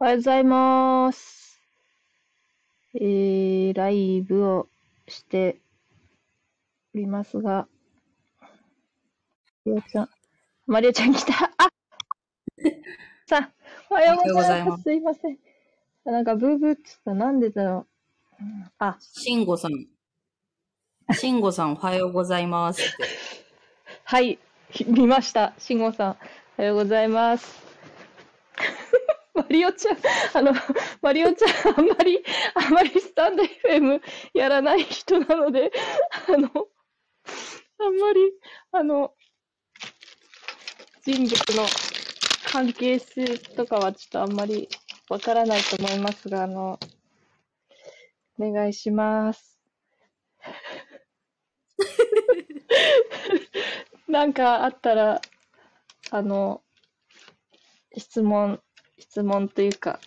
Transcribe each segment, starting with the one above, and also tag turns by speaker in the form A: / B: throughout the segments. A: おはようございます。えー、ライブをしておりますが、マリオちゃん、マリオちゃん来た。あさあ、おはようございます。すいません。なんかブーブーって言ったなんでだろう。うんあ、
B: しんごさん。しんごさん、おはようございますって。
A: はい、ひ見ました。慎吾さん、おはようございます。 マリオちゃん、あの、マリオちゃん、あんまり、あんまりスタンド FM やらない人なので、あの、あんまり、あの、人物の関係性とかはちょっとあんまりわからないと思いますが、あの、お願いします。なんかあったら、あの、質問、質問というか、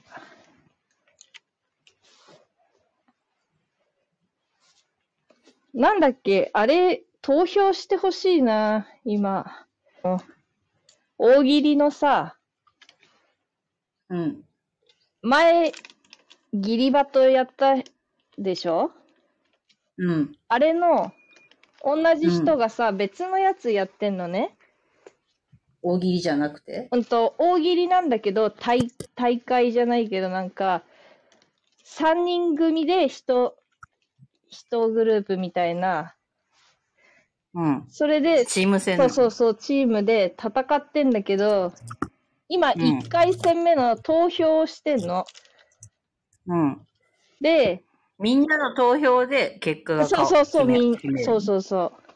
A: なんだっけ、あれ、投票してほしいな、今。大喜利のさ、
B: うん。
A: 前、ギリバトやったでしょ
B: うん。
A: あれの、同じ人がさ、別のやつやってんのね。
B: 大喜利じゃなくて
A: うんと、大喜利なんだけど、大大会じゃないけど、なんか、3人組で1、一グループみたいな、
B: うん。
A: それで、
B: チーム戦
A: そ
B: の
A: うそうそう、チームで戦ってんだけど、今、
B: ん
A: 1回戦目の投票をしてんの。
B: うん。
A: で、
B: みんなの投票で結果が
A: そ
B: 変
A: う
B: わ
A: そうそう、
B: 決め
A: みん
B: 決め、る
A: そうそうそう。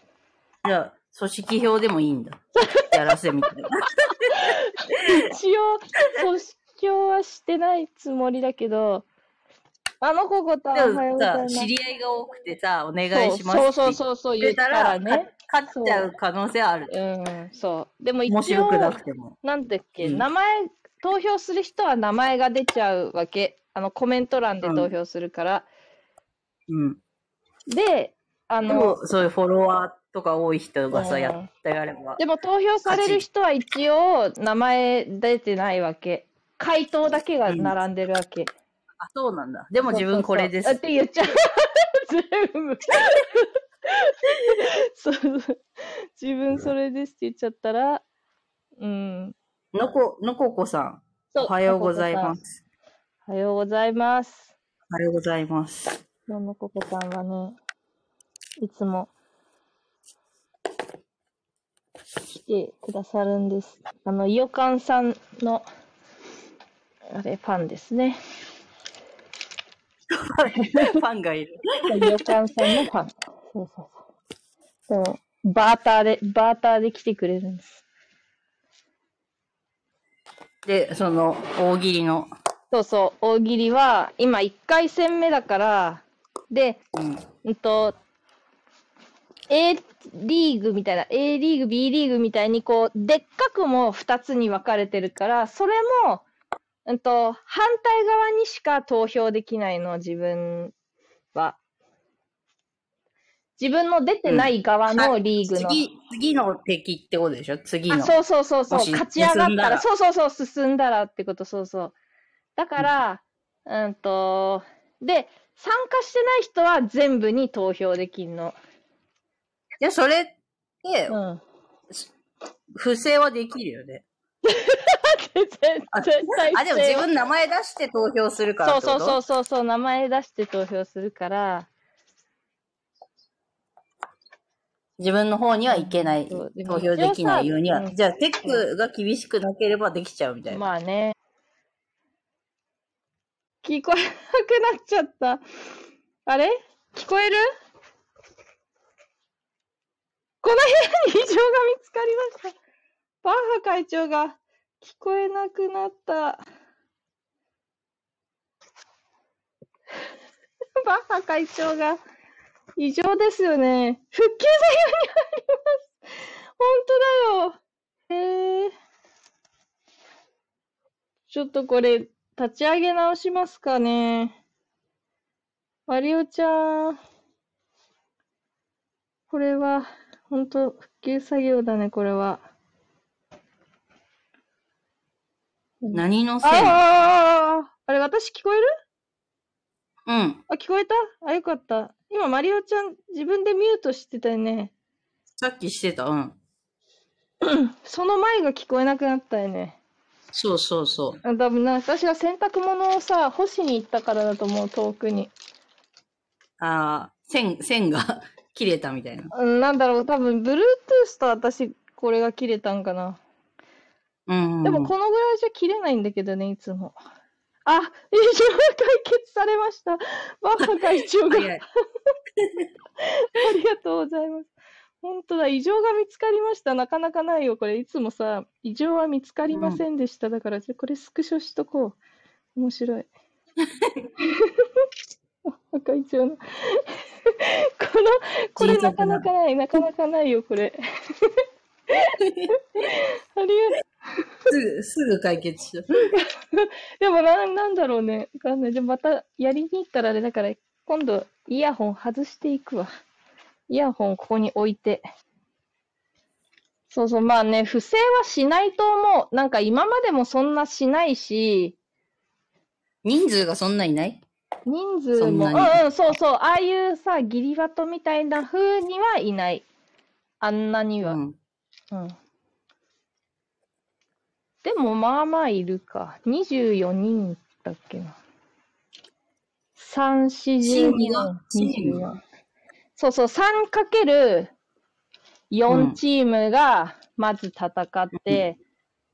B: じゃあ、組織票でもいい んだ。やらせみたいな。
A: 一応、組織票はしてないつもりだけど、 あの子ことはおはようご
B: で
A: ざい
B: もさ、
A: ます。
B: 知り合いが多くてさ、お願いします
A: そうそう
B: う。
A: そうそう、
B: 言
A: 言っ
B: った
A: た
B: ら、
A: ら
B: 勝
A: ね。
B: 勝っちゃう可能性ある。
A: うん、そう。でも一
B: 面白
A: 応
B: く、なくても。
A: なんだっけ、
B: うん
A: 名前、投票する人は名前が出ちゃうわけ。あの、コメント欄で投票するから。
B: うん。
A: で、あ
B: で
A: の、
B: も、そういうフォロワーとか多い人が
A: う
B: さ、
A: ん
B: やってやれば
A: で。も投票される人は一応名前出てないわけ。回答だけが並んでるわけ。
B: あ、そうなんだ。でも自分これで
A: そう
B: す
A: そう。そうあって言っちゃう。全部。 そうそう。自分それですって言っちゃったら、うん。
B: のこ、のここさん。
A: そう
B: おはようございま。す。
A: おはようございます。
B: おはようございます。
A: のもここさんはね、いつも来てくださるんです。あの、いよかんさんの、あれ、ファンですね。
B: ファンがいる。
A: いよかんさんのファン。そうそうそう。でも、バーターで、バーターで来てくれるんです。
B: で、その、大喜利の。
A: そうそう、大喜利は、今1回戦目だから、で、
B: うん。
A: うんと、A リーグみたいな、A リーグ、B リーグみたいに、こう、でっかくも2つに分かれてるから、それも、うんと、反対側にしか投票できないの、自分は。自分の出てない側のリーグの。
B: 次、次の敵ってことでしょ次の。
A: あそうそうそうそう
B: もし
A: 勝ち上がった
B: 進ん
A: ら
B: だら
A: そうそうそう進んだらってことそうそうだからうんとで参加してない人は全部に投票できんの、
B: じゃあそれって、
A: ん、
B: 不正はできるよね。
A: 絶
B: あ
A: 対
B: あ、でも
A: 正
B: 自分名前出して投票するから
A: そう
B: ってこ
A: そ
B: と。
A: うそうそうそう名前出して投票するから
B: 自分の方にはいけない。
A: そうでも
B: 投票できないように
A: 一応
B: は。
A: さ
B: じゃあ、テックが厳しくなければできちゃうみたいな。
A: まあね聞こえなくなっちゃったあれ聞こえるこの部屋に異常が見つかりましたバッハ会長が聞こえなくなった バッハ会長が異常ですよね復旧作業にあります本当だよえーちょっとこれ、立ち上げ直しますかね。マリオちゃん。これは、ほんと、復旧作業だね、これは。え
B: 何のせい
A: ああ、あれ、私聞こえる
B: うん。
A: あ、聞こえたあ、よかった。今、マリオちゃん、自分でミュートしてたよね。
B: さっきしてた。うん。
A: その前が聞こえなくなったよね。
B: そうそうそう。
A: あ多分な、私が洗濯物をさ、干しに行ったからだと思う、遠くに。
B: ああ、線、線が 切れたみたいな。
A: うんなんだろう、多分、Bluetooth と私、これが切れたんかな。
B: うん。
A: でも、このぐらいじゃ切れないんだけどね、いつも。あ、一応解決されました。 バッハ会長が。
B: 早い。
A: ありがとうございます。本当だ、異常が見つかりました。なかなかないよ。これ、いつもさ、異常は見つかりませんでした。だから、じゃあこれスクショしとこう。面白い。赤いちゃんの。この、これ
B: 迅
A: な
B: 速
A: か
B: な
A: なかない、なかなかないよ、こ れ。 ありが
B: すぐ、すぐ解決した。
A: でもな、なんだろうね。わかんない。でもまたやりに行ったらあれだから、今度、イヤホン外していくわ。イヤホンここに置いて。そうそう、まあね、不正はしないと思う。なんか今までもそんなしないし、
B: 人数がそんないない
A: 人数
B: そん
A: も、
B: な
A: う
B: に
A: んうん、そうそう、ああいうさ、ギリバトみたいな風にはいない。あんなに
B: う
A: は。
B: ん。
A: うん。でも、まあまあいるか。24人だっけな。3、4、
B: 新
A: 人
B: 人は新人
A: 24。そうそう、3かける4チームがまず戦って、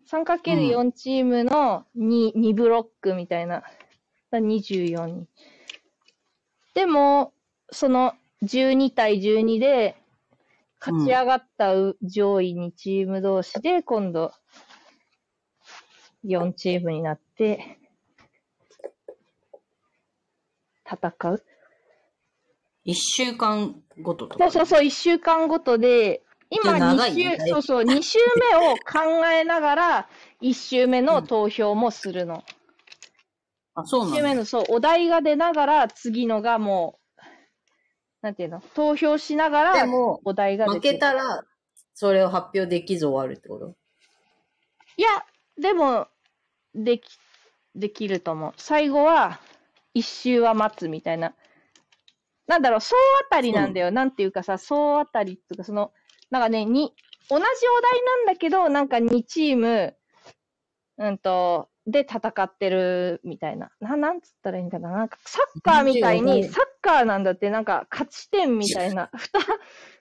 A: 3かける4チームの 2, 2ブロックみたいな。だ24人。でも、その12対12で、勝ち上がったう上位2チーム同士で、今度、4チームになって、戦う。
B: 一週間ごとと
A: そう
B: か。
A: そうそう、1週間ごとで、今
B: じゃあ長
A: 2
B: い
A: 週、
B: ねだいぶ
A: そうそう、2週目を考えながら、1週目の投票もするの。
B: あ、そ
A: 1
B: うな
A: 週
B: んだ
A: 目の、そう、お題が出ながら、次のがもう、なんていうの投票しなが
B: で
A: ら、
B: も、
A: お題が出て
B: 負
A: く
B: け
A: る
B: たら、それを発表できず終わるってこと
A: いや、でも、でき、できると思う。最後は、一周は待つみたいな。なんだろう、総当たりなんだよ。なんていうかさ、総当たりっていうか、その、なんかね、に、同じお題なんだけど、なんか2チーム、うんと、で戦ってるみたいな。な、なんつったらいいんかな。なんかサッカーみたい
B: 25
A: に、サッカーなんだって、なんか勝ち点みたいな。ふた、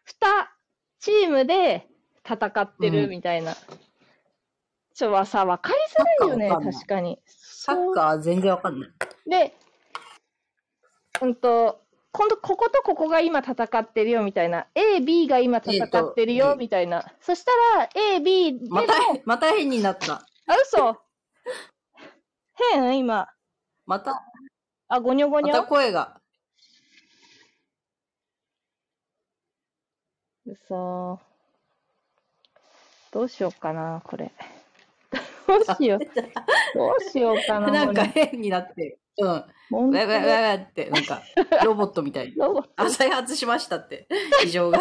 A: ふたチームで戦ってるみたいな。ちょ、はさ、わかりづらいよね、
B: サッカーわかんない
A: 確かに。
B: サッカー全然わかんない。
A: で、うんと、今度こことここが今戦ってるよみたいな。A、B が今戦ってる
B: え
A: よ
B: ーと
A: みたいな。そしたら、A、B での、
B: また、また変になった。
A: あ、嘘変今。
B: また、
A: あ、ごにょご
B: ま
A: に
B: た
A: ょ。
B: 声が。
A: 嘘。どうしようかな、これ。どうしよう。どうしようかな。
B: なんか
A: これ、
B: 変になってる。うん。わ
A: 本当
B: や
A: だ
B: わやわやって、なんか、ロボットみたいに。
A: どう
B: あ、再発しましたって。異常 が。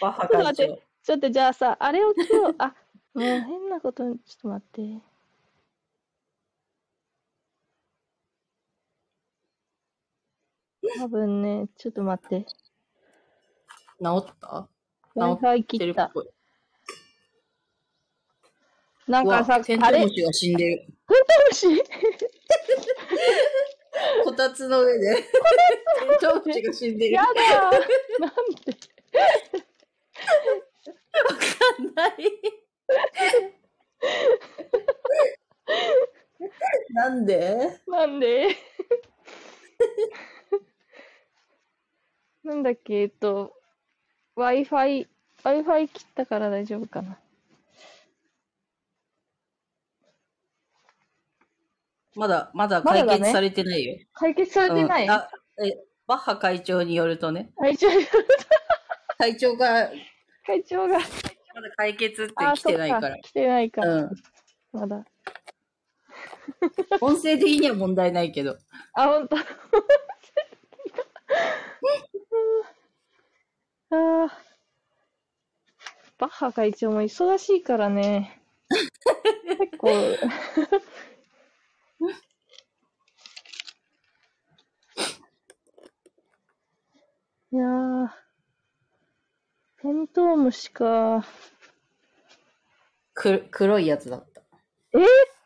B: バッハ会
A: ちょっ
B: 長。
A: ちょっとじゃあさ、あれを今日、あ、もう変なことに、ちょっと待って。多分ね、ちょっと待って。
B: 治った
A: w
B: 直
A: i f i 切
B: 治ってる
A: っ。
B: ったぽい。
A: なん
B: う
A: か
B: わ、
A: さ、
B: テン
A: あ
B: トウ
A: れ
B: ム、シが死んでる。
A: し
B: こたつの上で。テントウムシが死んでる。
A: や
B: わ
A: だーなんで
B: かんない。なんで
A: なんで なんだっけ、えっと、Wi-Fi、Wi-Fi 切ったから大丈夫かな。
B: まだ、まだ
A: まだ
B: 解
A: だね
B: 決されてないよ。
A: 解決されてない、
B: うんあえバッハ会長によるとね、
A: 会長、
B: 会長が
A: 会長が。
B: まだ解決って
A: あ
B: 来てないか
A: そっ
B: ら。
A: 来てないか、
B: うん。
A: まだ。
B: 音声的には問題ないけど。
A: あ、ほんと。 あーバッハ会長も忙しいからね。結構。 いやー、テントウムシか。
B: く黒いやつだった。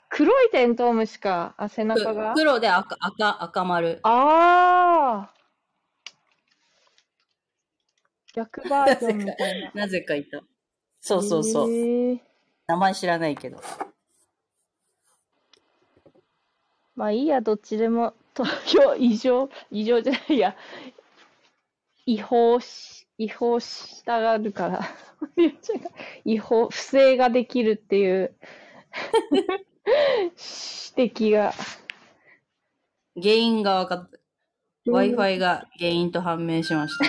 A: 黒いテントウムシか。あ、背中が
B: く。黒で赤、赤、赤丸。
A: ああ。逆バージョンみたいな。
B: なぜかいた。 そうそうそう。
A: へー
B: 名前知らないけど。
A: まあいいや、どっちでも。投票 異常、異常じゃないや。違法し、違法したがるから。 違法、不正ができるっていう 指摘が。
B: 原因が分かった。Wi-Fi が原因と判明しました。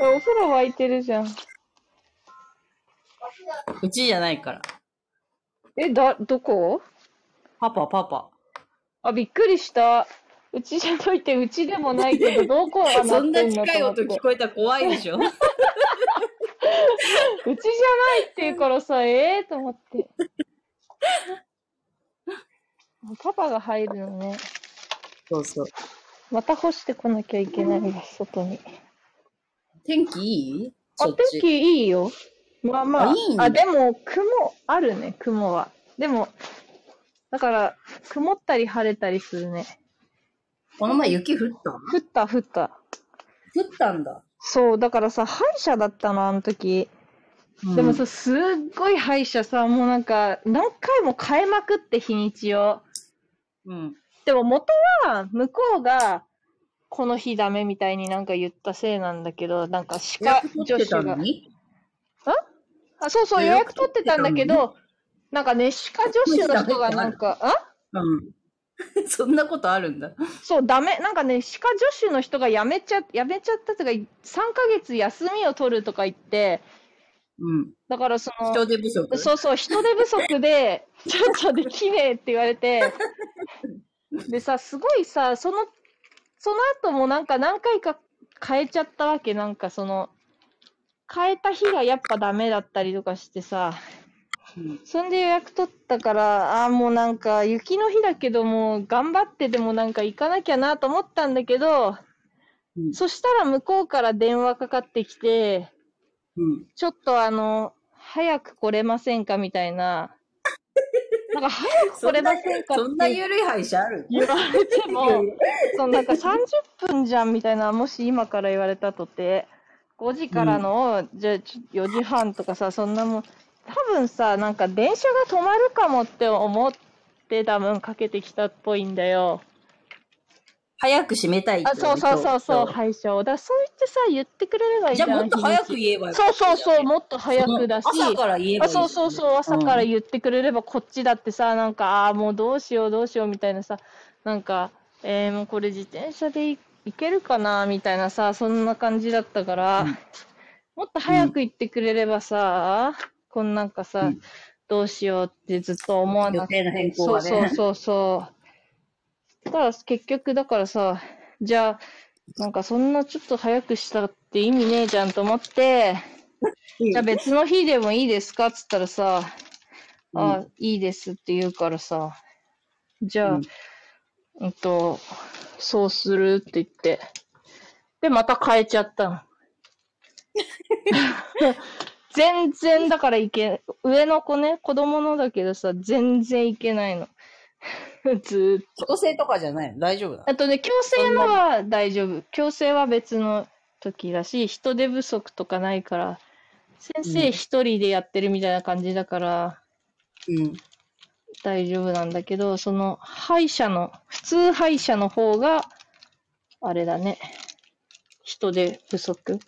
A: お風呂沸いてるじゃん。
B: うちじゃないから。
A: え、だ、どこ
B: パパ、パパ。
A: あ、びっくりした。うちじゃないって、うちでもないけど、どこが
B: そ
A: 鳴
B: ん
A: って
B: なん
A: の
B: 近い
A: と思っ
B: 音
A: て
B: 聞こえたら怖いでしょ
A: うちじゃないって言うからさ、ええと思って。パパが入るのね。
B: そうそう。
A: また干してこなきゃいけないです、外に。
B: 天気いい
A: あ、
B: そっ
A: 天
B: ち。
A: 気いいよ。まあま
B: あ
A: あ
B: いい。ね
A: あ、でも、雲、あるね、雲は。でも、だから、曇ったり晴れたりするね。
B: この前雪降った降
A: 降った、降った。
B: ったんだ。
A: そう、だからさ、歯医者だったの、あの時。でもさ、すっごい歯医者さ、もうなんか、何回も変えまくって、日にちを。
B: うん。
A: でも元は向こうがこの日ダメみたいになんか言ったせいなんだけどなんか歯
B: 予
A: 科
B: 約
A: 女
B: 取って
A: 子
B: たの
A: が
B: に
A: あそうそう
B: 予
A: 予
B: 約
A: 約取ってたんだけどなんかね歯科女子の人がなんかあ
B: うん。 そんなことあるんだ。
A: そうダメなんかね歯科女子の人がやめちゃやめちゃったとか3ヶ月休みを取るとか言って
B: うん。
A: だからその
B: 人手不足。
A: そうそう、人手不足で、 ちょっとできねえって言われ て、でさ、すごいさ、その、その後もなんか何回か変えちゃったわけ、なんかその、変えた日がやっぱダメだったりとかしてさ、
B: うん
A: そんで予約取ったから、ああー、もうなんか雪の日だけどもう頑張ってでもなんか行かなきゃなと思ったんだけど、
B: うん
A: そしたら向こうから電話かかってきて、
B: うん。
A: ちょっとあの、早く来れませんかみたい な。なんか早く来れませんか
B: そん
A: っ
B: な
A: て
B: 緩い配信ある
A: 言われても、そうなんか30分じゃんみたいな、もし今から言われたとて、5時からの、じゃあちょ4時半とかさ、そんなもん、多分さ、なんか電車が止まるかもって思って多分かけてきたっぽいんだよ。
B: 早く閉めたいって
A: あ、そうそうそうそう、
B: 今
A: 配車を。だからそう言ってさ、言ってくれればいい
B: 日
A: じ
B: じ
A: ゃ
B: ゃ
A: ん。
B: あもっと早く
A: 日にち
B: 言えばよか
A: そ
B: っ
A: うそうそう、もっと早
B: た
A: くだし。
B: 朝から言えば
A: あ
B: いい。
A: そうそうそう、朝から
B: うん
A: 言ってくれれば、こっちだってさ、なんか、ああ、もうどうしよう、どうしようみたいなさ、なんか、えー、もうこれ自転車でい行けるかな、みたいなさ、そんな感じだったから、
B: うん
A: もっと早く行ってくれればさ、こんなんかさ、
B: うん
A: どうしようってずっと思わな
B: 予
A: くて、
B: 定の変更
A: そう
B: が ね。
A: そうそうそう。ただ、結局、だからさ、じゃあ、なんかそんなちょっと早くしたって意味ねえじゃんと思って、じゃあ別の日でもいいですかっつったらさ、
B: うん
A: あいいですって言うからさ、じゃあ、
B: う
A: うんん、と、そうするって言って、で、また変えちゃったの。全然だからいけ、上の子ね、子供のだけどさ、全然いけないの。 ずーっと。
B: 強制とかじゃないの大丈夫だ。
A: あとね、強制のは大丈夫。強制は別の時だし、人手不足とかないから、先
B: う
A: 生
B: ん
A: 一人でやってるみたいな感じだから、
B: うん。
A: 大丈夫なんだけど、その、歯医者の、普通歯医者の方が、あれだね、人手不足。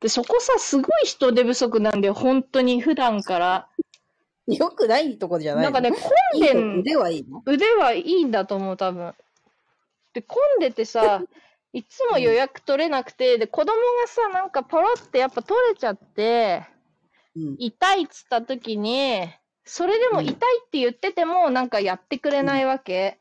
A: で、そこさ、すごい人手不足なんだよ、本当に、普段から。
B: よくないとこじゃな
A: な
B: いの
A: んかね、混
B: い
A: ん
B: い
A: で
B: と
A: ん
B: こではいいの
A: 腕はいいんだと思う多分で混んでて さいつも予約取れなくてで子供がさなんかポロってやっぱ取れちゃって
B: うん。
A: 痛いっつった時にそれでも痛いって言っててもなんかやってくれないわけ、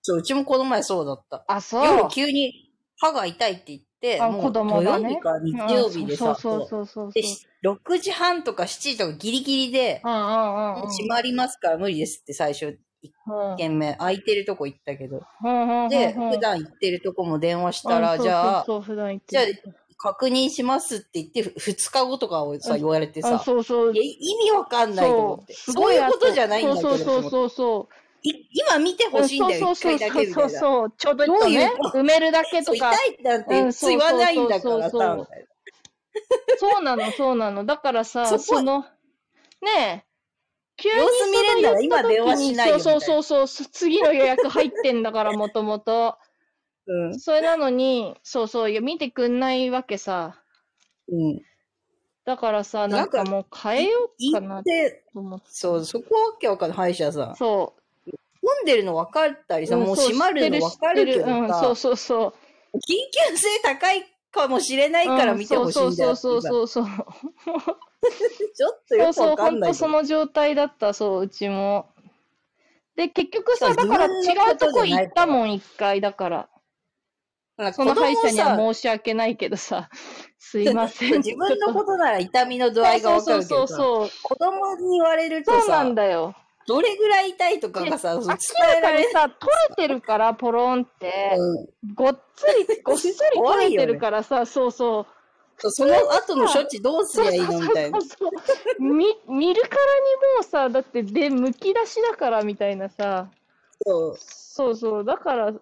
B: そう、うちもこの前そうだった。
A: あそう
B: 夜急に歯が痛いって言っで、
A: あ
B: もう
A: 子供がね
B: 土曜日か日曜日でさ、
A: うんそうそうそうそうそう
B: でし6時半とか7時とかギリギリで、
A: うんうんうん
B: もう閉まりますから無理ですって最初
A: うん
B: 一軒目、空いてるとこ行ったけど。
A: うんうん
B: で、
A: うんうん
B: 普段行ってるとこも電話したら、
A: うん
B: じゃあ、
A: そうそうそう普段行ってる
B: 確認しますって言って、ふ2日後とかをさ、
A: うん
B: 言われて
A: あ
B: さ、
A: そうそう
B: いや意味わかんないと思って。
A: そ
B: そうう
A: すごい
B: いうことじゃないんだけど
A: そう
B: と
A: そう
B: 思って、
A: そうそう
B: い今見てほしいん
A: そ
B: だよ、
A: う
B: 一
A: そう
B: 回
A: そう
B: だけみた
A: そう
B: いな。
A: そうちょうどいいとね
B: どういうこ
A: 埋めるだけ
B: そ
A: と
B: う痛
A: か
B: いなんて普通言わないんだから
A: うんそうそうそ
B: さ、
A: うそう
B: みたいな
A: そうなのそうなのだからさ
B: そ
A: そ
B: こ
A: のねえ急に
B: 様子見れんなら今電話しないよみたい
A: そう
B: な
A: そうそうそう次の予約入ってんだ からもともと
B: うん
A: それなのにそうそういや見てくんないわけさ
B: うん。
A: だからさなんかもう変えようか
B: 行
A: な
B: っ
A: と
B: て、
A: 思って
B: そう、そこわけわかんない、歯医者さん。
A: そう
B: 混んでるの分かったりさ、
A: ん
B: もう
A: そ
B: 閉まるの分かるけ
A: 知っ
B: ど
A: てうん、
B: さ
A: そう、そうそう。
B: 緊急性高いかもしれないから見てほしいんだよ。
A: うんそうそう
B: う。
A: そうそうそう。
B: ちょっと
A: そ
B: よ
A: う
B: く
A: そ
B: わ
A: う、
B: か
A: 本
B: んない
A: 当
B: けど。
A: その状態だった、そう、うちも。で、結局さ、
B: そう
A: だから
B: 自分
A: 違
B: の
A: うと
B: こと
A: こ
B: じゃな
A: 行
B: い
A: ったもん、一回、だから。
B: なんか
A: その歯医者には
B: 子供も
A: 申し訳ないけどさ、す
B: さ
A: いません。
B: 自分のこととなら痛みの度合いが分かるけ
A: そ
B: ど
A: う
B: さ、
A: そうそうそ
B: 子供に言われる
A: う。
B: と
A: そうな
B: さ
A: ん、だよ。
B: どれぐらい痛いとかがさ、
A: 明
B: 伝
A: ら
B: えら
A: か
B: れ
A: に
B: る。
A: さ、取れてるから、ポロンって。
B: うん
A: ごっつり、ごっそり取れてるからさ、そうそう。
B: その後の処置どうすりゃいいのみたいな。
A: そうそうそうそう見見るからにもうさだってでむき出しだからみたいなさ
B: そう
A: そうそうだから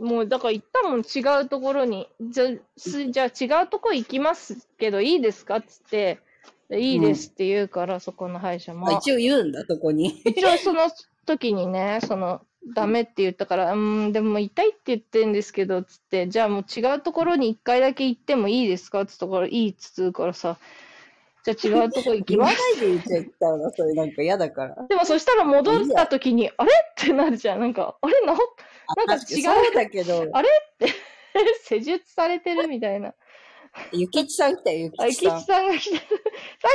A: もうだから行ったもん違うところにじゃすじゃあ違うとこ行きますけどいいですかっつっていいですって言うから、そこの歯医者も
B: まあ一応言うんだ、そ こに。
A: 一応その時にねそのダメって言ったから「うーんでも痛いって言ってんですけど」つって「じゃあもう違うところに1回だけ行ってもいいですか?」っつったから「いい」っつうからさ「じゃあ違うとこ行き
B: 言わ
A: ま
B: な
A: す
B: いで言っちゃったら、それなんか嫌だから」。
A: でもそしたら戻った時に「あれ?」ってなるじゃんなんか「あれ治っなんか違う
B: そうだけど、
A: て施術されてる」みたいな。
B: ゆきちさん来たよ、
A: あ、
B: ゆ
A: ゆき
B: きち
A: ち
B: さん。
A: さんが来てる。さ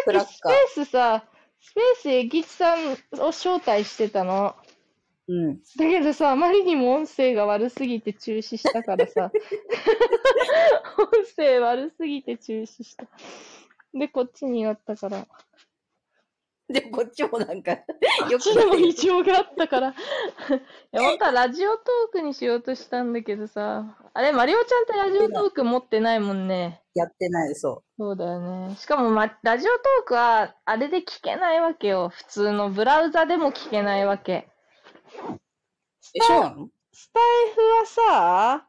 B: クラ
A: っ
B: ッ
A: きス
B: カー
A: ペースさ、スペースでゆきちさんを招待してたの。
B: うん。
A: だけどさ、あまりにも音声が悪すぎて中止したからさ、音声悪すぎて中止した。で、こっちになったから、
B: で、こっちもなんか、よく
A: それも異常があったから、いや、本当はラジオトークにしようとしたんだけどさ、あれ、マリオちゃんってラジオトーク持ってないもんね。
B: やってない、そ
A: そうだよね。しかも、ま、ラジオトークは、あれで聞けないわけよ。普通のブラウザでも聞けないわけ。
B: う。え、そうなの
A: スタイフはさ、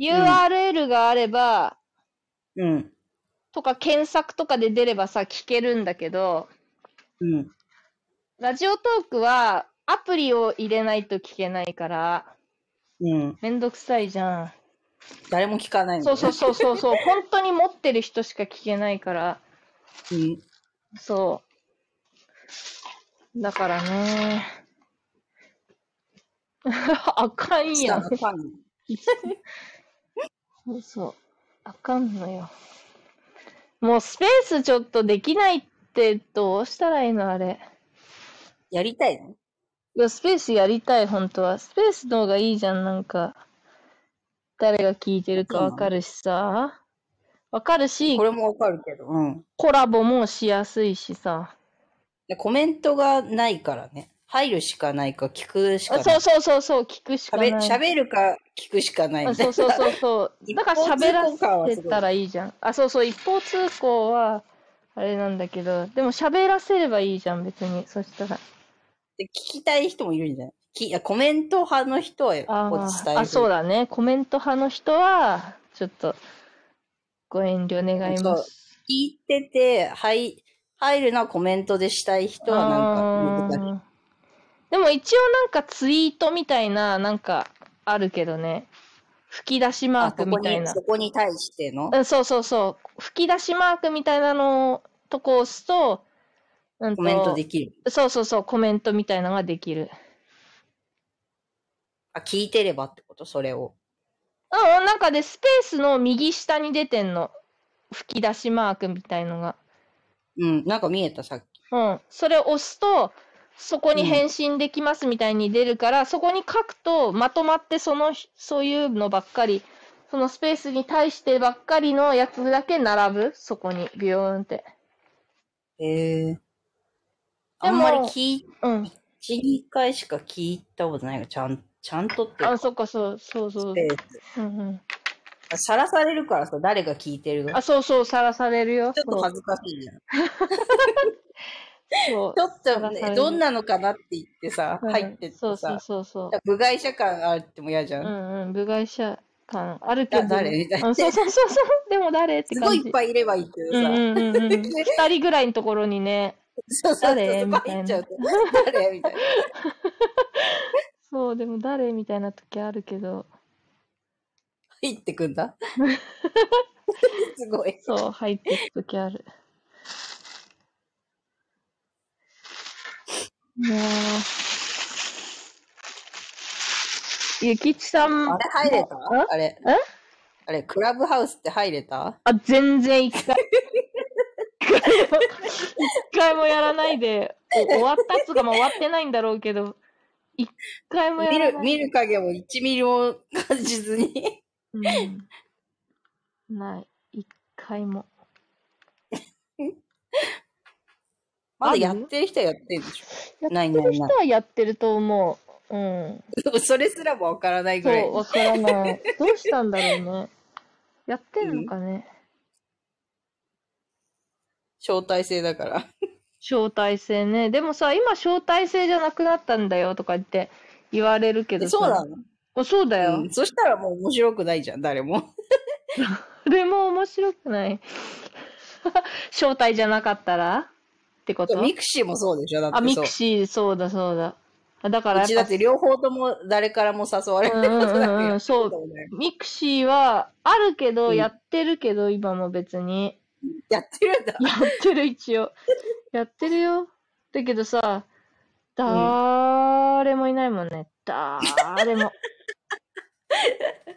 A: URL があれば、
B: うん。
A: とか検索とかで出ればさ、聞けるんだけど、
B: うん。
A: ラジオトークはアプリを入れないと聞けないから、
B: うん。
A: めんどくさいじゃん。
B: 誰も聞かないの、ね。
A: そうそうそうそう そう、本当に持ってる人しか聞けないから、
B: うん。
A: そう。だからね。 あかんや
B: 下
A: ん
B: の。ファン。
A: そうそう。あかんのよ。もうスペースちょっとできないってどうしたらいいのあれ。
B: やりたいの
A: いや、スペースやりたい、本当は。スペースの方がいいじゃん、なんか。誰が聞いてるかわかるしさ。わかるし
B: こ、れもわかるけど。うん。
A: コラボもしやすいしさ。
B: でコメントがないからね。入るしかないか、聞くしか
A: あ
B: ない。
A: そうそうそうそう、聞くしかない。
B: 喋喋るか、聞くしかない
A: あ
B: みたい
A: そう
B: な。
A: そうそうそう。
B: 一
A: だから
B: 方
A: 喋
B: 通
A: ら
B: 行感は
A: せ
B: すごい
A: たらいいじゃん。あ、そうそう、一方通行は、あれなんだけど、でも喋らせればいいじゃん、別に。そしたら。
B: で聞きたい人もいるんじゃないきいやコメント派の人は
A: あ
B: お伝え
A: ーあ、そうだ
B: だ。
A: ね。コメント派の人は、ちょっと、ご遠慮願います。
B: 聞いてて、はい、入るのはコメントでしたい人はなんか
A: あ
B: 難しい。
A: ーでも一応なんかツイートみたいな、なんか、あるけどね。吹き出しマー
B: あ、
A: ク
B: そ
A: み
B: こ
A: たい
B: に、
A: な
B: そ。こに対しての。
A: うん、そうそうそう。吹き出しマークみたいなのとこを押すと、うんと
B: コメントできる。
A: そうそうそう、コメントみたいなのができる。
B: あ、聞いてればってことそれを。
A: うんうん、なんかで、スペースの右下に出てんの。吹き出しマークみたいのが。
B: うん、なんか見えた、さっき。
A: うん。それを押すと、そこに返信できますみたいに出るから、そこに書くと、まとまってその、そういうのばっかりそのスペースに対してばっかりのやつだけ並ぶそこに、ビヨーンって。
B: えー、
A: でも
B: あんまり聞い、
A: うん。
B: 1、2回しか聞いたことないから、ちゃん、ちゃんとっていうか
A: あ、そっか、そう、そうそう
B: ス。ペー
A: うんうん。
B: スさらされるからさ、誰が聞いてるの
A: あ、そうそう、さらされるよ。
B: ちょっと恥ずかしいじゃん。
A: そう
B: ちょっ
A: さ
B: と、
A: らされ
B: ね、
A: る
B: どんなのかなって言ってさ、
A: うん
B: 入ってってさ、
A: そうそうそうそう。
B: 部外者感あっても嫌じゃん。
A: うんうん、部外者感あるけど。
B: だ誰みたいな
A: うんそうそうそうそう。でも誰って
B: す
A: 感
B: ご
A: じ。
B: いいっぱいいればいいけど
A: うん
B: さ、
A: うんうんうん。二人ぐらいのところにね。
B: そうそうそう、
A: 誰
B: スパ入っちゃうと、誰みたいな。
A: そう、でも誰みたいな時あるけど。
B: 入ってく んだ。すごい。
A: そう、入っていく時ある。もう。ゆきちさん。
B: あれ入れたあれ
A: え
B: あれ、クラブハウスって入れた
A: あ、全然一回。一回も一回もやらないで、お終わったっつうか、まあ終わってないんだろうけど、一回もや
B: 見
A: ら
B: る、
A: ない。
B: 見る影も1ミリも感じずに。
A: うん、ない。一回も。
B: まだやってる人はやってるんでし
A: やっ
B: ょない
A: やっ
B: な
A: てる
B: い
A: 人
B: な
A: はやってると思う。うん。
B: い。それすらもわからないぐ
A: そ
B: らい。
A: う、わからない。どうしたんだろうね。やってんのかね。
B: 招待制だから。
A: 招待制ね。でもさ、今招待制じゃなくなったんだよとか言って言われるけど
B: え
A: さ。
B: そうなの、
A: あそうだよ。
B: うん、そしたらもう面白くないじゃん、誰も。
A: それも面白くない。 招待じゃなかったらってこと
B: ミクシーもそうでしょだって
A: あ、ミ
B: そう
A: ク。シー、そうだそうだ。あだから
B: う
A: や
B: ち
A: っ
B: だ
A: ぱ
B: っ、て両方とも誰からも誘われることだけ
A: うんうんうんそう
B: だよね
A: ミクシーはあるけど、
B: うん
A: やってるけど、今も別に。
B: やってるんだ。
A: やってる、一応。やってるよ。だけどさ、だーれもいないもんね。だーれも。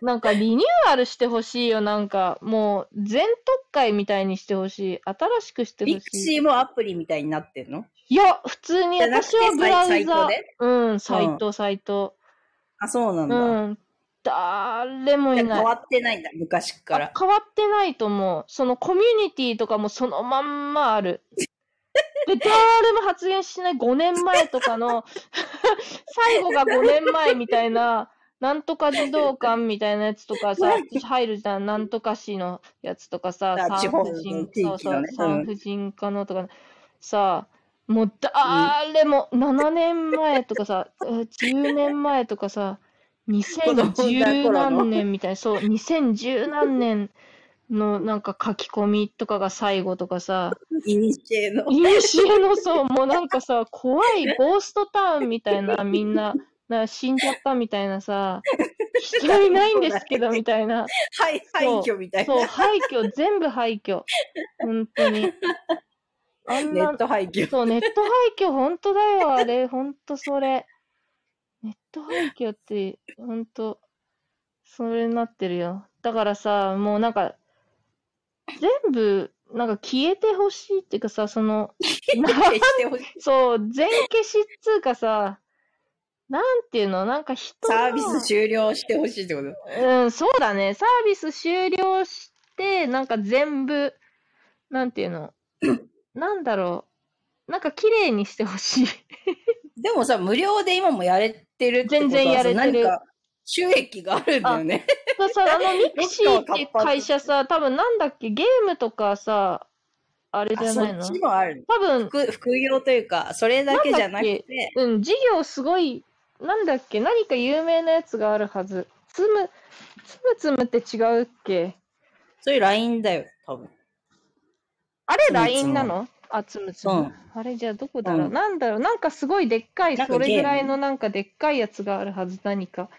A: なんかリニューアルしてほしいよ。なんかもう全特会みたいにしてほしい。新しくしてほしい。
B: ミクシーもアプリみたいになってんの
A: いや、普通に
B: じゃなく
A: 私
B: て
A: はブラウ
B: サイサイ
A: ザ
B: トで。
A: うん、サイト、サイト。
B: あ、そうなん
A: う
B: だ。
A: ん。誰もい
B: 変
A: ない。
B: わってないんだ、昔から。
A: 変わってないと思う。そのコミュニティとかもそのまんまあ る。で、誰も発言しない5年前とかの、最後が5年前みたいな、なんとか児童館みたいなやつとかさ、入るじゃん、なんとか市のやつとかさ、
B: あ地方の
A: 婦人
B: 地域のね
A: そうそう
B: うん
A: 産婦人科のとか、さ、もう誰も、7年前とかさ、10年前とかさ、2010何年みたいな、そう、2010何年のなんか書き込みとかが最後とかさ、
B: イニシエの。
A: いにしえのそう、もうなんかさ、怖いゴーストタウンみたいな、みんな、な死んじゃったみたいなさ、人いないんですけどみたいな、
B: はい、廃墟みたいな。
A: そう、廃墟、全部廃墟。本当に。あん
B: ネ
A: な
B: ット廃墟。
A: そう、ネット廃墟、本当だよ、あれ、本当それ。ネット廃墟って、本当それになってるよ。だからさ、もうなんか、全部、なんか消えてほしいっていうかさ、その、 な
B: 消してほしい。
A: そう、全消しっつうかさ、なんていうの、なんか人の
B: サービス終了してほしいってこと。
A: うん、そうだね。サービス終了して、なんか全部、なんていうの、なんだろう。なんか綺麗にしてほしい。
B: でもさ、無料で今もやれてるってことは
A: 全然やれてる
B: 何か収益があるんだよね。
A: そうさ、あの、ミクシーって会社さ、多分なんだっけ、ゲームとかさ、あれじ
B: あ
A: ゃ
B: そ
A: ないの
B: っちもある。
A: 多分、
B: 副副業というか、それだけじゃなくて、
A: うん、事業すごい、なんだっけ、何か有名なやつがあるはず。つむ、つむつむって違うっけ
B: そういう LINE だよ、多分。
A: あれ
B: つむつむ
A: LINE なのあ、つむつむ。
B: うん
A: あれじゃあどこだろう、
B: うん
A: なんだろうなんかすごいでっかい、
B: なんか
A: それぐらい
B: ゲーム
A: のなんかでっかいやつがあるはず、何か。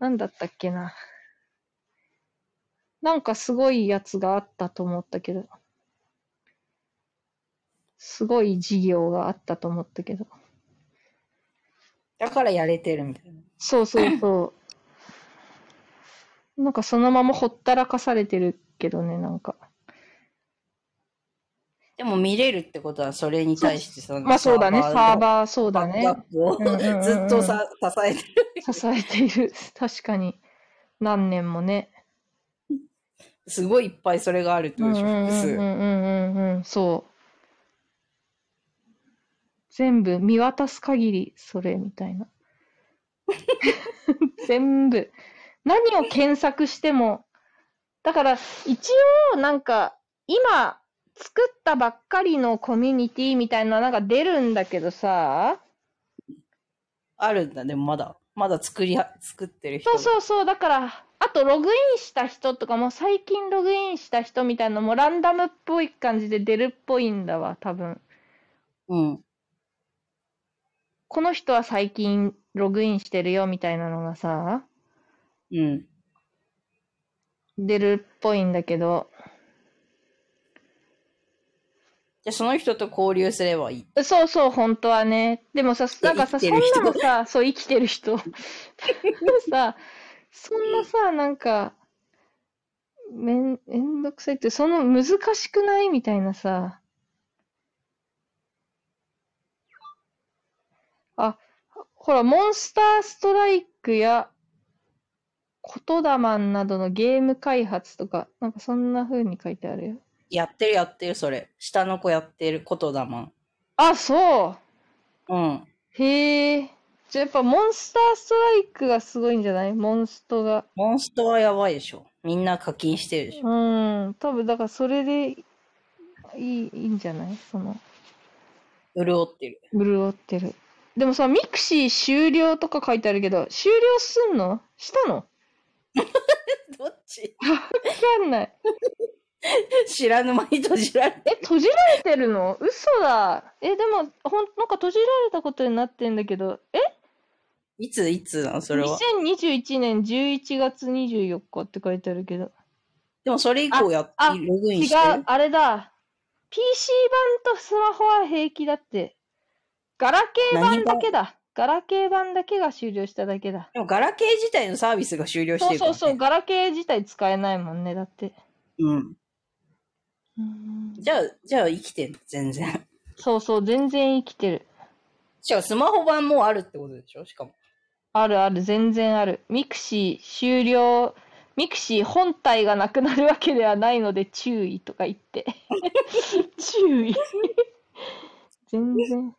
A: なんだったっけな。なんかすごいやつがあったと思ったけど。すごい事業があったと思ったけど。
B: だからやれてるみたいな。
A: そうそうそう。なんかそのままほったらかされてるけどね、なんか。
B: でも見れるってことは、それに対してその
A: まあそうだね、サー
B: ー
A: バー、そうだ
B: の
A: ね。
B: バックアップ
A: うんうんうんう
B: を
A: ん
B: ずっとさ支えてる。
A: 支えている。確かに。何年もね。
B: すごいいっぱいそれがあるってことでしょ、複数。
A: うんうんうんうんうん、そう。全部見渡す限りそれみたいな。 全部。何を検索しても。だから一応なんか今作ったばっかりのコミュニティみたいななんか出るんだけどさ。
B: あるんだ、でもまだ。まだ作りは、作ってる人。
A: そうそうそう。だから、あとログインした人とかも最近ログインした人みたいなのもランダムっぽい感じで出るっぽいんだわ、多分。
B: う。うん。
A: この人は最近ログインしてるよみたいなのがさ、
B: うん。
A: 出るっぽいんだけど、
B: じゃあその人と交流すればいい。
A: そうそう、本当はね。でもさ、なんかさ、
B: 生
A: そ
B: きて
A: んな
B: る人
A: のさ、そう、生きてる人。 さ、そんなさ、なんか、めん、めんどくさいって、その難しくないみたいなさ。あ、ほら、モンスターストライクや、言霊などのゲーム開発とか、なんかそんな風に書いてあるよ。
B: やってるやってる、それ。下の子やってることだもん。
A: あ、そう
B: うん。
A: へえ。じゃあやっぱモンスターストライクがすごいんじゃないモンストが。
B: モンストはやばいでしょ。みんな課金してるでしょ。
A: うん。多分だからそれでいいいいんじゃないその、
B: 潤ってる。
A: 潤ってる。でもさ、ミクシー終了とか書いてあるけど、終了すんのしたのわ
B: どっち
A: かんない。
B: 知らぬ間に閉じられて。
A: え、閉じられてるの嘘だ。え、でも、ほん、なんか閉じられたことになってんだけど、え
B: いつ、いつなのそれは。
A: ?2021 年11月24日って書いてあるけど。
B: でもそれ以降やっ
A: ああ
B: ログイン
A: 違
B: して
A: う
B: る。、
A: あれだ。PC 版とスマホは平気だって。ガラケー版だけだ。ガラケー版だけが終了しただけだ。
B: でもガラケー自体のサービスが終了し
A: そう
B: てるから、
A: そう
B: ね。
A: そう、ガラケー自体使えないもんね、だって。
B: うん。
A: うん
B: じゃあ、じゃあ生きてんの全然。
A: そうそう、全然生きてる。
B: しかもスマホ版もあるってことでしょしかも。
A: あるある、全然ある。ミクシー終了。ミクシー本体がなくなるわけではないので注意とか言 って。注意。全然。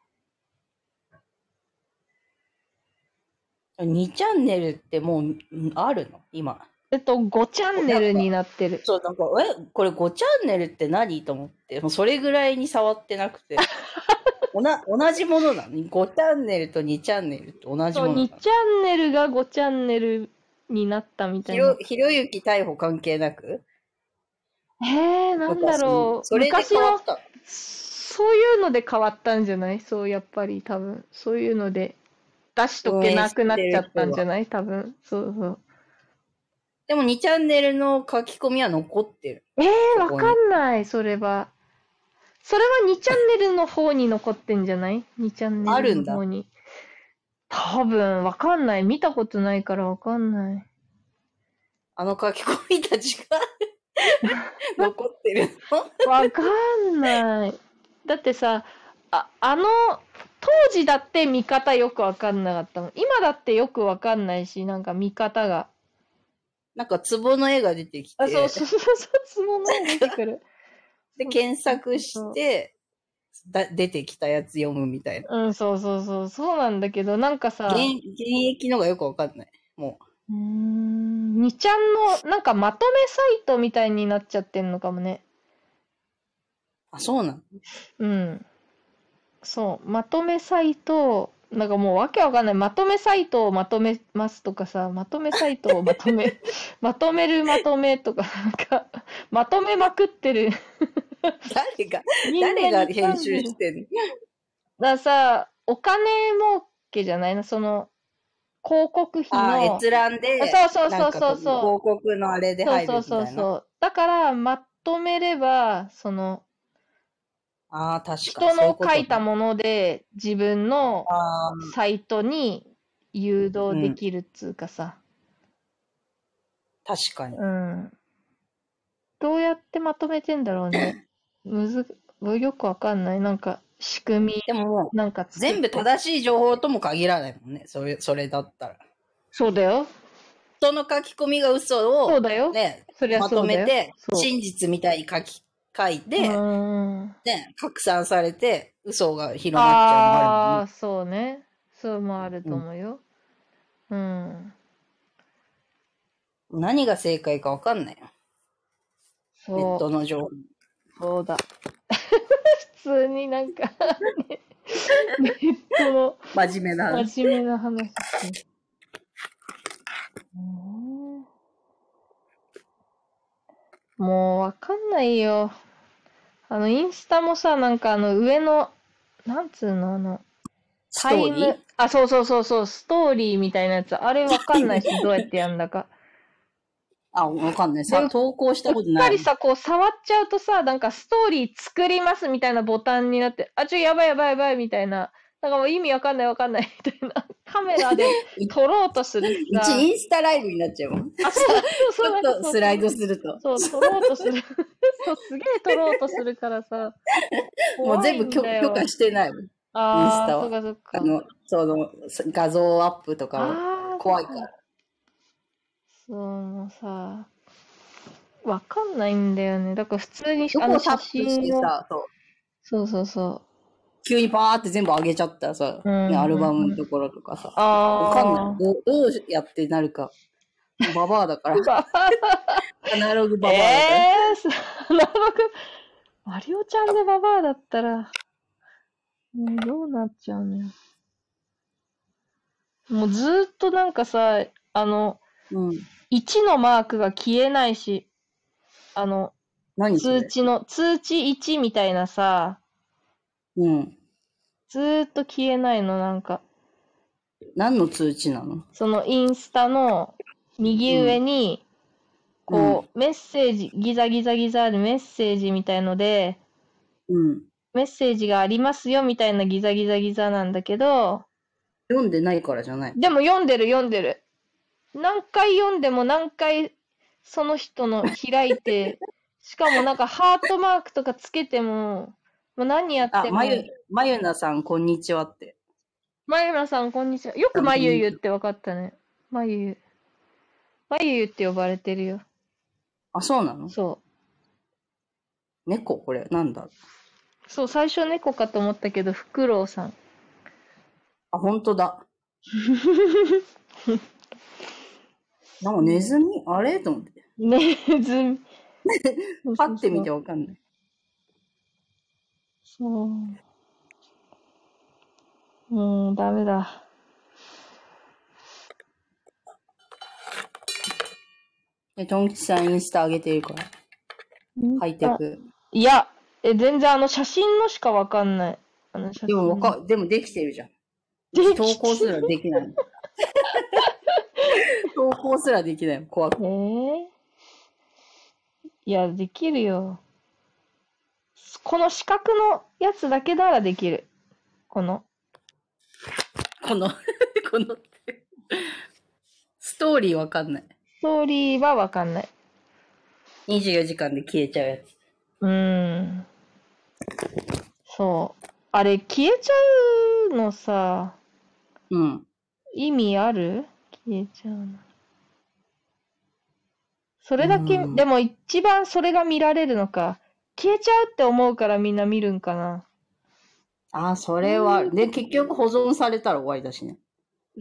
B: 2チャンネルってもううんあるの今。
A: えっと、5チャンネルになってる。
B: そう、なんか、え、これ5チャンネルって何と思って、もうそれぐらいに触って なくて。おな同じものなの ?5 チャンネルと2チャンネルって同じ
A: そ
B: も
A: う、
B: のなの
A: 2チャンネルが5チャンネルになったみた
B: ひ
A: いな
B: ろ。ひろゆき逮捕関係なく
A: へえ、なんだろう。
B: 昔に
A: 昔
B: それで変わ
A: の
B: っ、たの
A: そういうので変わったんじゃないそう、やっぱり多分。そういうので出しとけなくなっちゃったんじゃない多分。そうそう。
B: でも2チャンネルの書き込みは残ってる。
A: ええ、
B: そ
A: わ
B: こに
A: かんない、それは。それは2チャンネルの方に残ってんじゃない ?2 チャンネ
B: ある
A: ル
B: ん
A: の
B: だ
A: 方に。多分、わかんない。見たことないからわかんない。
B: あの書き込みたちが 残ってるの
A: わかんない。だってさ、ああの、当時だって見方よくわかんなかったもん。今だってよくわかんないし、なんか見方が。
B: なんか壺の絵が出てきて、
A: あ、そうそうそうそう、つぼの出てくる。
B: で検索してだ、出てきたやつ読むみたいな。
A: うん、そうそうそう、そうなんだけど、なんかさ、う
B: 現
A: ー
B: 現役のがよくわかんない。も
A: ん、にちゃんの、なんかまとめサイトみたいになっちゃってんのかもね。
B: う。あ、そうなの
A: うん。そう、まとめサイト、なんかもうわけわかんない。まとめサイトをまとめますとかさ、まとめサイトをまと め、まとめるまとめとか、なんか、まとめまくってる。
B: 誰が、
A: 人間
B: 誰が
A: に
B: 編集し
A: だか
B: てんの
A: らさ、お金儲けじゃないな、その、広告費
B: あ
A: の。
B: ー、閲覧で、
A: そうそうそうそうそう
B: なんかこ広告のあれで
A: そう
B: 入る
A: そ
B: み
A: う
B: た
A: そう
B: いな。
A: そう。だから、まとめれば、その、
B: ああ、確かに。
A: 人の書いた
B: も
A: もので、自分の
B: あ
A: サイトに誘導できるっつうかさ、
B: あ、確かに。
A: うんどうやってまとめてんだろう ねむずよくわかんないなんか仕組み
B: でももう、
A: なんか作って
B: 全部正しい情報とも限らないもんね。それ、それだったら。
A: そうだよ
B: 人の書き込みが嘘
A: そう
B: を、
A: だよ、
B: ね、
A: そりゃ
B: ま
A: そ
B: と
A: うだよ
B: めて、
A: そう
B: 真実みたいに書き、書いて、
A: うん
B: ね、拡散されて、嘘が広まっちゃうのもあ
A: あ
B: るもん
A: あ、そうね。そうもあると思うよ。うん。
B: ね。何が正解かわかんないよ。ネッ
A: そ
B: トの情報。
A: う、そうだ。 普通になんかね、ネットの
B: 真面目な話。
A: 真面目な話して。もうもうわかんないよ。あの、インスタもさ、なんかあの上の、なんつうの、あの、
B: ス
A: タ
B: ト
A: イ
B: ーリー
A: ム、あ、そうそうそうそう、ストーリーみたいなやつ。あれわかん ないし、どうやってやんだか。
B: あ、わかんない。さ、
A: で
B: 投稿したこと
A: やっ
B: な
A: ぱ
B: い
A: り。さ、こう触っちゃうとさ、なんかストーリー作りますみたいなボタンになって、あ、ちょ、やばいやばいやばいみたいな。なんかもう意味わかんないわかんないみたいな。 カメラで撮ろうとする
B: う
A: さ。
B: ちインスタライブになっちゃうもん。ち
A: あ、そうそうそう。
B: ょ
A: な
B: っ
A: んかそう
B: とスライドすると。
A: そう、撮ろうとする。 そう、すげえ撮ろうとするからさ。
B: もう全部許
A: 怖いんだよ
B: 許可してないもん。イン
A: あ
B: ス
A: あ、
B: タは
A: そうかそうか。
B: あの、その、画像アップとかは
A: あー
B: 怖いから。
A: そう、もうさ、わかんないんだよね。だから普通に
B: ど
A: あ
B: こ
A: の
B: をタ
A: 写
B: ップして
A: 真を。
B: さ、そ
A: そ
B: う
A: うそうそう。
B: 急にバーって全部上げちゃったらさ、
A: うん
B: ねアルバムのところとかさ、わ
A: あ
B: か
A: あ。
B: んない。どうどうやってなるか。バ バア だから。アナログババアだから。
A: ええー、そア ナログ。マリオちゃんでババアだったら、もうどうなっちゃうのよ。もうずーっとなんかさ、あの、
B: うん。
A: 1のマークが消えないし、あの、
B: 何そ
A: 通
B: れ
A: 知の、通知1みたいなさ、
B: うん。
A: ずーっと消えないの、なんか。
B: 何の通知なの
A: そのインスタの右上に、こう、メッセージ、ギザギザギザでメッセージみたいので、
B: うん。
A: メッセージがありますよみたいなギザギザギザなんだけど、
B: 読んでないからじゃない。
A: でも読んでる読んでる。何回読んでも何回その人の開い て、しかもなんかハートマークとかつけても、もう何やっ
B: あ
A: て、も。
B: まゆ、まゆなさん、こんにちはって。
A: まゆらさん、こんにちは。よくまゆゆって分かったね。まゆゆ。まゆゆって呼ばれてるよ。
B: あ、そうなの
A: そ
B: 猫これ、なんだ
A: う。そう、最初猫かと思ったけど、フクロウさん。
B: あ、本当 だ。なんかネズミあれと思って。
A: ねずみ。
B: パッて見てわかんない。
A: そう。もうダメだ。
B: え、トン吉さんインスタ上げてるから。ハイテ
A: あ
B: ク。
A: いや、え、全然あの写真のしかわかんない。あの写真
B: でもわか、でもできてるじゃん。
A: できてる
B: 投稿すらできない。 投稿すらできない。怖く。
A: えーいや、できるよ。この四角のやつだけならできる。この。
B: この、 このって。ストーリーわかんない。
A: ストーリーはわかんない。
B: 24時間で消えちゃうやつ。
A: うーん。そう。あれ、消えちゃうのさ、
B: うん。
A: 意味ある消えちゃうの。それだけ、
B: うん
A: でも一番それが見られるのか。消えちゃうって思うからみんな見るんかな。
B: あー、それはある。で、結局保存されたら終わりだしね。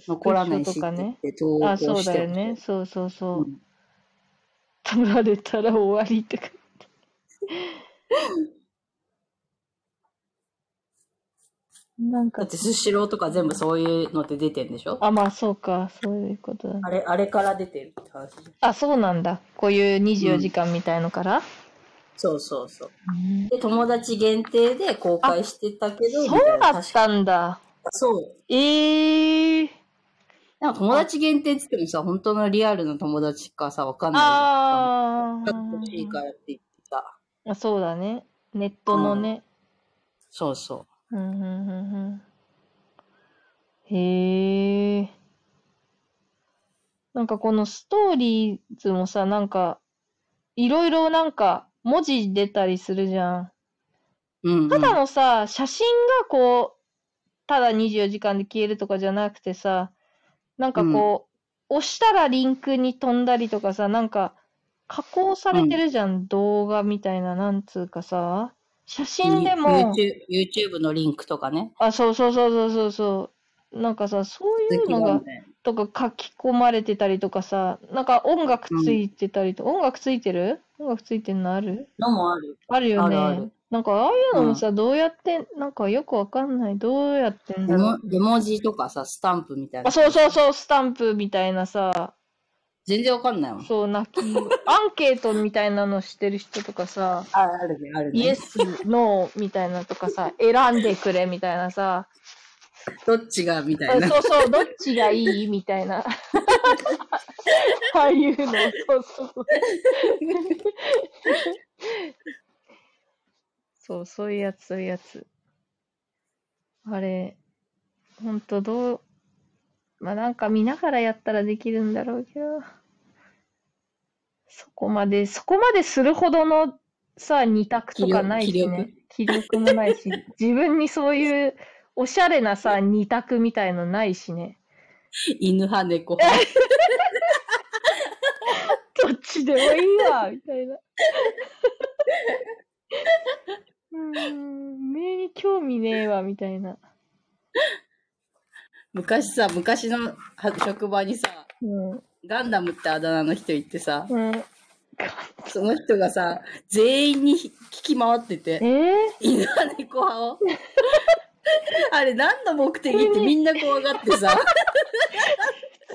B: 残らないし
A: スクショと
B: って
A: か
B: 言っ
A: ね。
B: て投稿
A: あ、
B: して
A: そうだよ
B: も
A: ね。そうそうそうう。
B: ん
A: 取られたら終わりってか。なん
B: だ
A: か
B: っ、てスシローとか全部そういうのって出てんでしょあ
A: あ、まあそうか。そういうことだね。
B: れ、あれから出てるって話じゃん
A: あ、そうなんだ。こういう24時間みたいのから。
B: そうそうそう。で、友達限定で公開してたけど、みたい
A: そう
B: な
A: だったんだ。
B: そう。
A: ええー。
B: なんか友達限定って言ってもさ、本当のリアルの友達かさ、わかんないじゃん。
A: あ
B: 買ってほしいからって言ってた。
A: あ。そうだね。ネットのね。
B: そうそ
A: う
B: う。
A: ん、うん、うん、うん。へえ。なんかこのストーリーズもさ、なんか、いろいろなんか文字出たりするじゃん。
B: うん、うん。
A: ただのさ、写真がこう、ただ24時間で消えるとかじゃなくてさ、なんかこう、押したらリンクに飛んだりとかさ、なんか、加工されてるじゃん、動画みたいな、なんつうかさ、写真でも、
B: YouTube, YouTube のリンクとかね。
A: あ、そうそうそうそうそうそう、なんかさ、そういうのが、とか書き込まれてたりとかさ、なんか音楽ついてたりと、音楽ついてる音楽ついてるのある
B: のもある。
A: あるよね。
B: あるある
A: なんかああいうのもさ、どうやって、なんかよくわかんない。どうやってん
B: デ
A: だろう
B: モ。デモ字とかさ、スタンプみたいな。
A: あ、そうそうそう、スタンプみたいなさ、
B: 全然わかんないもん。
A: そう、泣 き、アンケートみたいなのしてる人とかさ、
B: ああるね、あるね。
A: イエス、ノーみたいなとかさ、選んでくれみたいなさ、
B: どっちがみた
A: あ
B: いな。
A: そうそう、どっちがいいみたいな。ああいうの、そうそう。そう、そういうやつ、そういうやつ。あれ、ほんとどう、まあなんか見ながらやったらできるんだろうけど、そこまで、そこまでするほどのさ、二択とかないしね。気力もないし、自分にそういうおしゃれなさ、二択みたいのないしね。
B: 犬派、猫派。
A: どっちでもいいわ、みたいな。 うーん、目に興味ねえわ、みたいな。
B: 昔さ、昔の職場にさ、
A: うん。うん。
B: ガンダムってあだ名の人いてさ、
A: え
B: その人がさ、全員に聞き回ってて、
A: ー、
B: 犬派猫派を。 あれ何の目的ってみんな怖がってさ、
A: 普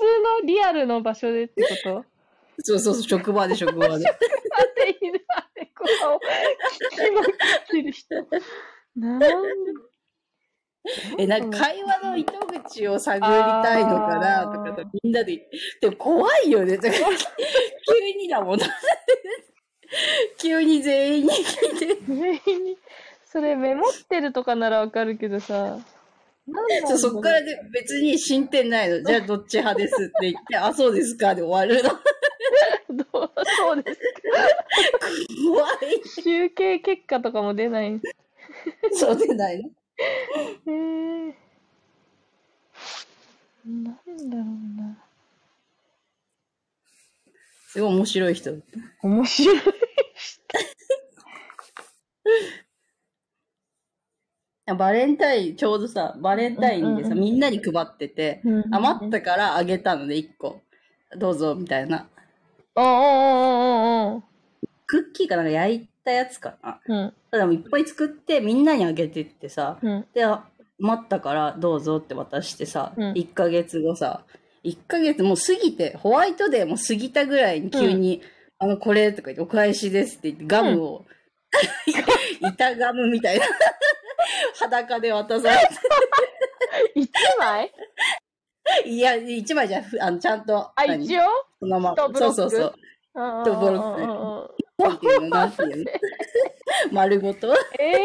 A: 通のリアルの場所でってこと
B: そうそうそう、職場で職場で。
A: なんで犬あれこを聞きまくってる人。なん
B: え、なんか会話の糸口を探りたいのかな
A: あー
B: とかさ、みんなで言って、でも怖いよね、とか、急にだもん。 急に全員に聞いて。
A: 全員に、それメモってるとかならわかるけどさ。なんなんだ
B: そ
A: ろう
B: うそっからで別に進展ないの。じゃあどっち派ですって言って、 あ、そうですかで終 わるの。
A: どうそうです
B: 怖い。
A: 集計結果とかも出ない。へ
B: そうでないの。
A: えー。なんだろうな。
B: すごい面白い人。
A: 面白い人。
B: バレンタイン、ちょうどさ、バレンタインで
A: うん
B: さ、
A: うんうん
B: みんなに配ってて、余ったからあげたので1個。どうぞ、みたいな。
A: た。うんうんうんうん
B: クッキーかなんか焼いたやつかな。
A: うん。
B: ただもういっぱい作ってみんなにあげてってさ、
A: うん。うん。
B: で、あ待ったからどうぞって渡してさ、
A: うん
B: 1ヶ月後さ、1ヶ月もう過ぎて、ホワイトデーも過ぎたぐらいに急に、あの、これとか言って、お返しですって言って、ガムを、 板ガムみたいな、 裸で渡され
A: 一枚
B: て、いや、1枚じゃ、ふあのちゃんと、
A: あ、
B: 何
A: 一応
B: そのま
A: 一
B: ま、
A: ブ
B: そ
A: ロッ
B: う
A: ク
B: そうそう、
A: うんうん
B: とボロ
A: うんうんうん
B: なんていうの、なんていう の、丸ごと。
A: ええー。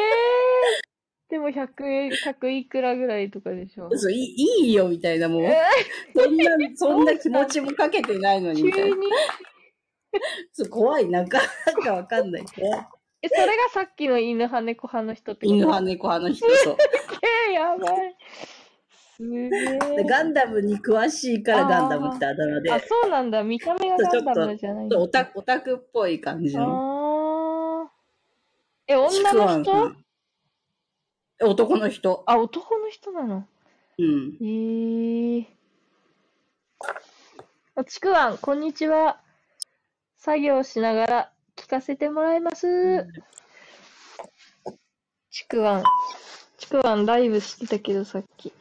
A: でも100円、100いくらぐらいとかでしょ。
B: そういいいいよ、みたいな、もう。
A: え
B: そんな、そんな気持ちもかけてないのに、
A: 急
B: みたいな。
A: に。
B: そう怖い、なんか、なんかわ かんない。
A: え、それがさっきの犬派猫派の人ってこと
B: 犬派、猫派の人、 そう。
A: えー、やばい。すげえ。
B: ガンダムに詳しいからガンダムってあだ名
A: あ、
B: で、
A: そうなんだ。見た目がガンダムじゃないんだ。
B: オタオタクっぽい感じの。
A: ああ。え、女の
B: ちくわう
A: 人
B: んえ男の人。
A: あ、男の人なの。
B: うん。
A: えー。あちくわん、こんにちは。作業しながら聞かせてもらいます。ちくわん。ちくわん、ライブしてたけど、さっき。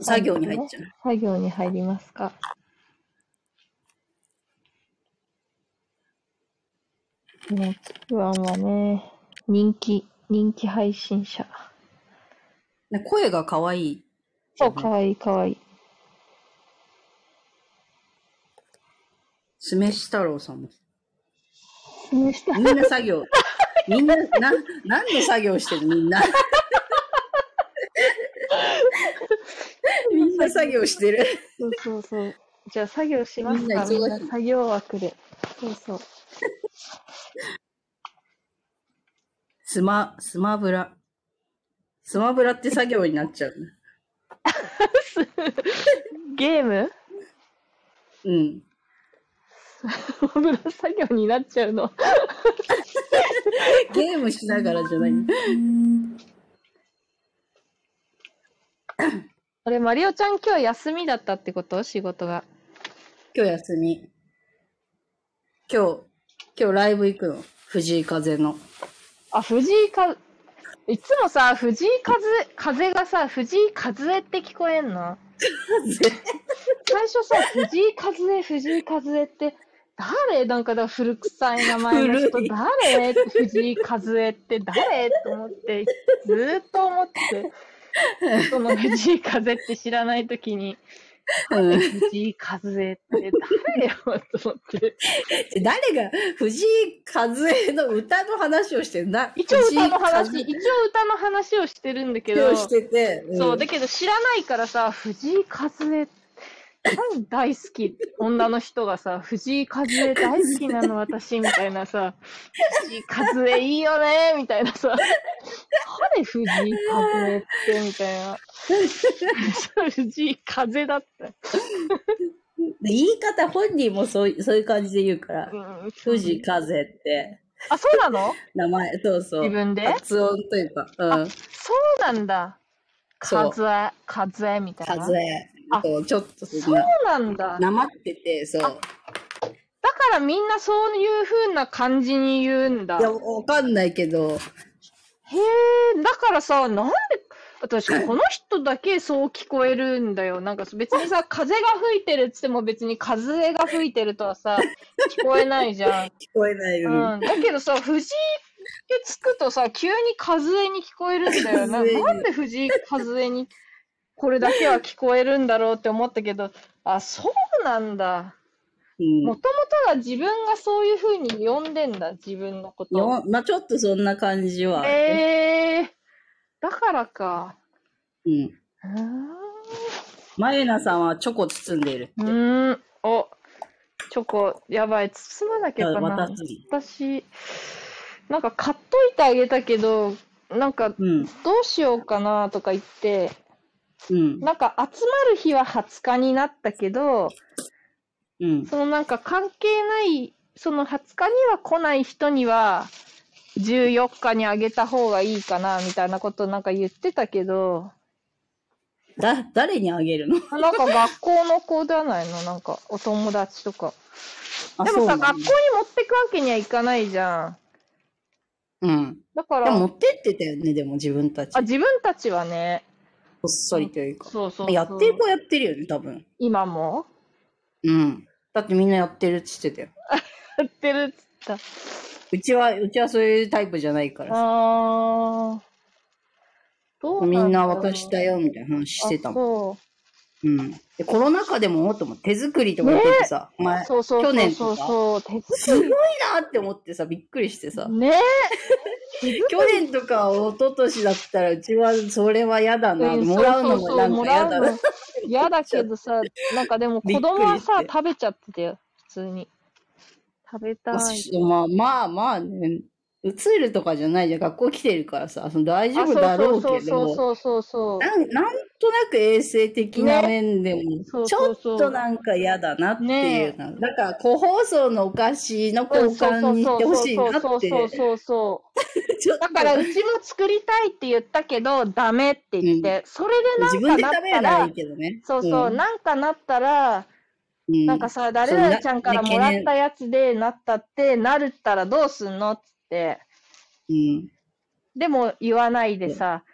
B: 作業に入っちゃう。
A: 作業に入りますか。ね、ちくわんはね、人気、人気配信者。
B: ね声が可愛い。
A: そう、かわいいかわいい。
B: 酢飯太郎さんも。
A: うんした
B: みんな作 業。みんな、な、何の作業してるみんな。みんな作業してる。
A: そうそうそう。じゃあ作業しますか。
B: み
A: み
B: ん
A: ん
B: な忙
A: な
B: しい
A: 作業枠で。そうそう。
B: スマ、スマブラ。スマブラって作業になっちゃう。
A: ゲーム
B: うん。
A: 油作業になっちゃうの。
B: ゲームしながらじゃない。
A: あれ、マリオちゃん今日休みだったってこと仕事が。
B: 今日休み。今日、今日ライブ行くの。藤井風の。
A: あ、藤井か、いつもさ、藤井風、風がさ、藤井風って聞こえんの最初さ、藤井風、藤井風って、誰なんかだ、古臭い名前の人
B: 古い、
A: 誰藤井風って誰と思って、ずーっと思って、その藤井風って知らないときに、
B: うん
A: 藤井風って誰よと思って。
B: 誰が藤井風の歌の話をしてるな。
A: 一応歌の話、
B: 藤井
A: 一応歌の話をしてるんだけ
B: 風
A: ど
B: を、してて。ん
A: そう、だけど知らないからさ、藤井風、何大好き、女の人がさ、藤井風大好きなの私みたいなさ、藤井風いいよねみたいなさ、誰藤井風ってみたいな。 藤井風だった。
B: で言い方本人もそういそういう感じで言うから。
A: うん、
B: 藤井風って
A: あ、そうなの
B: 名前、そうそう。
A: 自分で
B: 発音というか、うん。
A: そうなんだ。
B: そう
A: 風、風みたいな。
B: 風
A: あ。
B: そうちょっとそ
A: そ
B: んな、
A: うなんだ。
B: なまってて、そう。
A: だからみんなそういう風な感じに言うんだ。
B: い
A: へ
B: や、わかんないけど、
A: え、だからさ、なんで、私この人だけそう聞こえるんだよ。なんか別に さ、風が吹いてるっつっても別に風が吹いてるとはさ、聞こえないじ ゃん。
B: 聞こえないの。
A: うん、だけどさ、藤井ってつくとさ、急に風に聞こえるんだよな。
B: 風に
A: なんで藤井風にこれだけは聞こえるんだろうって思ったけど、あ、そうなんだ。
B: うん
A: もともとが自分がそういう風に呼んでんだ、自分のことを。
B: よまあちょっとそんな感じは。
A: えー、だからか。
B: うん。
A: うーん
B: まゆなさんはチョコ包んでいるって。
A: うーん。お、チョコ、やばい、包まなきゃか
B: ま
A: な
B: た。次。
A: 私、なんか買っといてあげたけど、なんか
B: うん。
A: どうしようかなとか言って、
B: うん。
A: なんか集まる日は20日になったけど、
B: うん。
A: そのなんか関係ない、その20日には来ない人には、14日にあげた方がいいかな、みたいなことなんか言ってたけど、
B: だ、誰にあげ るの
A: なんか学校の子じゃないのなんかお友達とか。
B: あ、
A: でも
B: な
A: さ、
B: んだ
A: 学校に持ってくわけにはいかないじゃん。
B: うん。
A: だか
B: でも持
A: ら、
B: ってってたよね、でも自分たち。
A: あ
B: こ
A: 自分たちはね、
B: っそりというか。
A: そうそうそう
B: やってる子はやってるよね、多分。
A: 今も
B: うん。だってみんなやってるっつってたよ。
A: やってるっつった。
B: うちは、うちはそういうタイプじゃないからさ。
A: あー。どう
B: みんな
A: だろう
B: 渡したよ、みたいな話してた
A: あ
B: もん。
A: そう
B: うん。で、コロナ禍でも思ったもん。手作りとかやっててさ、前、
A: そうそう
B: 去年
A: そ
B: と
A: う
B: か
A: そうそう。手
B: すご
A: 作
B: いなって思ってさ、びっくりしてさ
A: り。。ね
B: 去年とか一昨年だったら、うちはそれは嫌だな。
A: うん
B: もらうの
A: そ
B: も
A: そ
B: な
A: そ
B: ん
A: も
B: から嫌
A: う
B: だ
A: の
B: な。
A: 嫌だけどさ、なんかでも子供はさ
B: びっくりして、
A: 食べちゃってたよ、普通に。食べたい。
B: まあまあまあね、映るとかじゃないじゃん。学校来てるからさ、その大丈夫だろう
A: そう
B: け
A: そう
B: ど、
A: そうそうそうそう。
B: なんなんとなく衛生的な面でも、
A: そう
B: ち
A: そ
B: ょ
A: う
B: っ
A: そう
B: となんか嫌だなっていうな。だから、個包装のお菓子の
A: う
B: 交
A: んそう
B: 換に行ってほしい
A: そう
B: なっ
A: そう
B: て。
A: そうそうそう。
B: ちょっと
A: だからうちも作りたいって言ったけど、ダメって言って、それ
B: 自
A: でな
B: 分
A: ん
B: で
A: かなっ
B: 食べ
A: た
B: るならい
A: ら
B: い、けどね。
A: そうそう、なんかなったら、
B: うん
A: なんかさ、誰々ちゃんからもらったやつでなったって、なるったらどうすんのっつって。
B: うん。
A: でも言わないでさ、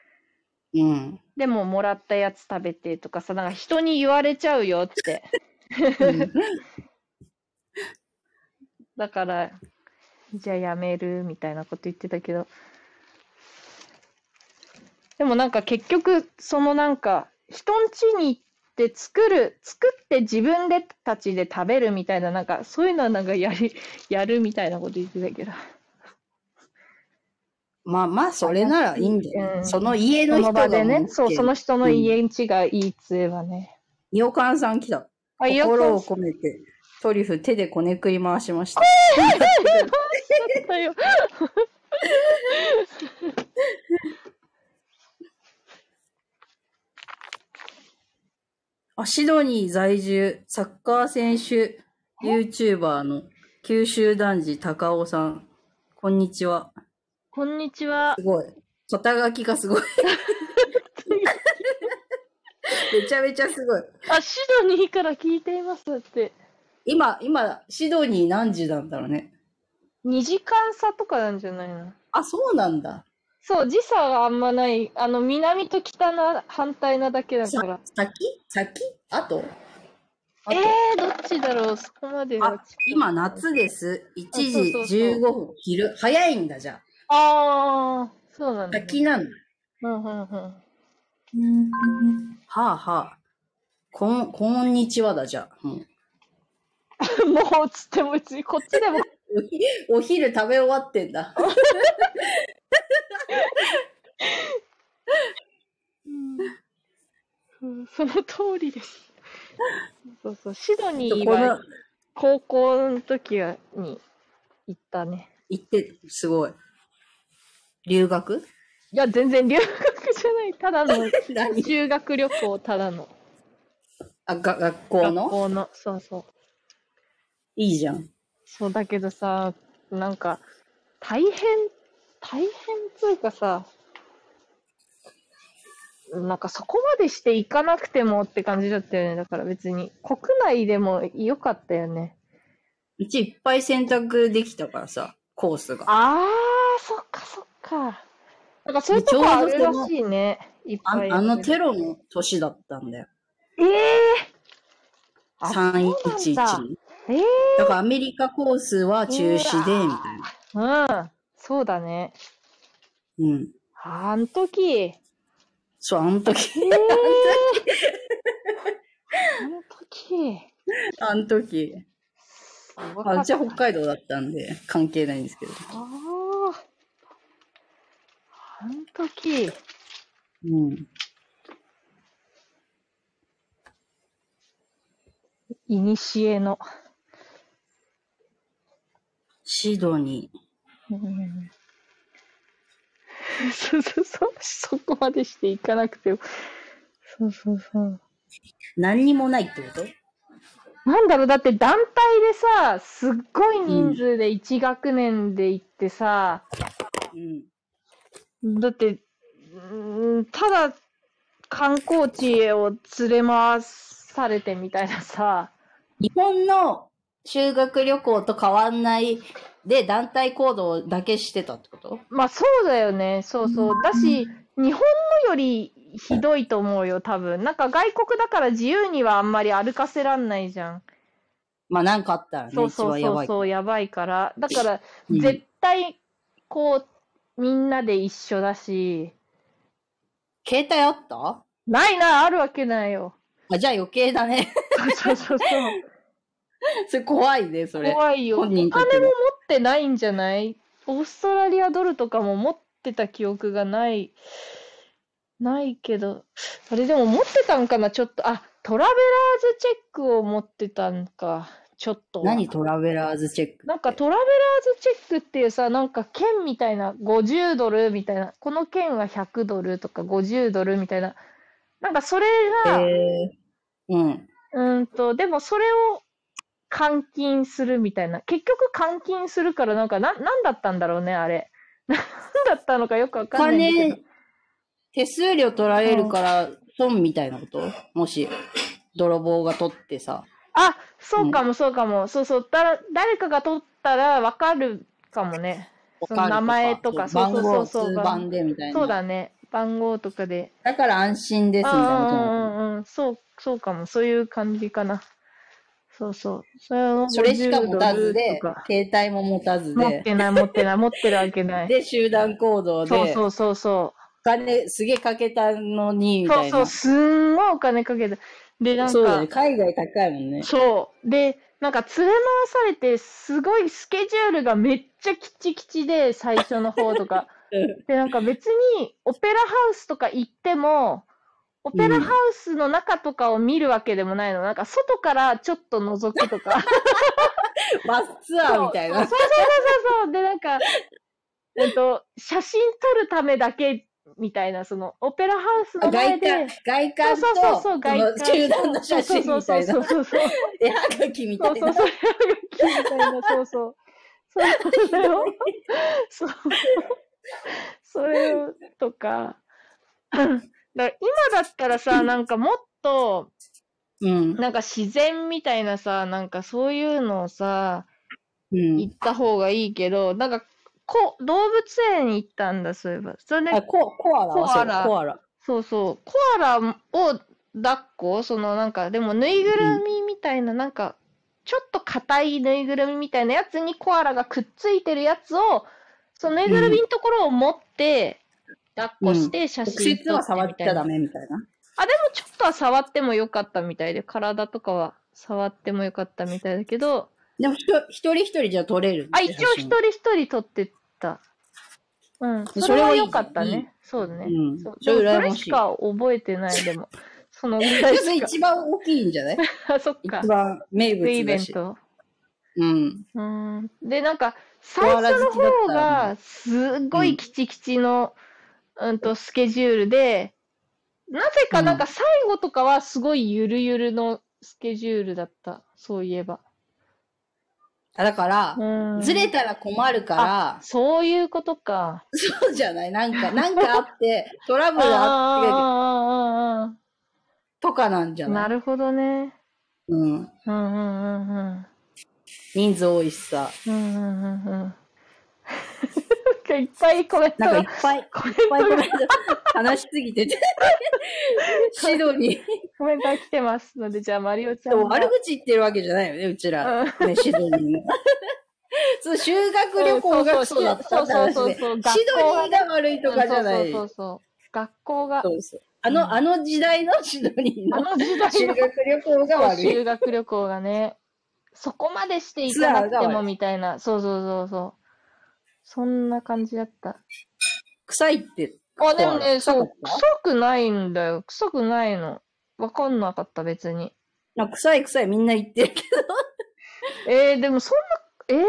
B: うん。
A: でももらったやつ食べてとかさ、なんか人に言われちゃうよって。
B: うん
A: だから、じゃあやめるみたいなこと言ってたけど。でもなんか結局、そのなんか、人ん家に行って作る、作って自分でたちで食べるみたいな、なんかそういうのはなんかやり、 やるみたいなこと言ってたけど。
B: まあまあ、それならいいんだよ、
A: うん
B: その家
A: そ
B: の
A: の
B: 人
A: 場
B: が
A: でね、そう、その
B: 人。
A: 人の家ん家がいいっつえばね。
B: 洋館さん来た。
A: あ、よ
B: 心
A: か
B: を込めて、トリュフ手でこねくり回しました。
A: ったよ。
B: あシドニー在住、サッカー選手、 YouTuber の九州男児高尾さん。こんにちは。
A: こんにちは
B: す。ごい。肩書きが すごい。めちゃめちゃすごい。
A: あ、シドニーから聞いていますって。
B: 今、今、シドニー何時なんだろうね。
A: 2時間差とかなんじゃないの
B: あ、そうなんだ。
A: そう、時差があんまない。あの、南と北の反対なだけだから。
B: 先先あとあと
A: えー、どっちだろうそこまでは
B: あ、今夏です。1時
A: そうそうそう
B: 15分。昼。早いんだ、じゃ
A: あー、そうなん
B: あ。
A: だ、
B: 先なんだ。
A: うんうんうん。
B: はあはあ。こん、こんにちはだ、じゃあ。も う
A: もうつっても別にこっちでも
B: おひお昼食べ終わってんだ。
A: うんその通りです。そうそう、シドニー
B: この
A: は、高校の時はに行ったね。
B: 行って、すごい。留 学
A: いや、全然留学じゃない。ただ の、
B: 何
A: 修学旅行、ただの。
B: あ、が、学校
A: 学
B: の
A: 校の、そうそう。
B: いいじゃん。
A: そうだけどさ、なんか、大変、大変というかさ、なんかそこまでして行かなくてもって感じだったよね。だから別に、国内でも良かったよね。
B: うちいっぱい選択できたからさ、コースが。
A: あー、そっかそっか。なんかそういうとこあるらしいね。いっ
B: あ
A: ぱい。
B: あのテロの年だったんだよ。
A: えー、あ
B: 311
A: そうなん
B: の。
A: え
B: だからアメリカコースは中止で、
A: うわ
B: みたいな。
A: ー、うん。そうだね。
B: うん。
A: あん時。
B: そう、あの 時、
A: えー、あの時。
B: あの時。
A: すごか
B: あ、
A: っ
B: うち
A: た
B: は北海道だったんで、関係ないんですけど。
A: あーあん時。
B: うん。
A: いにしえの。
B: シドニー。
A: うんそうそうそう。そこまでしていかなくても。そうそうそう。
B: 何にもないってこと
A: なんだろう、だって団体でさ、すっごい人数で1学年で行ってさ、
B: うん。
A: だって、うーんただ観光地を連れ回されてみたいなさ、
B: 日本の修学旅行と変わんないで団体行動だけしてたってこと
A: まあそうだよね、そうそう。だし、日本のよりひどいと思うよ、多分。なんか外国だから自由にはあんまり歩かせらんないじゃん。
B: まあなんかあったらね、
A: そうそう
B: 一番や
A: そう
B: ばいから。
A: そう、やばいから。だから、
B: うん
A: 絶対、こう、みんなで一緒だし、
B: 携帯あった
A: ないな、あるわけない よ。
B: あ、じゃあ余計だね。
A: そうそうそう。
B: それ怖いね、それ。
A: 怖いよ。お
B: 本人
A: 金
B: たちは
A: も持ってないんじゃないオーストラリアドルとかも持ってた記憶がない、ないけど、あれでも持ってたんかなちょっと、あ、トラベラーズチェックを持ってたんか、ちょっとは。
B: 何トラベラーズチェック
A: なんかトラベラーズチェックっていうさ、なんか券みたいな、50ドルみたいな、この券は100ドルとか50ドルみたいな、なんかそれが、
B: えー、うん。
A: うーんと、でもそれを換金するみたいな。結局換金するから、なんか、な、なんだったんだろうね、あれ。 なんだったのかよくわ
B: お
A: かんないんだけど。
B: 金、手数料取られるから、損みたいなこともし、泥棒が取ってさ。
A: あ、そうかも、そうかも。そうそう。だ、誰かが取ったらわかるかもね。
B: わ
A: そ
B: か
A: の
B: る
A: 名前とか、そう
B: 番
A: そ
B: 号
A: うそう
B: 通
A: そう。
B: 番でみたいな。
A: そうだね。番号とかで。
B: だから安心ですみたいなこ
A: う
B: と
A: ん
B: も。
A: うんうん。そう、そうかも。そういう感じかな。そうそう。それを
B: それしか持たずで
A: 50ドルとか、
B: 携帯も持たず
A: 持っ
B: で、
A: てない、持ってない、持ってるわけない。
B: で、集団行動
A: そう
B: で、
A: そ
B: お
A: うそうそう。
B: 金すげえかけたのに、みた
A: そう
B: い
A: そ
B: な。
A: う、すんごいお金かけて。で、なんか、そ
B: そうだ
A: う,、
B: ね。海外高いもんね。
A: で、なんか連れ回されて、すごいスケジュールがめっちゃきちきちで、最初の方とか。
B: うん
A: で、なんか別に、オペラハウスとか行っても、オペラハウスの中とかを見るわけでもないの。なんか外からちょっと覗くとか。
B: バスツ アーみたいな
A: そう。そうそうそうそう。で、なんか、えっと、写真撮るためだけみたいな、その、オペラハウスの前
B: 外
A: で
B: 観、、
A: そうそ
B: 外観
A: うそうそう、
B: と、こ
A: 外
B: の
A: 観。
B: 集団の写真みたいな。
A: そうそうそうそう。
B: 絵はがきみた
A: そ
B: いう
A: そう、
B: な。
A: それがみたいな、そうそう。それそれ を、そう。それをとか。だから今だったらさ、なんかもっと、
B: うん。
A: なんか自然みたいなさ、なんかそういうのをさ、
B: うん
A: 行。った方がいいけど、なんか、こ動物園行ったんだ、そういえば。それで
B: あ、ココアラは
A: コアラ
B: そうコアラ。
A: そうそう、コアラを抱っこ、そのなんか、でもぬいぐるみみたいな、なんか、ちょっと硬いぬいぐるみみたいなやつにコアラがくっついてるやつを、そのぬいぐるみのところを持って、抱っこして写
B: 直
A: 真
B: 接
A: 撮
B: は
A: って
B: 触
A: み
B: ったち
A: いな。
B: ゃダメみたいな。
A: あ、でもちょっとは触ってもよかったみたいで、体とかは触ってもよかったみたいだけど、
B: でも、ひと一人一人じゃ撮れるんだ
A: あ、
B: よ。
A: 一応一人一人撮ってた。うん、
B: それ
A: それは
B: はいい
A: 良かった
B: い
A: ね
B: い。
A: そうね。
B: うん
A: そう
B: そ
A: で
B: れ
A: もそ
B: 羨
A: れ
B: ましい
A: しか覚えてない、で も。そのぐらい
B: 写真。
A: しか。
B: 一番大きいんじゃない
A: あ、そっか
B: 一。番名
A: ウェイ
B: 物
A: イベ
B: だ
A: ン
B: し。
A: ト。
B: うん。
A: うーん。で、なんか、最
B: コアラ
A: 初の
B: 好きだったら
A: 方が、すっごいキチキチの、うんと、スケジュールで、なぜかなんか最後とかはすごいゆるゆるのスケジュールだった。そういえば。
B: あだから、
A: うん。
B: ずれたら困るから、
A: そういうことか。
B: そうじゃないなんか、なんかあ って、トラブルあって、
A: あーあーあーあーあ
B: とかなんじゃ
A: ーな
B: ない
A: るほどね。
B: うん。
A: うんうんうんうん。
B: 人数多いしさ。
A: うんうんうんうん。なんかいっぱいコメント
B: なんかい
A: が
B: っぱい、いっ
A: コメン
B: ぱい
A: ト
B: こ
A: が
B: れ話しす ぎてて。シドニー。
A: コメントが来てますので、じゃあ、マリオちゃ
B: で
A: ん
B: も
A: が。
B: 悪口言ってるわけじゃないよね、うちら。ね、シドニ ーの。そう、修学旅行がそうだったって話
A: そうそう
B: で。シ
A: そうそう
B: ドニーが悪いとかじゃな
A: うんそうそう
B: い。
A: そうそう。学校が、
B: そうそうあの、あの時代のシドニー
A: あ
B: の
A: の時代
B: 修
A: の
B: 学旅行が悪 い。
A: 修学旅行がね、そこまでして行かなく
B: ツアー
A: て
B: が悪
A: も
B: い
A: みたいな、そうそうそうそう。そんな感じだった。
B: 臭いって。
A: あ、でも
B: コアラ
A: ね、そう、
B: 臭かっ
A: 臭くないんだよ。臭くないの。わかんなかった、別に。
B: たなんか臭い臭いみんな言ってるけ
A: えー、でもそんな、えー、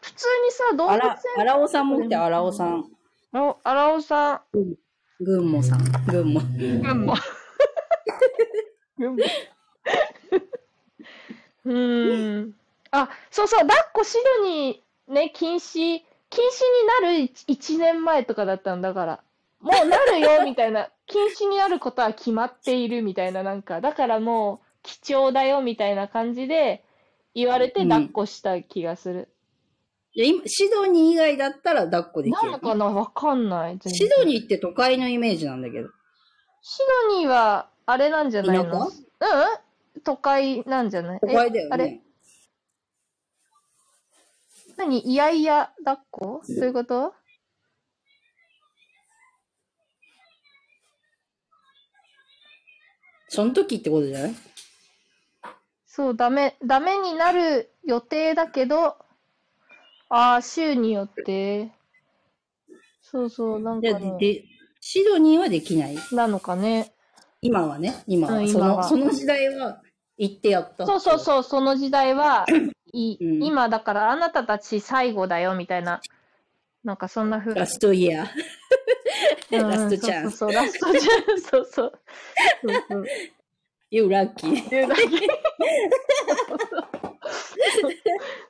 A: 普通にさ、動
B: ど、あ
A: 物
B: ら、
A: 園
B: あらおさんも来て、あらおさん。
A: の、あらおさん、
B: ぐんもさん。ぐんも。
A: 群馬。群馬。うーん。あ、そうそう、抱っこシドニーね、禁止、禁止になる1年前とかだったんだから。もうなるよ、みたいな。禁止になることは決まっている、みたいな、なんか。だからもう、貴重だよ、みたいな感じで、言われて抱っこした気がする。
B: いや、今、シドニー以外だったら抱っこでき
A: なの
B: る。
A: かなわかんない。全然
B: シドニーって都会のイメージなんだけど。
A: シドニーは、あれなんじゃないのうん
B: 田舎
A: 都会なんじゃない
B: 都会だ
A: え
B: よ
A: あれ
B: ね。
A: 何いやいや抱っこそういうこと
B: その時ってことじゃない
A: そう、ダメ、ダメになる予定だけど、ああ、週によって。そうそう、なん
B: で
A: か、ね、
B: で、シドニーはできない。
A: なのかね。
B: 今はね、今
A: う
B: は。
A: ん
B: そ
A: 今
B: の、
A: は
B: その時代は行ってやった。
A: そうそうそう、その時代 は、い
B: うん
A: 今だからあなたたち最後だよ、みたいな。なんかそんな風
B: ラストイヤ
A: う
B: ー。
A: ん
B: ラストチャンス
A: そうそうそう、ラストチャンス。そうそう。そうそう
B: You lucky.
A: 言うだけ。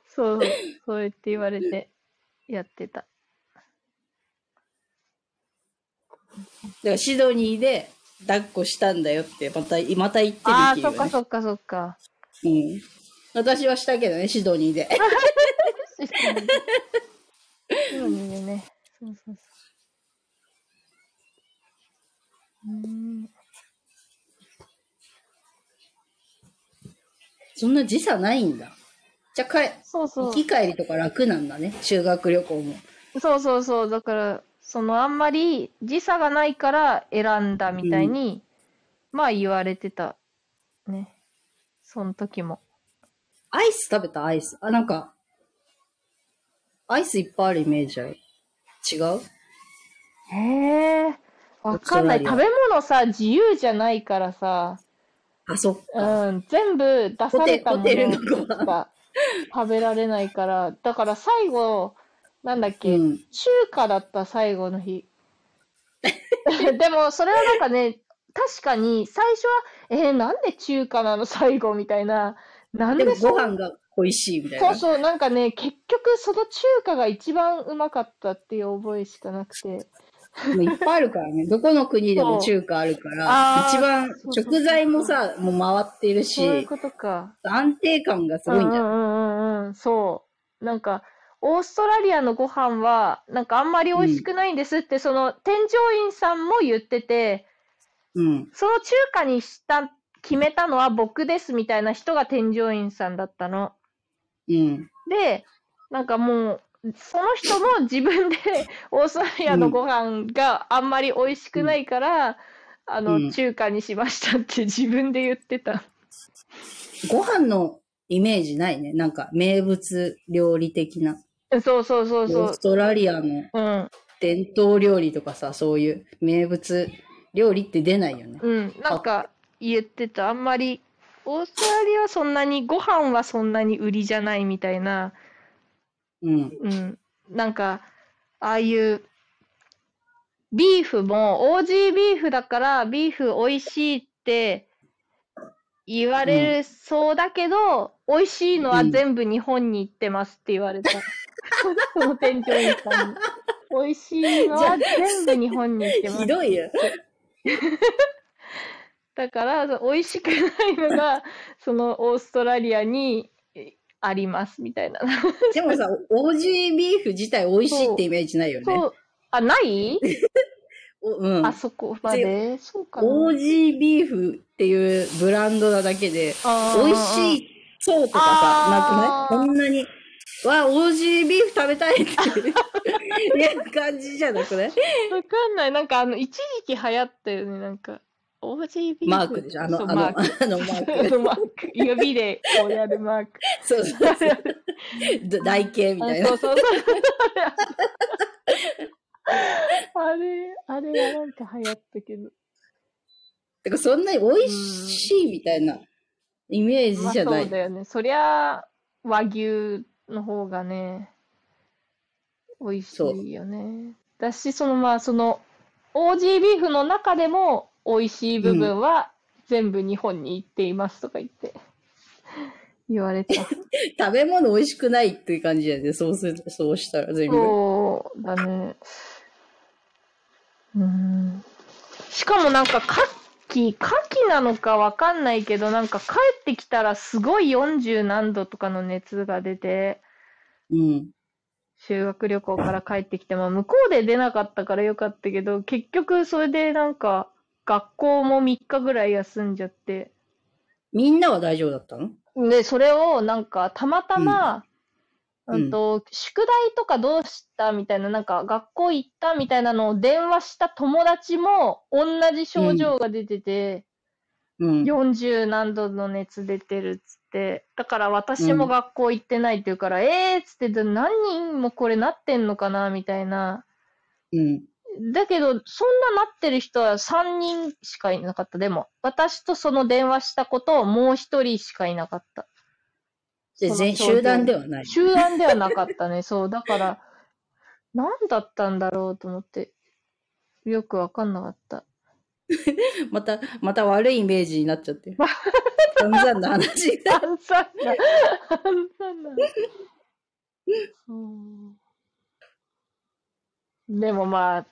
A: そう、そう言って言われてやってた。
B: だからシドニーで抱っこしたんだよって、また、また行ってできる
A: ああ、そ
B: よ
A: っ
B: ね
A: かそっかそっか。
B: うん。私はしたけどね、シドニーで。
A: そうねね。そうそうそう。うーん
B: そんな時差ないんだ。じゃあ、帰、
A: そうそ
B: 行
A: う。
B: き帰りとか楽なんだね、修学旅行も。
A: そうそうそう。だから、そのあんまり時差がないから選んだみたいに、まあ言われてた。ね。その時も。
B: アイス食べたアイス。あ、なんか、アイスいっぱいあるイメージある。違う
A: へえ、わかんない。
B: オースト
A: 食
B: ラ
A: べ物さ、自由じゃないからさ、
B: あ、そっか。
A: うん、全部出されたも
B: ホテルの
A: の
B: ご
A: が食べられないから、だから最後、なんだっけ、
B: うん
A: 中華だった最後の日。 でも、それはなんかね、確かに、最初は、えー、なんで中華なの最後みたいな。なん
B: でも
A: でそ
B: ご飯が恋しいみたい
A: そう
B: な。
A: そう、なんかね、結局、その中華が一番うまかったっていう覚えしかなくて。
B: もういっぱいあ るからね。どこの国でも
A: そう
B: 中華あるから、
A: あー
B: 一番
A: そうそうそう
B: 食材もさ、もう回ってる
A: そういう
B: し、
A: ことか。
B: 安定感がすごいんだ
A: う
B: よ。
A: んうんうんうん、そう。なんか、オーストラリアのご飯は、なんかあんまり美味しくないんですって、その添乗員さんも言ってて、
B: うん。
A: その中華にした、決めたのは僕ですみたいな人が添乗員さんだったの。
B: うん。
A: で、なんかもう、その人も自分で オーストラリアのご飯があんまり美味しくないから、あの、
B: うん
A: 中華にしましたって自分で言ってた。
B: ご飯のイメージないね。なんか名物料理的な。
A: そうそうそうそ
B: オー
A: う
B: ス。トラリアの
A: うん。
B: 伝統料理とかさ、そういう名物料理って出ないよね。
A: うん、なんか言ってた、あんまり、オーストラリアはそんなに、ご飯はそんなに売りじゃないみたいな、
B: うん。
A: うん、なんか、ああいう、ビーフも、オージービーフだから、ビーフ美味しいって言われるそうだけど、美味しいのは全部日本に行ってますって言われた。その店長員さんに。美味しいのは全部日本に行ってます
B: ひ。どいよ。
A: だからそ美味しくないの がそのオーストラリアにえありますみたいな。
B: でもさ、オージービーフ自体美味しいってイメージないよね。
A: そうあない？
B: おうん。
A: あそこまでそうかな。
B: オージービーフっていうブランドなだけで、美味し
A: い。
B: いそうとかさ
A: あ、ー
B: なんかね、こんなに、わ、オージービーフ食べたいっていう感じじゃなくね
A: わかんない。なんかあの一時期流行ったよねなんか。OGB
B: マークでしょあの、あの、
A: マ
B: あ
A: ーク
B: のマ
A: あ
B: ーク。
A: のマーク指でこうやるマーク
B: そうそうそう。 ど台形み
A: あ
B: たい
A: そ
B: な。
A: うそうそうあれあれはなんか流行ったけど
B: てか、そんなに美味しいみたいなイメージ
A: まあ
B: じゃな
A: そ。
B: いう
A: だよね。そりゃ、和牛の方がね、美味しいよね。だし、そのまあ、その、オージービーフの中でも、美味しい部分は、全部日本に行っていますとか言って、言われた。
B: 食べ物美味しくないっていう感じだよね。そうする、そうしたら全部。
A: そうだね。うん。しかもなんか、カキ、カキなのかわかんないけど、なんか帰ってきたらすごい40何度とかの熱が出て、
B: うん。
A: 修学旅行から帰ってきて、まあ向こうで出なかったからよかったけど、結局それでなんか、学校も3日ぐらい休んじゃって。
B: みんなは大丈夫だったの
A: で、それをなんか、たまたま、
B: うん
A: うんと、宿題とかどうしたみたいな、なんか、学校行ったみたいなのを電話した友達も、同じ症状が出てて、
B: うん。
A: 40何度の熱出てるっつって、だから私も学校行ってないって言うから、えーっつって、で何人もこれなってんのかなみたいな。
B: うん。
A: だけど、そんななってる人は3人しかいなかった。でも、私とその電話したことをもう1人しかいなかった。
B: じゃあ
A: その
B: 全
A: 症状
B: 集団ではない。
A: 集団ではなかったね。そう。だから、何だったんだろうと思って、よくわかんなかった。
B: また、また悪いイメージになっちゃってる。散々な 話。
A: 散々な。散々な。そう。でもまあ、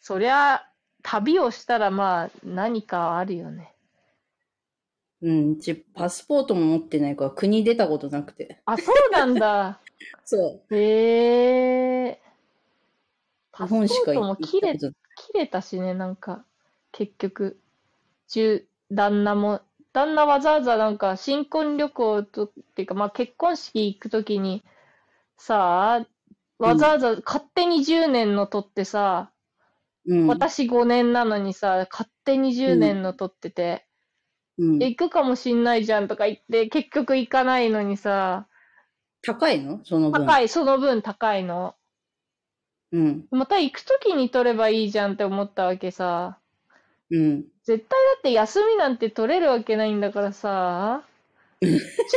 A: そりゃ、旅をしたらまあ、何かあるよね。
B: うん、うちパスポートも持ってないから国出たことなくて。
A: あ、そうなんだ。
B: そ
A: へえ。
B: う。
A: パス
B: 日
A: ポ
B: 本しか
A: ート
B: 行
A: も
B: った
A: 切れ
B: ことない。
A: 切れたしね、なんか、結局、中、旦那も、旦那わざわざなんか、新婚旅行と、っていうか、まあ結婚式行くときに、さあ、わざわざ勝手に10年の取ってさ、
B: うん。
A: 私5年なのにさ、勝手に10年の取ってて、
B: うん
A: 行くかもしんないじゃんとか言って、結局行かないのにさ、
B: 高いのその分。
A: 高い、その分高いの。
B: うん。
A: また行くときに取ればいいじゃんって思ったわけさ。
B: うん。
A: 絶対だって休みなんて取れるわけないんだからさ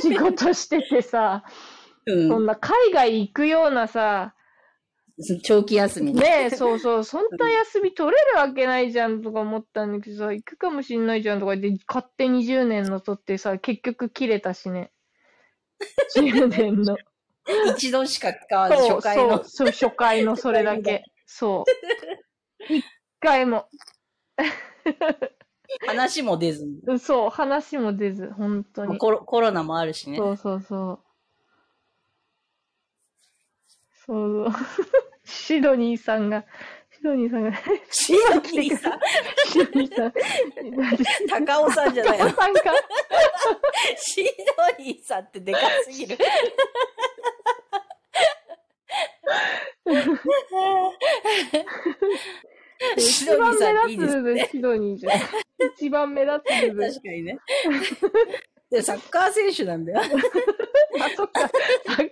A: 仕事しててさ
B: う
A: そ
B: ん。
A: んな海外行くようなさ
B: その長期休みで。
A: ねえ、そうそう、そんな休み取れるわけないじゃんとか思ったんだけどさ、行くかもしんないじゃんとか言って、勝手に10年の取ってさ、結局切れたしね。10年の。
B: 一度しか使わず、
A: そう
B: 初回の。
A: そう、そう初回のそれだけ。そう。一回も。
B: 話も出ずに。
A: そう、話も出ず、本当
B: まあ
A: に。
B: コロコロナもあるしね。
A: そうそうそう。そう そう。シドニーさんが、シドニーさんが、
B: シドニーさん、
A: シドニーさん、
B: 高尾さんじゃない
A: 高
B: の
A: 尾。さんが、
B: シドニーさんってでかすぎる。シ
A: 一
B: ドニ
A: 番
B: ーさんっ
A: 目立つ部
B: ていいです。
A: 分、シドニーじゃん。一番目立つ部分。
B: 確かにね。でサッカー選手なんだよ。
A: あ、そっか。サッカー選手、サッ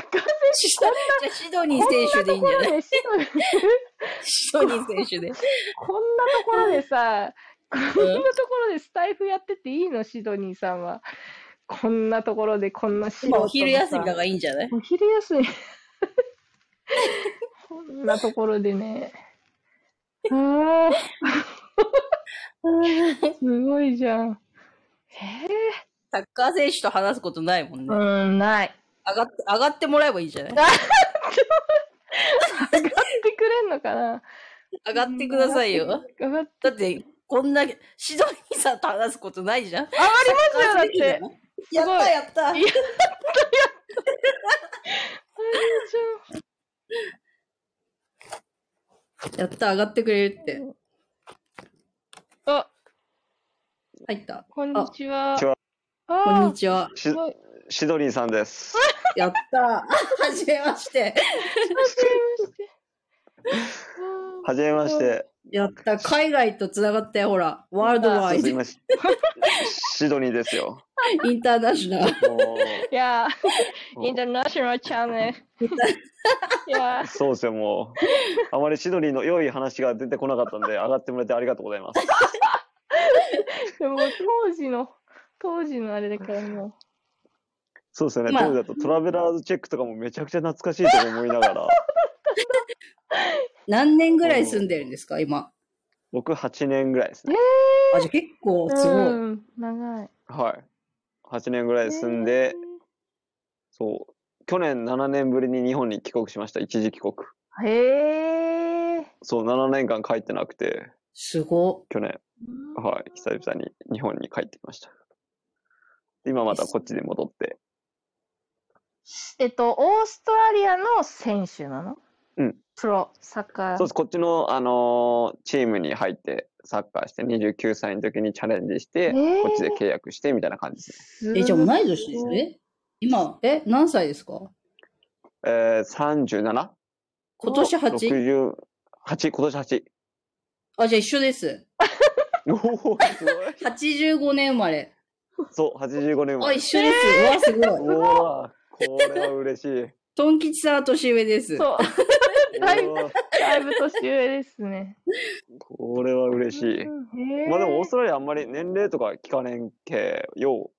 A: カー
B: シドじゃあシドニー選手でいいん
A: こ
B: じゃ
A: ろ
B: ない
A: でシドニー、
B: シドニー選手で。
A: こんなところでさ、こんなとこ
B: うん
A: ろでスタイフやってていいの、シドニーさんは。こんなところでこんな素人
B: まあ
A: のさ
B: お昼休みだからいいんじゃない
A: お昼休み。 こんなところでね。うーんすごいじゃん。へえ。
B: サッカー選手と話すことないもんね。上
A: うん、ない。
B: がって、上がってもらえばいいじゃない
A: 上がってくれんのかな
B: 上がってくださいよ。。
A: 上がって
B: だって、こんな、シドニーさんと話すことないじゃん。
A: 上がりますよ、だって。
B: やっ
A: すごい
B: たやった。
A: いや
B: やった、上がってくれるって。
A: あ、
B: 入った。
A: こんにちは。
C: こんにちは
A: あー
B: こんにちは。
C: し
A: すごい
C: シドリンさん です。
B: やった。はじめまして。
A: は
C: はじめまして。
B: やった。海外とつながったよ、ほら。ワールドワ
C: そう
B: イ
C: すい
B: ド。
C: ません。シドニーですよ。
B: インターナショナル。
C: も
A: い やー、
C: う
A: インターナショナルチャン ネル。いやー、
C: そうですよ、もう。あまりシドニーの良い話が出てこなかったんで、上がってもらってありがとうございます。
A: でも当時の、当時のあれだからもう。
C: そうですよね、
B: まあ
C: 当時だとトラベラーズチェックとかもめちゃくちゃ懐かしいと思いながら、
B: 何年ぐらい住んでるんですか、今。
C: 僕8年ぐらいですね。
B: あ、じゃあ結構、すごい。
A: うん、長い。
C: はい。8年ぐらい住んで、そう。去年7年ぶりに日本に帰国しました、一時帰国。
A: へえ。へー
C: そう、7年間帰ってなくて、
B: すご
C: 去年、はい、久々に日本に帰ってきました。で今またこっちで戻って、
A: えっと、オーストラリアの選手なの
C: うん。
A: プロ、サッカー。
C: そうです、こっちの、あのーチームに入って、サッカーして、29歳の時にチャレンジして、
A: えー
C: こっちで契約してみたいな感じです
A: す
B: い。え、じゃあ同い年ですね。今、え、何歳ですか
C: ね。えー、
B: 今年 8?
C: 37?68? 今年8。
B: あ、じゃあ一緒です。
C: おおすごい。
B: 85年生まれ。
C: そう、85年
B: あ、
C: 前。
B: 一緒です。うわ、すごい。
C: うわーこれは嬉しい。う
B: トン吉さんは年上です。
A: そう、だいぶ
C: わー
A: だいぶ年上ですね。
C: これは嬉しい。
A: い
C: まあでも、オーストラリアあんまり年齢とか聞かねんけ、よ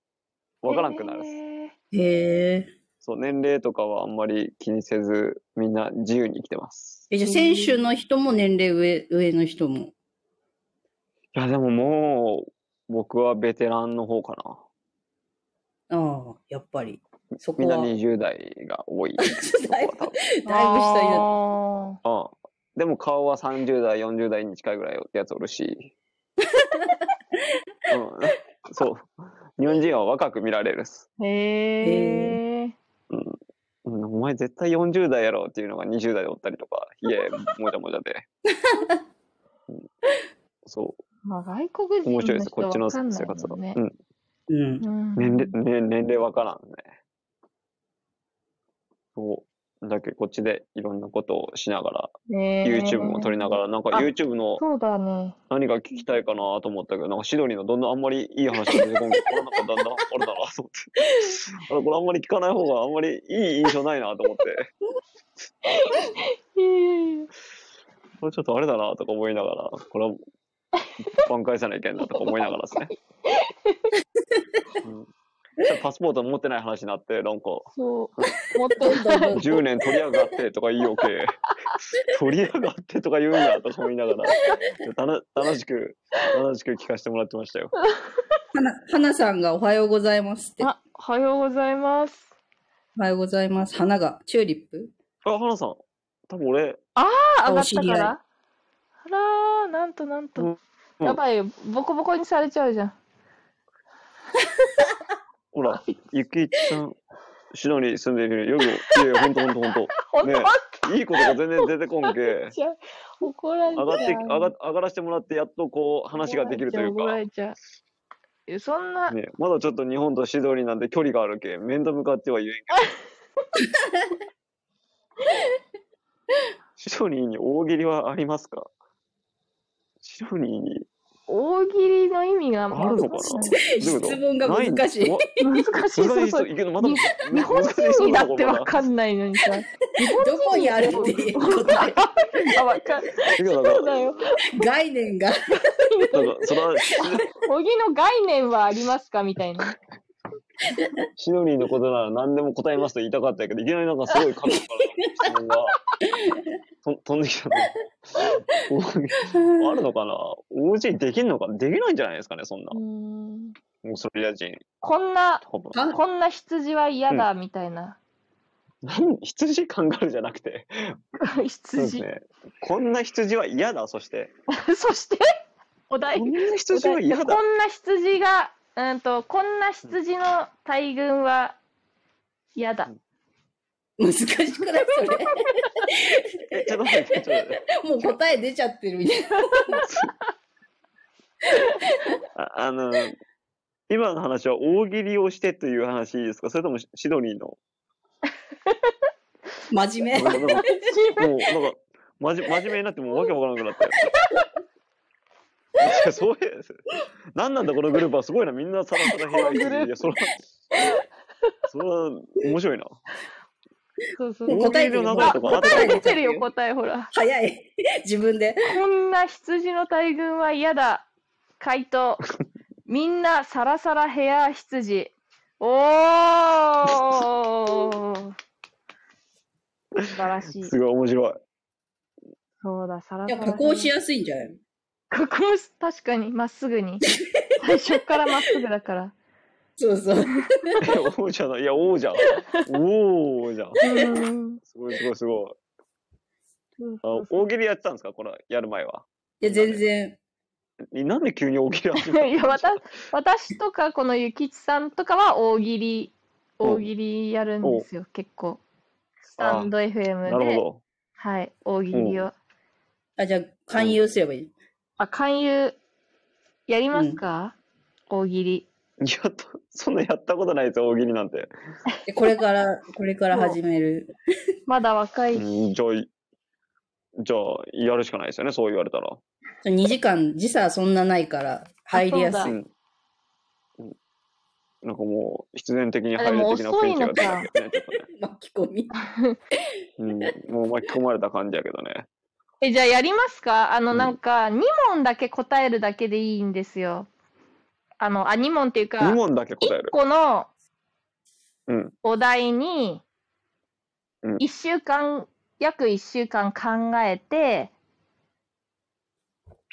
C: う、わからんくなるっす。
A: へー
B: へえ。
C: そう、年齢とかはあんまり気にせず、みんな自由に生きてます。
B: え、じゃあ選手の人も年齢上、上の人も。
C: いや、でももう、僕はベテランの方かな。
B: ああ、やっぱり。そ
C: み
B: こ
C: んな
B: は。
C: 20代が多い。
B: だいぶ、だいぶ下になっ
A: あ
C: ああでも顔は30代、40代に近いぐらいやつおるし。うん、そう。日本人は若く見られるっす。
A: ーへえ。
C: うん、お前絶対40代やろっていうのが20代でおったりとか、ひげもじゃもじゃで。うんそう。
A: まあ外国人
C: 面白いです、
A: 人
C: こっ
A: は
C: ちの
A: わかん
C: 生
A: ない
C: 活
A: も
C: は。
A: んね
C: うん
B: うん。
A: うん
C: 年齢、ね、年齢わからんね。そう。だけどこっちでいろんなことをしながら、
A: ねえ
C: YouTube も撮りながら、なんか
A: あ
C: YouTube の
A: そうだね。
C: 何か聞きたいかなと思ったけど、なんかシドニーのどんどんあんまりいい話が出てこんけど、これなんかだんだん、あれだなと思って。あ れ、これあんまり聞かない方があんまりいい印象ないなと思って、
A: いやいやいや
C: これちょっとあれだなとか思いながら、これは 挽回さなきゃいけんなとか思いながらですね。うんパスポート持ってない話になって、なんか、
A: そう。もっと
B: どん どんどん
C: 10年取りやがってとか言いよけ、取りやがってとか言うんやとか思いながら、たな楽しく、楽しく聞かせてもらってましたよ。
B: はな、はなさんがおはようございますって。お
A: あ、おはようございます。
B: はようございます。花が、チューリップ
C: あ、花さん、多分俺、
A: あ、上がっ
B: お知
A: た
B: り
A: か
B: 合い
A: らあらー、なんとなんと。やばいよ、ボコボコにされちゃうじゃん。
C: ほら、ゆきちゃん、シドニーに住んでいるよ。いやいや、ほんとほんとほんと。
A: ほんと
C: ねいいことが全然出てこんけ。
A: じゃう怒られちゃう。
C: 上がって、上が、上がらせてもらって、やっとこう、話ができるという
A: 怒ら
C: か。
A: れちゃう。怒られちゃういやそんな、
C: ね、まだちょっと日本とシドニーなんで距離があるけ。面と向かっては言えんけど。 シドニーに大喜利はありますかシドニーに
A: 大喜利の意味が
C: あるのかなどういうこと
B: 質問が難しい
C: ないの
A: 難しい。
C: わ難しい
A: そうそう
C: けどまだ
A: に日本
C: 難しいそ
A: 人
C: う
A: に
C: な
A: だ
C: の
A: っ
C: か
A: て
C: な
A: わかんないのにさ。
B: どこにあるっていう答え。
A: あ、わかんない。
C: だけどなん
A: そう
C: か
A: だよ。
B: 概念 が。
C: なんかそれは
A: 小木の概念はありますかみたいな。
C: シドニーのことなら何でも答えますと言いたかったけど、いきなりなんかすごい角から質問がと飛んで きたの。あるのかなおうちできんのかできないんじゃないですかね、そん な
A: う。ーん
C: オーストラリア人、
A: こんな、
C: 多分。
B: あ
A: こんな羊は嫌だみたいな。
C: なん羊カンガルーじゃなくて。そうです
A: 羊。
C: ね。こんな羊は嫌だ、そして。
A: そして、お題
C: こ。んな羊は嫌だ
A: こ。んな羊が、うんと、こんな羊の大群は嫌だ。
B: 難しくないそれ。
C: え、ちょっと待って、ちょっと待って。
B: もう答え出ちゃってるみたいな。
C: ああの、今の話は大喜利をしてという話ですかそれともシシドニーの。
B: 真面
C: な
B: 目。
C: んかなんかもうなんか、まじ、真面目になってもうわけわからなくなったよ。いやそういう、なんなんだこのグループはすごいな、みんなさらさら平和に
A: このグループ
C: いや、それは、それは面白いな。
A: そうそう
B: もう答えてる。
C: 大喜利の
B: もう
C: 名前
A: あ、
C: とか
A: 答え出てるよ、答え、ほら。
B: 早い。自分で。
A: こんな羊の大群は嫌だ。回 答。みんなサラサラヘア羊。おー素晴らしい。
C: すごい面白い。
A: そうだ、サラ
B: い
A: サ
B: や、
A: ラ。
B: 加工しやすいんじゃない
A: 加工し、確かに、まっすぐ に。最初からまっすぐだから。
B: そうそう。
C: え王者の、いや、王者。おーじゃん。
A: うん。
C: すごい、すごい、すごい。あ
A: そうそう
C: 大喜利やってたんですかこの、やる前は。
B: いや、全然。
C: えなんで急に大喜利始めた
A: いや、わた私とか、このゆきちさんとかは大喜利、大喜利やるんですよ、結構。スタンド
C: な
A: FM
C: る
A: で、
C: ほ
A: はい、大喜利を。
B: あ、じゃあ、勧誘すればいい。
A: あ、勧誘、やりますか、大喜利。
C: ど。やった、そんなやったことないですよ、大喜利なんて。
B: でこれから、これから始める。
A: まだ若いし。
C: うんじゃあ、いじゃあ、やるしかないですよね、そう言われたら。
B: そう2時間、時差そんなないから、入りや
A: あ
B: す
A: そ
C: うん
B: い。
C: うんなんかもう、必然的に
A: あで
C: 入
A: も
C: る的な雰囲気が出たけどね、ちょっ
B: 巻き込み。
C: とね。うん、もう巻き込まれた感じやけどね。
A: え、じゃあやりますかあの、
C: うん
A: なんか、2問だけ答えるだけでいいんですよ。あ の、あ、2問っていうか、
C: 2問だけ答え
A: 1
C: る。
A: 個の
C: うん
A: お題に
C: うん
A: 1週間、約1週間考えて、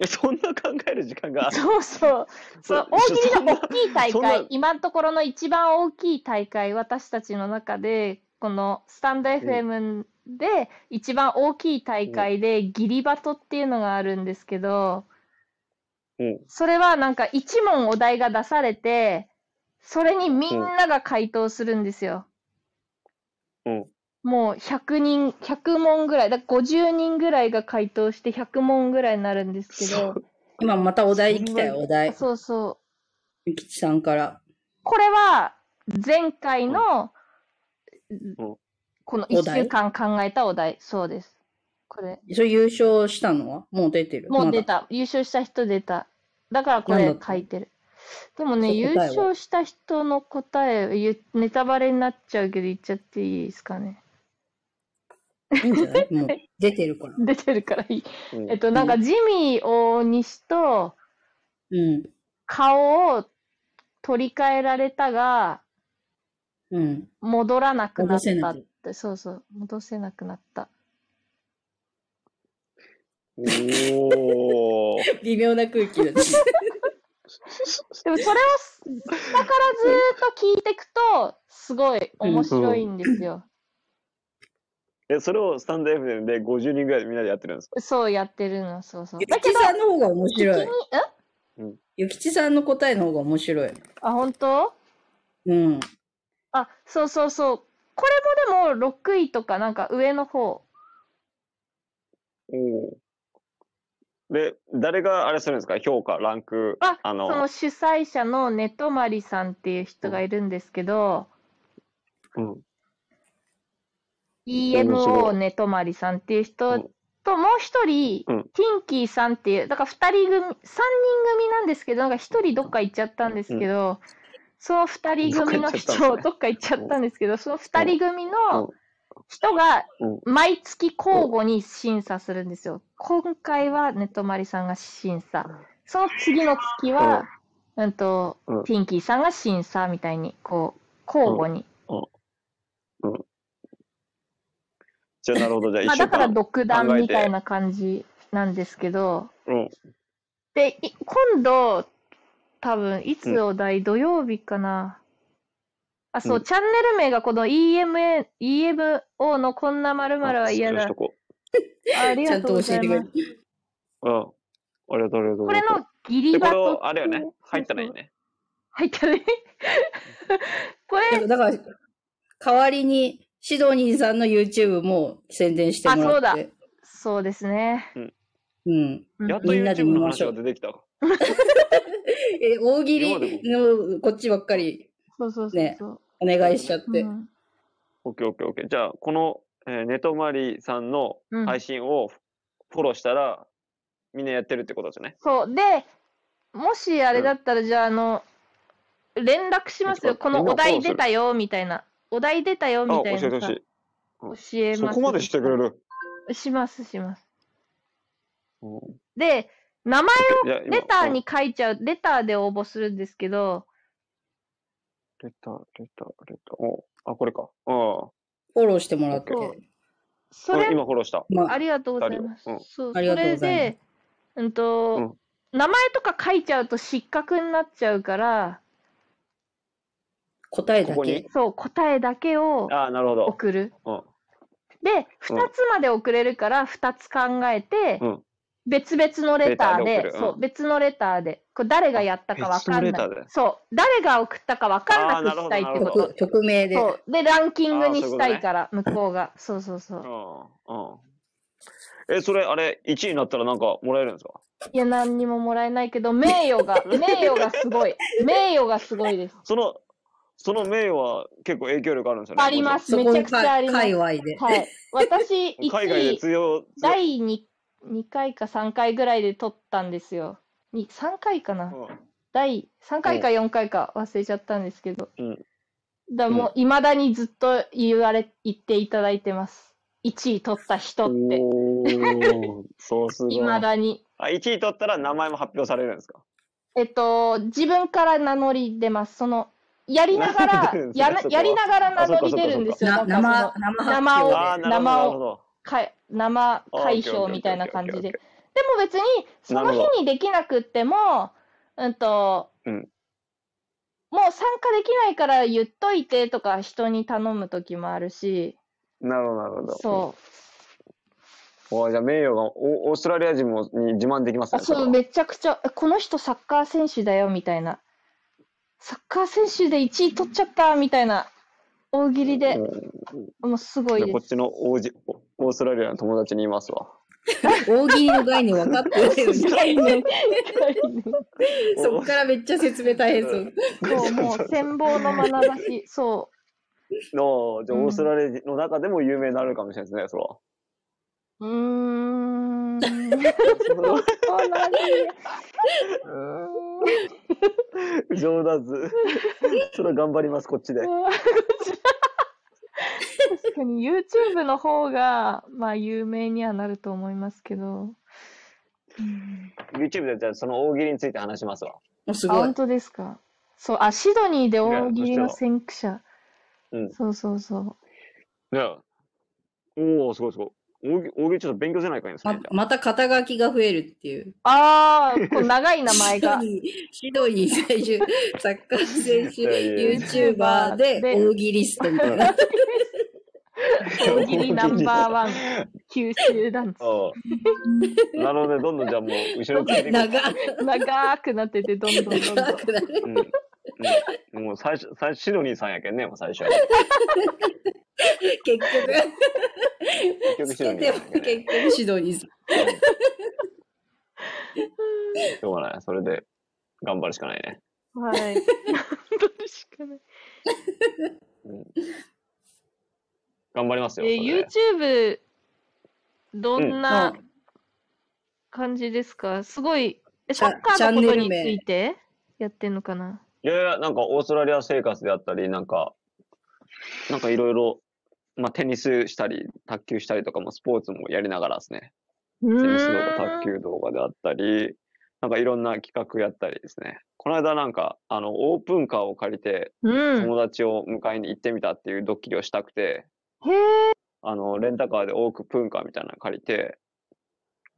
C: え、そんな考える時間 がある
A: そうそう、その大喜利の大きい大
C: そんな
A: 会、今のところの一番大きい大会、私たちの中で、このスタンド FM で一番大きい大会で、ギリバトっていうのがあるんですけど、
C: うん
A: それはなんか1問お題が出されて、それにみんなが回答するんですよ。
C: うん
A: もう100人、100問ぐらい、だから50人ぐらいが回答して100問ぐらいになるんですけど、
B: 今またお題来たよ、お題。
A: そうそう。
B: ゆきちさんから。
A: これは前回の、
C: ん
A: この
B: お
A: 1
B: 題
A: 週間考えたお題、そうです。これ、
B: それ優勝したのはもう出てる。
A: もう
B: まだ
A: 出。た。優勝した人出た。だからこ
B: な
A: れ
B: んだった
A: 書いてる。でもね、
B: そう
A: 優
B: 答えは
A: 勝した人の答え、ゆネタバレになっちゃうけど言っちゃっていいですかね。
B: いいんじゃ ないもう出てるから。
A: 出てるからいい。
C: うん
A: えっと、なんかジミー大西と
B: うん。
A: 顔を取り替えられたが、
B: うん。
A: 戻らなくなっ
B: 戻せ
A: たっ
B: なく
A: て、そうそう、戻せなくなった。
C: おお。
B: 微妙な空 気だね。
A: でもそれをす下からずーっと聞いていくと、すごい面白いんですよ。
C: え、それをスタンド FM で50人ぐらいみんなでやってるんですか
A: そうやってるの、そうそう。
B: ゆきちさんの方が面白
A: 聞
B: い
A: きに。ん
B: ゆきちさんの答えの方が面白い。
A: あ、本当
B: うん。
A: あ、そうそうそう。これもでも6位とかなんか上の方。
C: おお。で、誰があれするんですか評価、ランク、
A: あ
C: あ
A: その
C: の、
A: 主催者のねとまりさんっていう人がいるんですけど、
C: うん。面白
A: EMO
C: い
A: ねとまりさんっていう
C: う
A: 人
C: ん
A: ともう一人、
C: うん
A: ティンキーさんっていうだから2人組3人組なんですけどなんか1人どっか行っちゃったんですけど、その2人組の人
C: どっか行っちゃ
A: どっか行っ
C: ったんですね
A: ちゃったんですけどその2人組
C: うん
A: の人が
C: うん
A: 毎月交互に審査するんですよ。今回はねとまりさんが審査その次の月は、うんと、
C: うん
A: ピンキーさんが審査みたいに、こう、交互に。
C: じゃあ、なるほど。じゃあ、一
A: まあ、
C: 週
A: だから
C: 間。
A: 独断みたいな感じなんですけど、
C: うん。
A: で、い今度、多分、いつお題、土曜日かな。あ、そう、
C: うん
A: チャンネル名がこの EMA、EMO のこんな〇〇は嫌
C: あ
A: だ
C: そ。こ
A: あり
B: ちゃ
A: が
B: ん
A: とう
B: と
A: ご
B: 教
A: ざ
B: え
A: い
B: てくれ
A: ま
B: る
A: す。。
C: うん。ありがとう、ありがとう。
A: これのギリ
C: で、こ
A: バ
C: れ
A: ト
C: を、あれよね。入ったらいい。ね。
A: 入ったね。これ、
B: だから、だから代わりに、シドニーさんの YouTube も宣伝してもらって。
A: あそうそうですね。
B: うん。
A: うん
C: やっと
B: みんなで
C: YouTube
B: 見
C: の
B: まし
C: 話
B: ょ
C: が
B: う
C: 出てきた。
B: え、大喜利のこっちばっかり
A: そうそうそうそう。
B: ねお願いしちゃって。
A: うん
C: OK、OK、OK。じゃあ、この、えー、ネトマリさんの
A: うん
C: 配信をフォローしたら、みんなやってるってことですよね。
A: そう。で、もしあれだったら、じゃあ、あの、連絡しますよ。
C: ちょ
A: こ
C: っと待って
A: のお題出たよ、みたいな。お題出たよ、み
C: あ、教
A: たい
C: え
A: な
C: て
A: さ。
C: ほしほ
A: 教え
C: い。そ
A: ます。
C: こまでしてくれる。
A: します、します。
C: うん
A: で、名前、
C: いや今
A: レターに書いちゃう、レターで応募するんですけど、
C: うんレター、レター、レター。おあ、これか。うん。
B: フォローしてもらって。
A: そうそれ、
C: 今フォローした。
B: まあ
A: あ、りがとうございます。
C: うん
A: そう、そ
B: ありがとう
A: れ
B: ござい
A: で、うんと、
C: うん
A: 名前とか書いちゃうと失格になっちゃうから、
B: 答えだ
C: ここ
B: け
C: に。
A: そう、答えだけを
C: あ、なるほど。
A: 送る。
C: うん。
A: で、2つまで送れるから、2つ考えて、
C: うん
A: 別々のレターで、
C: レターで送るうん
A: そう、別のレターで、これ誰がやったかわかんな
C: 別
A: い
C: のレターで。
A: そう、誰が送ったかわかんなくしたいってこ
C: あーなるほどな
A: と
C: る。
B: 曲、曲名で。
A: そう、で、ランキングに
C: あー
A: し
C: そう
A: た
C: いうことね
A: いから、向こうが。そうそうそう。
C: うん。うん。え、それ、あれ、1位になったらなんかもらえるんですか
A: いや、何にももらえないけど、名誉 が、名誉がすごい。名誉がすごいです。
C: その、その名誉は結構影響力あるんですよね。
A: あります。
B: そ
A: め
B: こ
A: ちゃ
B: に
A: くちゃあ
B: か
A: ります
B: 界。隈で。
A: はい。私、
C: もちろん。海外
A: 1
C: で
A: 位、
C: 通用、
A: 第 2, 2回か3回ぐらいで取ったんですよ。に3回かな。第3回か4回か忘れちゃったんですけど、
C: うん
A: だからもういまだにずっと言われ言っていただいてます1位取った人
C: うん。
A: って
C: おー、そうすごい
A: いまだに
C: あ、1位取ったら名前も発表されるんですか
A: えっと自分から名乗り出ますそのやりながらやな
C: そこ
A: や
C: は
A: りながら名乗り出るんですよ
B: な
A: だから
B: 生、
A: そ
B: 生
A: の生
B: 発表で。
A: を
C: あー、なるほど、なるほど。
A: か生
C: あー
A: 解消みたいな感じで。でも別にそ
C: な
A: の
C: るほど
A: 日にできなくってもうんと、
C: うん
A: もう参加できないから言っといてとか人に頼む時もあるし
C: なるほど、なるほど。。
A: そう
C: おーじゃあ名誉がオオーストラリア人もに自慢できます
A: うあ
C: ね。
A: そう
C: れは
A: めちゃくちゃえこの人サッカー選手だよみたいなサッカー選手で1位取っちゃったみたいな大喜利で
C: うん
A: もうすごい
C: で
A: で
C: こっ
A: す
C: ちのオージオオーストラリアの友達にいますわ。
B: 大喜利の概念分かって るよね
A: 概 念
B: そっからめっちゃ説明大変そう。
A: そうもう羨望の眼差しそう
C: の、じゃあ
A: うん
C: オーストラリアの中でも有名になるかもしれないですね、それは。
A: うーん。 そうなんだ
C: 上達。それは頑張ります、こっちで。
A: 確かに YouTube の方が、まあ、有名にはなると思いますけど。うん、
C: YouTube でじゃあその大喜利について話しますわ。
B: もうす
A: あ、
B: ごい
A: 本。当ですか。そう、あ、シドニーで大喜利の先駆者。
C: うん
A: そうそうそう。
C: じゃあ、おお、すごいすごい。大喜大喜利ちょっと勉強せないかいんですね
B: ま。また肩書きが増えるっていう。
A: ああ、こう長い名前が。
B: シドニーシドニー在住、サッカー選手、
C: いやいやいや
B: YouTuber で
A: で
B: 大喜利ストみたい な。
A: 大喜利ナンバーワン、九州男
C: じゃあ。うんなるほどね、どんどんじゃあもう後ろについていく。
A: 子。
B: 長
A: 長くなってて、どんどんどん どん。
B: くなる。
C: うんうん、もう最初、最初、シドニーさんやけんね、もう最初は。
B: 結局、
C: 結局
B: つ
C: シド
B: け
C: ニ
B: て
C: ー
B: も
C: さんやけん
B: 結
C: ね。
B: 局シドニーさん。
C: うんしょうがない。それで、頑張るしかないね。
A: はい。どうしかない。
C: 頑張りますよ。
A: え、
C: それで
A: YouTube、どんな
B: う
A: 感じですかすごい、え
B: チャ
A: サッカーのこと
B: チャ
A: につ
B: ンネル名
A: いてやってんのかない
C: やいや、なんかオーストラリア生活であったり、なんか、なんかいろいろ、まあテニスしたり、卓球したりとかもスポーツもやりながらですね。
A: う
C: テニス動画、
A: ー
C: 卓
A: ん。
C: 球動画であったり、なんかいろんな企画やったりですね。この間なんか、あの、オープンカーを借りて、
A: うん。
C: 友達を迎えに行ってみたっていうドッキリをしたくて、
A: へえ。
C: あの、レンタカーでオークプンカーみたいなの借りて、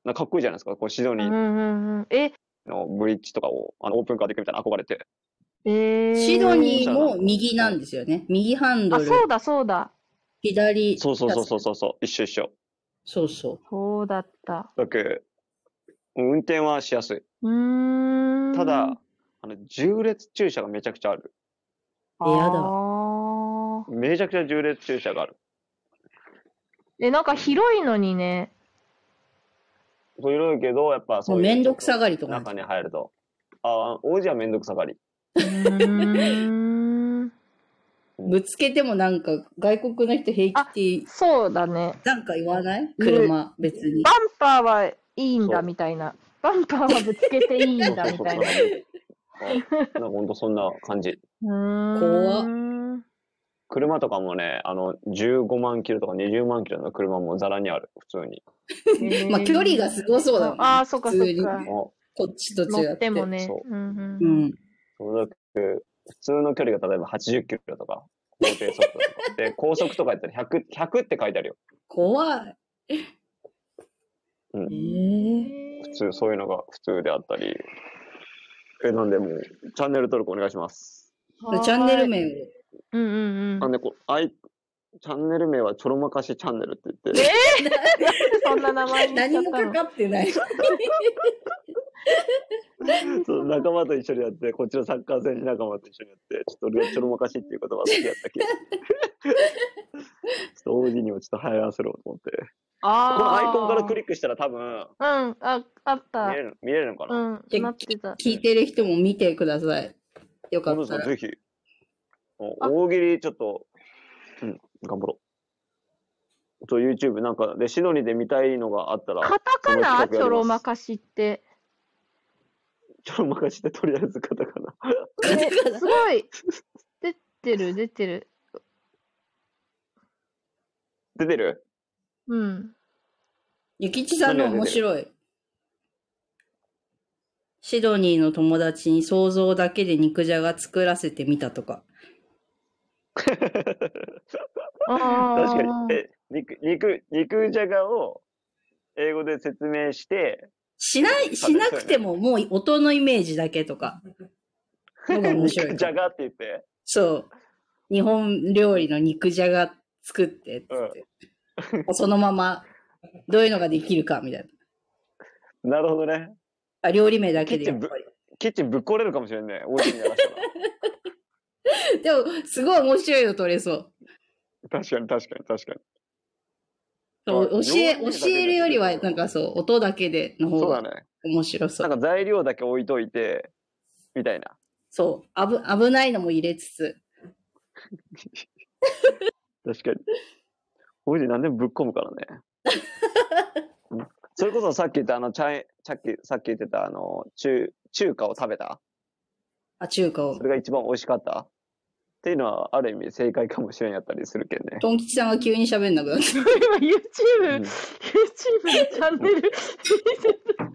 C: なんかかっこいいじゃないですか。こうシド
A: う
C: ニ
A: ん
C: ー
A: うんうん。え、
C: のブリッジとかを、あの、オープンカーで行くみたいなの憧れて。
A: えー。
B: シドニーも右なんですよね。右ハンド
A: あ、
B: ル、
A: そうだそうだ。
B: 左。
C: そうそうそうそうそう、一緒一緒。
B: そうそう。
A: そうだった。
C: だけ運転はしやすい。
A: うーん。
C: ただ、あの、縦列駐車がめちゃくちゃある。
A: あ
B: 嫌だ
A: ー、
C: めちゃくちゃ縦列駐車がある。
A: え、なんか広いのにね。
C: そういろいろけど、やっぱそ
B: も
C: ういうう。
B: めんどくさがりとかなんで
C: 中
B: す。
C: に入ると。ああ、王子はめんどくさがり。
A: うーん
B: ぶつけてもなんか外国の人平気って
A: そうだね。
B: なんか言わない車別に
A: バ。ンパーはいいん
C: そ
A: だ
C: う
A: みたいな。バンパーはぶつけていいんだみた いな。う
C: そうそうそうなんかほんとそんな感じ。
A: ーん
C: 車とかもね、あの、15万キロとか20万キロの車もざらにある、普通に。
A: へー
B: まあ距離がすごそうだもんね
A: ああ、そっかそっ
B: 普通に
A: か
C: あ。
B: こっちと違
A: 乗
B: っ。
A: っててもね
C: そ。
A: うんうん
B: うん。
C: それだけ、普通の距離が例えば80キロとか、法定速度とか。 で、高速とかやったら100、100って書いてあるよ。
B: 怖い。
C: うん
B: ええ
C: 普通、そういうのが普通であったり。え、なんでもう、チャンネル登録お願いします。
A: はーい
B: チャンネル名を。
A: うんうんう
C: あ
A: ん。
C: のね、こう、あい、チャンネル名はちょろまかしチャンネルって言って。
A: そんな名前にしちゃ
B: 何
A: っ
B: も
A: た
B: か
A: の。
B: かっ てない。
C: そう仲間と一緒にやって、こっちのサッカー選手仲間と一緒にやって、ちょっと俺はちょろまかしっていう言葉好きやったけど。ちょっと王子にもちょっと流行らせろと思って。こ
A: あ
C: のアイコンからク
A: リ
C: リックしたら多
A: う
C: 分、
A: ん、あ、あった
C: 見。れる、見れるのかな、
A: うん、なってた。
B: 聞いてる人も見てください。よか
C: 本当
B: った。
C: ですからぜひ。お
A: あ
C: 大喜利ちょっと、うん、頑張ろう。と YouTube なんかでシドニーで見たいのがあったら、
A: カタカナ
C: その企画やります
A: ちょろまかしって。
C: ちょろまかしてとりあえずカタカナ。
A: えすごい。出てる、出てる。
C: 出てる
A: うん。
B: ゆきちさんの面白い。シドニーの友達に想像だけで肉じゃが作らせてみたとか。
A: 確か
C: 確かに。え、肉、肉、肉じゃがを英語で説明して、
B: しない、しなくてももう音のイメージだけとか。のが 面白い
C: 肉じゃがって言って、
B: そう。日本料理の肉じゃが作ってって言ってそのまま、どういうのができるかみたいな。
C: なるほどね。
B: あ料理名だけでやっぱり。
C: キッチンぶっ壊れるかもしれんね。大きにや らしたら。
B: でも、すごい面白いの取れそう。
C: 確かに確かに確かに。
B: そう教
C: あ
B: え、
C: 料理名だけで
B: 教えるよりは、なんかそう、音だけでの方
C: そうだ
B: が
C: ね。
B: 面白そ
C: な
B: う。
C: んか材料だけ置いといて、みた いな。
B: そうあぶ、危ないのも入れつつ。
C: 確かに。王子何でもぶっ込むからね。 うんそれこそさっき言ったあの、チャイ、さっき、さっき言ってたあの、中、中華を食べた
B: あ、中華を
C: そ。れが一番美味しかったっていうのは、ある意味正解かもしれんやったりするけ んね。
B: トン吉さんが急に喋んなくなった。
A: に。今
C: う
A: YouTube、YouTube
C: ん
A: のチャンネル見てた。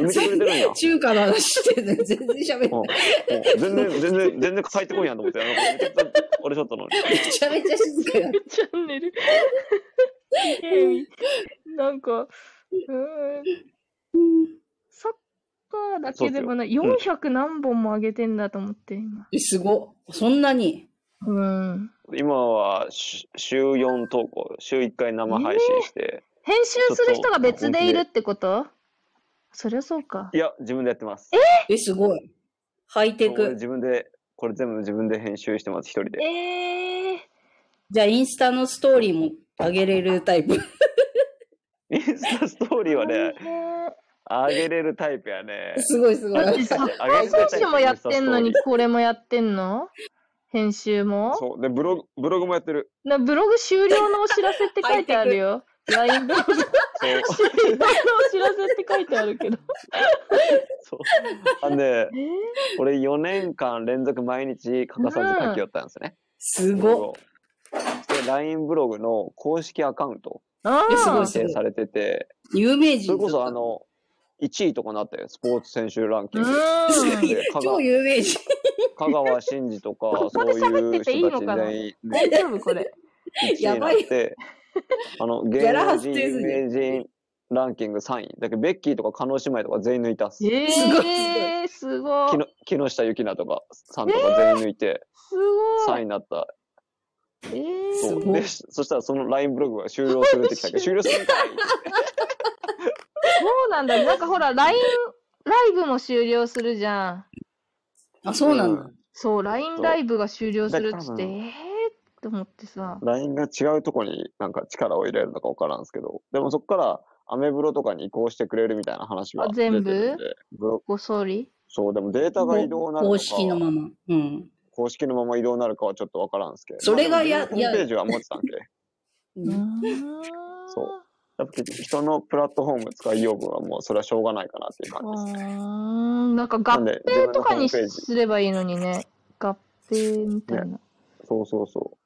C: 見てくれてるん や。
B: 中華の話してね、全然喋ん
C: うん
B: ない。
C: うん全然、全然、全然帰ってこいやんと思って、あのめちゃくちゃ俺ちょっとのに。
B: めちゃめちゃ静かやった。
A: チャンネル。えーなんか、うーん、サッカーだけでもない、
C: うっ
A: 400何本も上げてんだと思って、今。
B: え、すごっ。そんなに。
A: うん。
C: 今はし週4投稿、週1回生配信して、
A: 編集する人が別でいるってことそりゃそうか。
C: いや、自分でやってます。
B: え、すごい。ハイテ
C: 俺
B: ク。
C: 自分で、これ全部自分で編集してます、一人で。
A: えー、
B: じゃあ、インスタのストーリーも上げれるタ イプ。
C: インスタストーリーはね、あげれるタイプやね。
B: すごいすごい
A: だ。ってサッカー選手もやってんのに、これもやってんの編集も
C: そう。で、ブログ、ブログもやってる。
A: なブログ終了のお知らせって書いてあるよ。LINE ブログ終
C: そう。
A: 了のお知らせって書いてあるけど。
C: そう。あのね
A: え、ー
C: 俺4年間連続毎日欠かさず書きよったんですね。
B: す
C: ブログ
B: ご
C: をで、LINE ブログの公式アカウント
A: あ
B: えすごい
A: あ
B: っす
C: 申請されてて、
B: い。有名人
C: それこそあ
B: だっ
C: の、1位とかになったよ、スポーツ選手ランキング。
B: た
A: う
B: す
A: ん
B: ごい
C: 香川
B: 超有名人。
C: 香川真司とか、
A: こ
C: そ
A: こ
C: う
A: で
C: い
A: 喋
C: う
A: ってていい
C: 人た
A: の
C: ち
A: かな
C: 全員
A: 大丈夫これ。
C: 1位になって、あの、
B: ャ
C: 芸
B: ラ
C: 能
B: 発生す
C: 人、
B: る
C: 有名人ランキング3位。だけど、ベッキーとか、加納姉妹とか全員抜いたっす。
A: え
B: すごい
A: ー、すご
C: 木
A: い。
C: の木下ゆきなとかさんとか全員抜いて、
A: すご
C: 3位になった。
A: い。えー
C: そ
B: すご
C: う
B: い
C: で、しそしたらその LINE ブログが終了するってきたけど、終了するんかい
A: そうなんだ。なんかほら、LINE ライブも終了するじゃん。
B: あ、そうなんだ。
A: そう、LINE ライブが終了するっつ
C: だ
A: っ
C: か
A: て、
C: ら多
A: え
C: 分
A: ーって思ってさ。
C: LINE が違うとこになんか力を入れるのか分からんすけど、でもそこからアメブロとかに移行してくれるみたいな話は
A: あ全部
C: 出てるんでブロ
A: ごそり
C: そう、でもデータが移動なるの
B: 公
C: か
B: 式のまま。うん。
C: 公式のまま移動なるかはちょっと分からんすけど、
B: それが
C: まあ
B: や
C: でもホームページは持ってた んで、そうやっぱり人のプラットフォーム使いよう分はもうそれはしょうがないかなっていう
A: う
C: 感じです。
A: ーん。なんか
C: な
A: 合
C: んで、自分
A: 併
C: の
A: と
C: ホ
A: か
C: ーム
A: に
C: ページ、
A: すればいいのにね。合併みたいな。
C: そうそうそ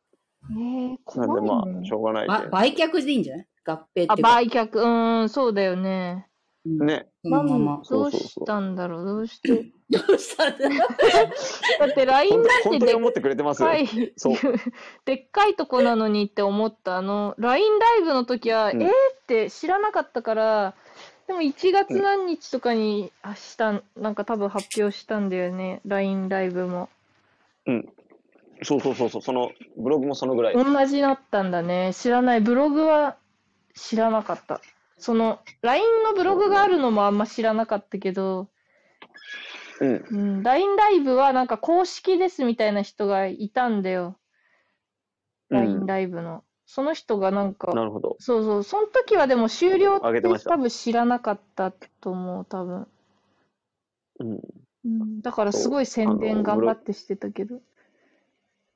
A: えー、
C: う。なんでま
A: 怖い
C: あ、
A: ね
C: し。ょうがない
B: ば
C: で。
B: 売却でいいんじゃない合併っていう
A: あ、
B: か。
A: 売却。うーん、そうだよね。
B: うん
C: ね、
B: そのま
A: なん
B: ま。
A: ど
C: そううそうそう
A: したんだろうどうして。
B: どうしたんだ
A: だって LINE
C: 本
A: だ
C: 当
A: って
C: 本当
A: で
C: に
A: っ
C: 思ってくれてます
A: かい、
C: そう
A: でっかいとこなのにって思った。あの、LINE ライブの時は、
C: うん
A: えーって知らなかったから、でも1月何日とかに、あ、したん、なんか多分発表したんだよね。LINE ライブも。
C: そうそうそうそう、そのブログもそのぐらい。
A: 同じだったんだね。知らない。ブログは知らなかった。その、LINE のブログがあるのもあんま知らなかったけど、
C: うん。
A: うん、LINE ライブはなんか公式ですみたいな人がいたんだよ。
C: う
A: LINE
C: ん、
A: ライブの。その人がなんか、
C: なるほど。
A: そうそう、その時はでも終了っ
C: 上げてましてた
A: 多分知らなかったと思う、多分。
C: うん。
A: うん、だからすごい
C: あ
A: 宣
C: の
A: 伝頑張ってしてたけど。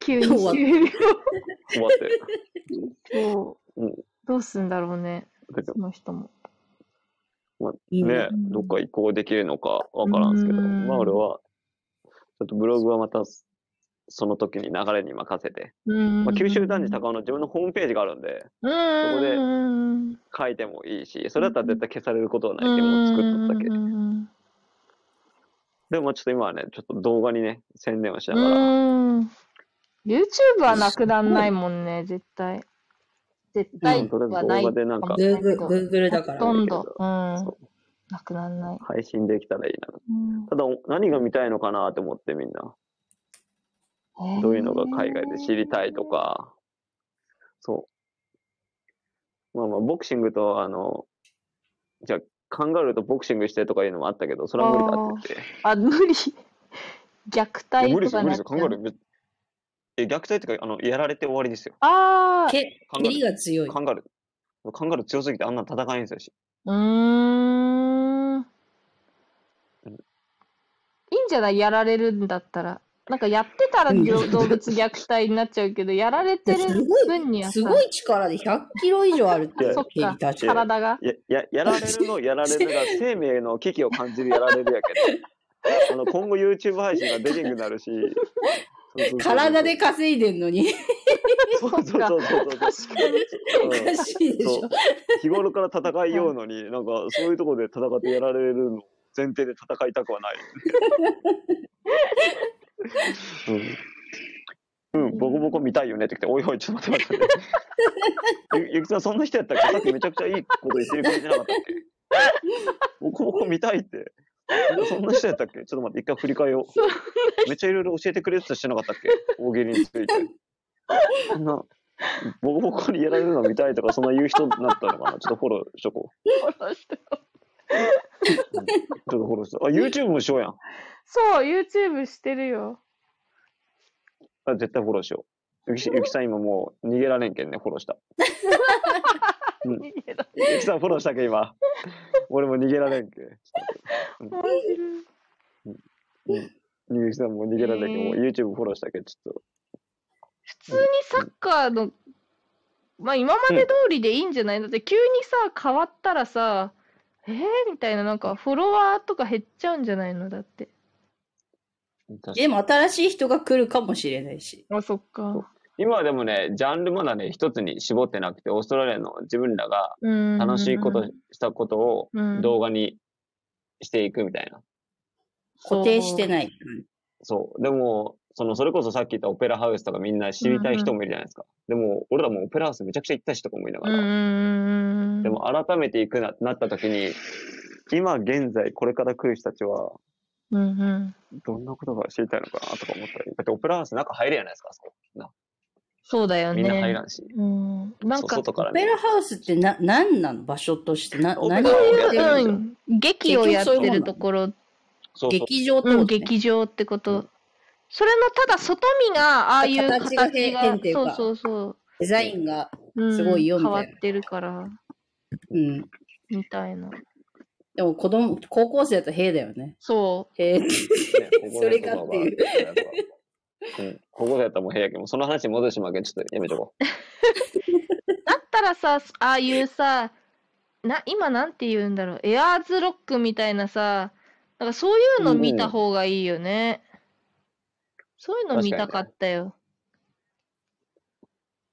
A: 急に
B: 終わっ
A: 終了。
C: 終わって。
A: そう
C: うん
A: どうすんだろうね、
C: 別
A: その人も。
C: にね、
A: うん
C: どっか移行できるのかわからんすけど、
A: うん
C: まあ俺は、ちょっとブログはまた、その時に流れに任せて、
A: うん
C: まあ、九州男児高尾の自分のホームページがあるんで、
A: うん
C: そこで
A: うん
C: 書いてもいいし、それだったら絶対消されることはな
A: う
C: い
A: ん
C: けど、もう作っとったけ
A: う。ん
C: でもまあちょっと今はね、ちょっと動画にね、専念をしな
A: う
C: がら、
A: ん YouTube はなくならないもんね、絶対。絶
C: う
A: 対
C: んとりあ
A: は
C: えず
A: ない
C: 動画でなんか
A: もしれないけ
B: Google
A: ど
B: Google だか
A: ほ
B: ら
A: と。んど
C: だ、
A: うん、
C: そ
A: なくならない。
C: 配信できたらいいな。
A: うん
C: ただ、何が見たいのかなって思ってみんな。どういうのが海外で知りたいと。か、そう。まあまあ、ボクシングと、あの、じゃあカンガルーとボクシングしてとかいうのもあったけど、それは無理だって
A: へーあ、無 理。虐
C: 言って。
A: 待
C: いや無理
A: と
C: です
A: か
C: よ、無理
A: なっちゃう。
C: ですよ、カンガルーめ。え、虐待っていうか、あの、やられて終わりですよ。
A: ああ、
B: け
C: カン
B: 蹴
C: ガル
B: り
C: ー。
B: が強い。
C: カンガルー。カンガルー強すぎてあんなん戦えんすよし。
A: うーん。いいんじゃないやられるんだったら。なんかやってたら
B: うん
A: 動動物虐待になっちゃうけど、やられてる
B: すごい
A: 分には
B: す
A: さ、
B: ごい力で100キロ以上あるって
C: いや
A: そっか
B: 蹴りたち。
A: 体が。
C: や、や、やられるの、やられるが、生命の危機を感じるやられるやけど、あの、今後 YouTube 配信ができなくなるし、そうそうそうそう
B: 体で稼いでんのに。
C: そうそうそうそう そ
A: 確か
C: う。
A: に。
B: おかしいでし
C: そ
B: ょ
C: う。日頃から戦いようのに、なんかそういうところで戦ってやられるの前提で戦いたくはない。うん、うん、ボコボコ見たいよねって来て、おいおい、ちょっと待って待って待って。ゆゆきさん、そんな人やったっけさっきめちゃくちゃいいこと言ってるれてなかったっけボコボコ見たいって。そんな人やったっけちょっと 待って、一回振り返よう。めっちゃいろいろ教えてくれてたしてなかったっけ大喜利について。そんな、ボコボコにやられるの見たいとか、そんな言う人になったのかなちょっとフォローしとこう。ちょっとフォローしとこう。あ、YouTube もしようやん。
A: そう、YouTube してるよ。
C: あ絶対フォローしよう。ゆきしゆきさん今もう逃げられんけんね、フォローした。うん
A: いいけど
C: ゆきさんフォローしたけん今。俺も逃げられんけん。
A: 面白い
C: ゆきさんもう逃げられんけん、もう YouTube フォローしたけん、ちょっと。
A: 普通にサッカーの、まあ今まで通りでいいんじゃないだって急にさ、変わったらさ、えー、みたいな、なんかフォロワーとか減っちゃうんじゃないのだって。
B: でも新しい人が来るかもしれないし。
A: あ、そっか。
C: 今はでもね、ジャンルまだね、一つに絞ってなくて、オーストラリアの自分らが
A: うん。
C: 楽しいこと、したことを
A: うん、
C: 動画にしていくみたいな。
B: 固定して
A: い。
B: ない。
C: そう。でも、その、それこそさっき言ったオペラハウスとかみんな知りたい人もいるじゃないですか。でも、俺らもオペラハウスめちゃくちゃ行ったしとか思いなが
A: うんう
C: ら。
A: んうんうん。
C: でも、改めて行くな、なった時に、今現在、これから来る人たちは、
A: うんうん。
C: どんなことが知りたいのかなとか思ったり。だってオペラハウス中入れやないですか、あそこ。な
A: そうだよね。
C: みんな入らんし。
A: うん。なんか
C: そう、外から
B: オペ
C: ね。
B: ラハウスってな、何なの場所としてな、
C: オペラ
B: 何
C: ハ
B: を
C: ウス
B: やってる
A: う
B: の
A: ん、劇をやってるところ、
C: そうそう。
B: 劇場ってこ
A: うん、
B: とね
A: 劇場ってこと。それのただ外見がああいう形
B: 形が
A: が、
B: 変変っていうか
A: そうそう
B: デザインが、
A: そう、うん
B: すごいよみ
A: 変
B: たいな
A: わってるから、
B: うん。
A: みたいな。
B: でも子供、高校生だと兵だよね。
A: そ
B: 兵って
C: ねここ
B: そ
C: で
B: れかっていう
C: とかはうん、ここでやったらもう平やけど、その話に戻してまうけん、ちょっとやめとこう。
A: う。だったらさ、ああいうさ、な今なんて言うんだろう、エアーズロックみたいなさ、なんかそういうの見た方がいいよね。そういうの見たかったよ。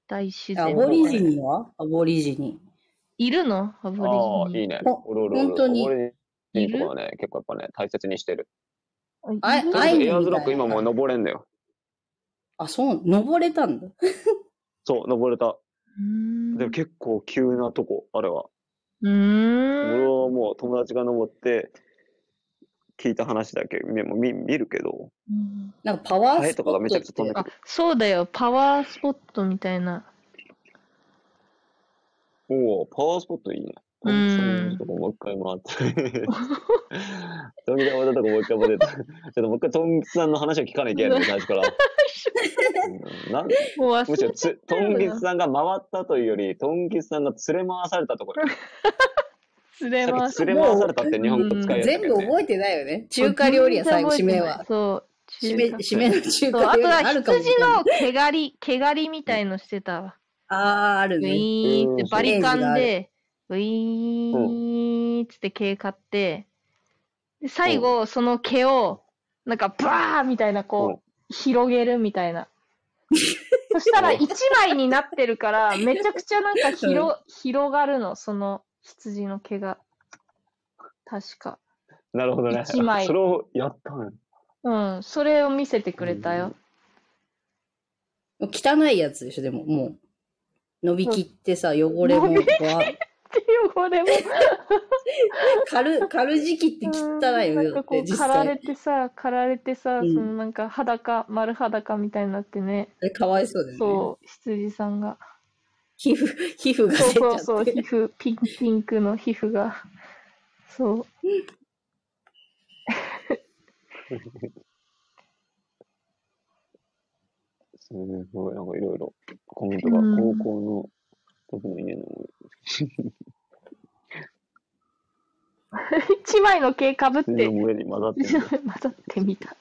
A: 大自
B: ア
A: 然
B: ボリジニはアボリジニ。
A: いるのア
C: あ
A: ボ
C: あ
A: リジ
C: ー、
A: ニ。
C: いいね。
B: お
C: おるおるおる
B: 本当に
C: オレンジとかはね、結構やっぱね、大切にしてる。
B: あ
A: いる
B: あアイヌみたいな
C: エアーズロック今もう登れんだよ。
B: あ、そう、登れたんだ。
C: そう、登れた。
A: うーん
C: でも結構急なとこ、あれは。
A: う
C: 俺
A: ーん。
C: はもう友達が登って、聞いた話だけ見見見るけど、
A: うん
B: なんかパワー
C: ハエ
B: スポ
C: とかが
B: ッ
C: めち
B: ト
C: ゃ
B: っ
C: くちゃ飛ん
B: て
C: でく
A: あ
C: る。
A: そうだよ、パワースポットみたいな。
C: おお、パワースポットいいね。
A: うん
C: そういうとこもう一回回って。飛び玉だとこもう一回回って。ちょっともう一回トンさんの話を聞かなきゃいけないんだよ、最 初から。うんなん
A: もう忘
C: むしろつ、ト
A: ゃうな
C: ンギスさんが回ったというより、トンギスさんが連れ回されたところ。
A: れ連れ
C: さ
A: ま
C: っ
A: す
C: き連れ回されたって日本語使いやすい
B: 全
C: よね
B: 部覚えてないよね。中華料理屋最後、締めは。
A: そう。
B: 締め、締めの中
A: 中華そう
B: 華
A: あと
B: 料理
A: は
B: あるかもし
A: 羊
B: れない。
A: の毛刈り、毛刈りみたいのしてたわ。
B: あー、ある
A: ウ
B: ね。
A: ィーンってバリカ
B: うん
A: ンで、ウィーンっつって毛刈って、で最後、その毛を、なんかバーみたいな、こう、広げるみたいな。そしたら
C: うん
A: 一枚になってるから、めちゃくちゃなんか広、広がるの、その羊の毛が。確か。
C: なるほどね。
A: 一枚
C: それをやったんや
A: うん、それを見せてくれたよ。
B: 汚いやつでしょ、でも、もう。伸びきってさ、汚れも
A: 伸び、
B: わー
A: っていう、これも。
B: かる、かる時期って汚いよ
A: う
B: ね
A: んなん
B: だ
A: か
B: っ
A: こ
B: て、
A: う、
B: 実
A: 刈られ
B: 際。
A: てさ、刈られてさ、
B: うん
A: そのなんか裸、丸裸みたいになってね。
B: かわいそうだよね。
A: そう、羊さんが。
B: 皮膚、皮膚が
A: そう
B: 出
A: そう
B: ちゃ
A: そ
B: っ
A: う、皮膚、
B: て。
A: ピンピンクの皮膚が。そう。
C: すごい、なんかいろいろコメントが、
A: うん
C: 高校の時の家の思い
A: 一枚の毛かぶっ
C: 出、羊
A: て、
C: の上に混ざって
A: 混
C: る。
A: ざってみた。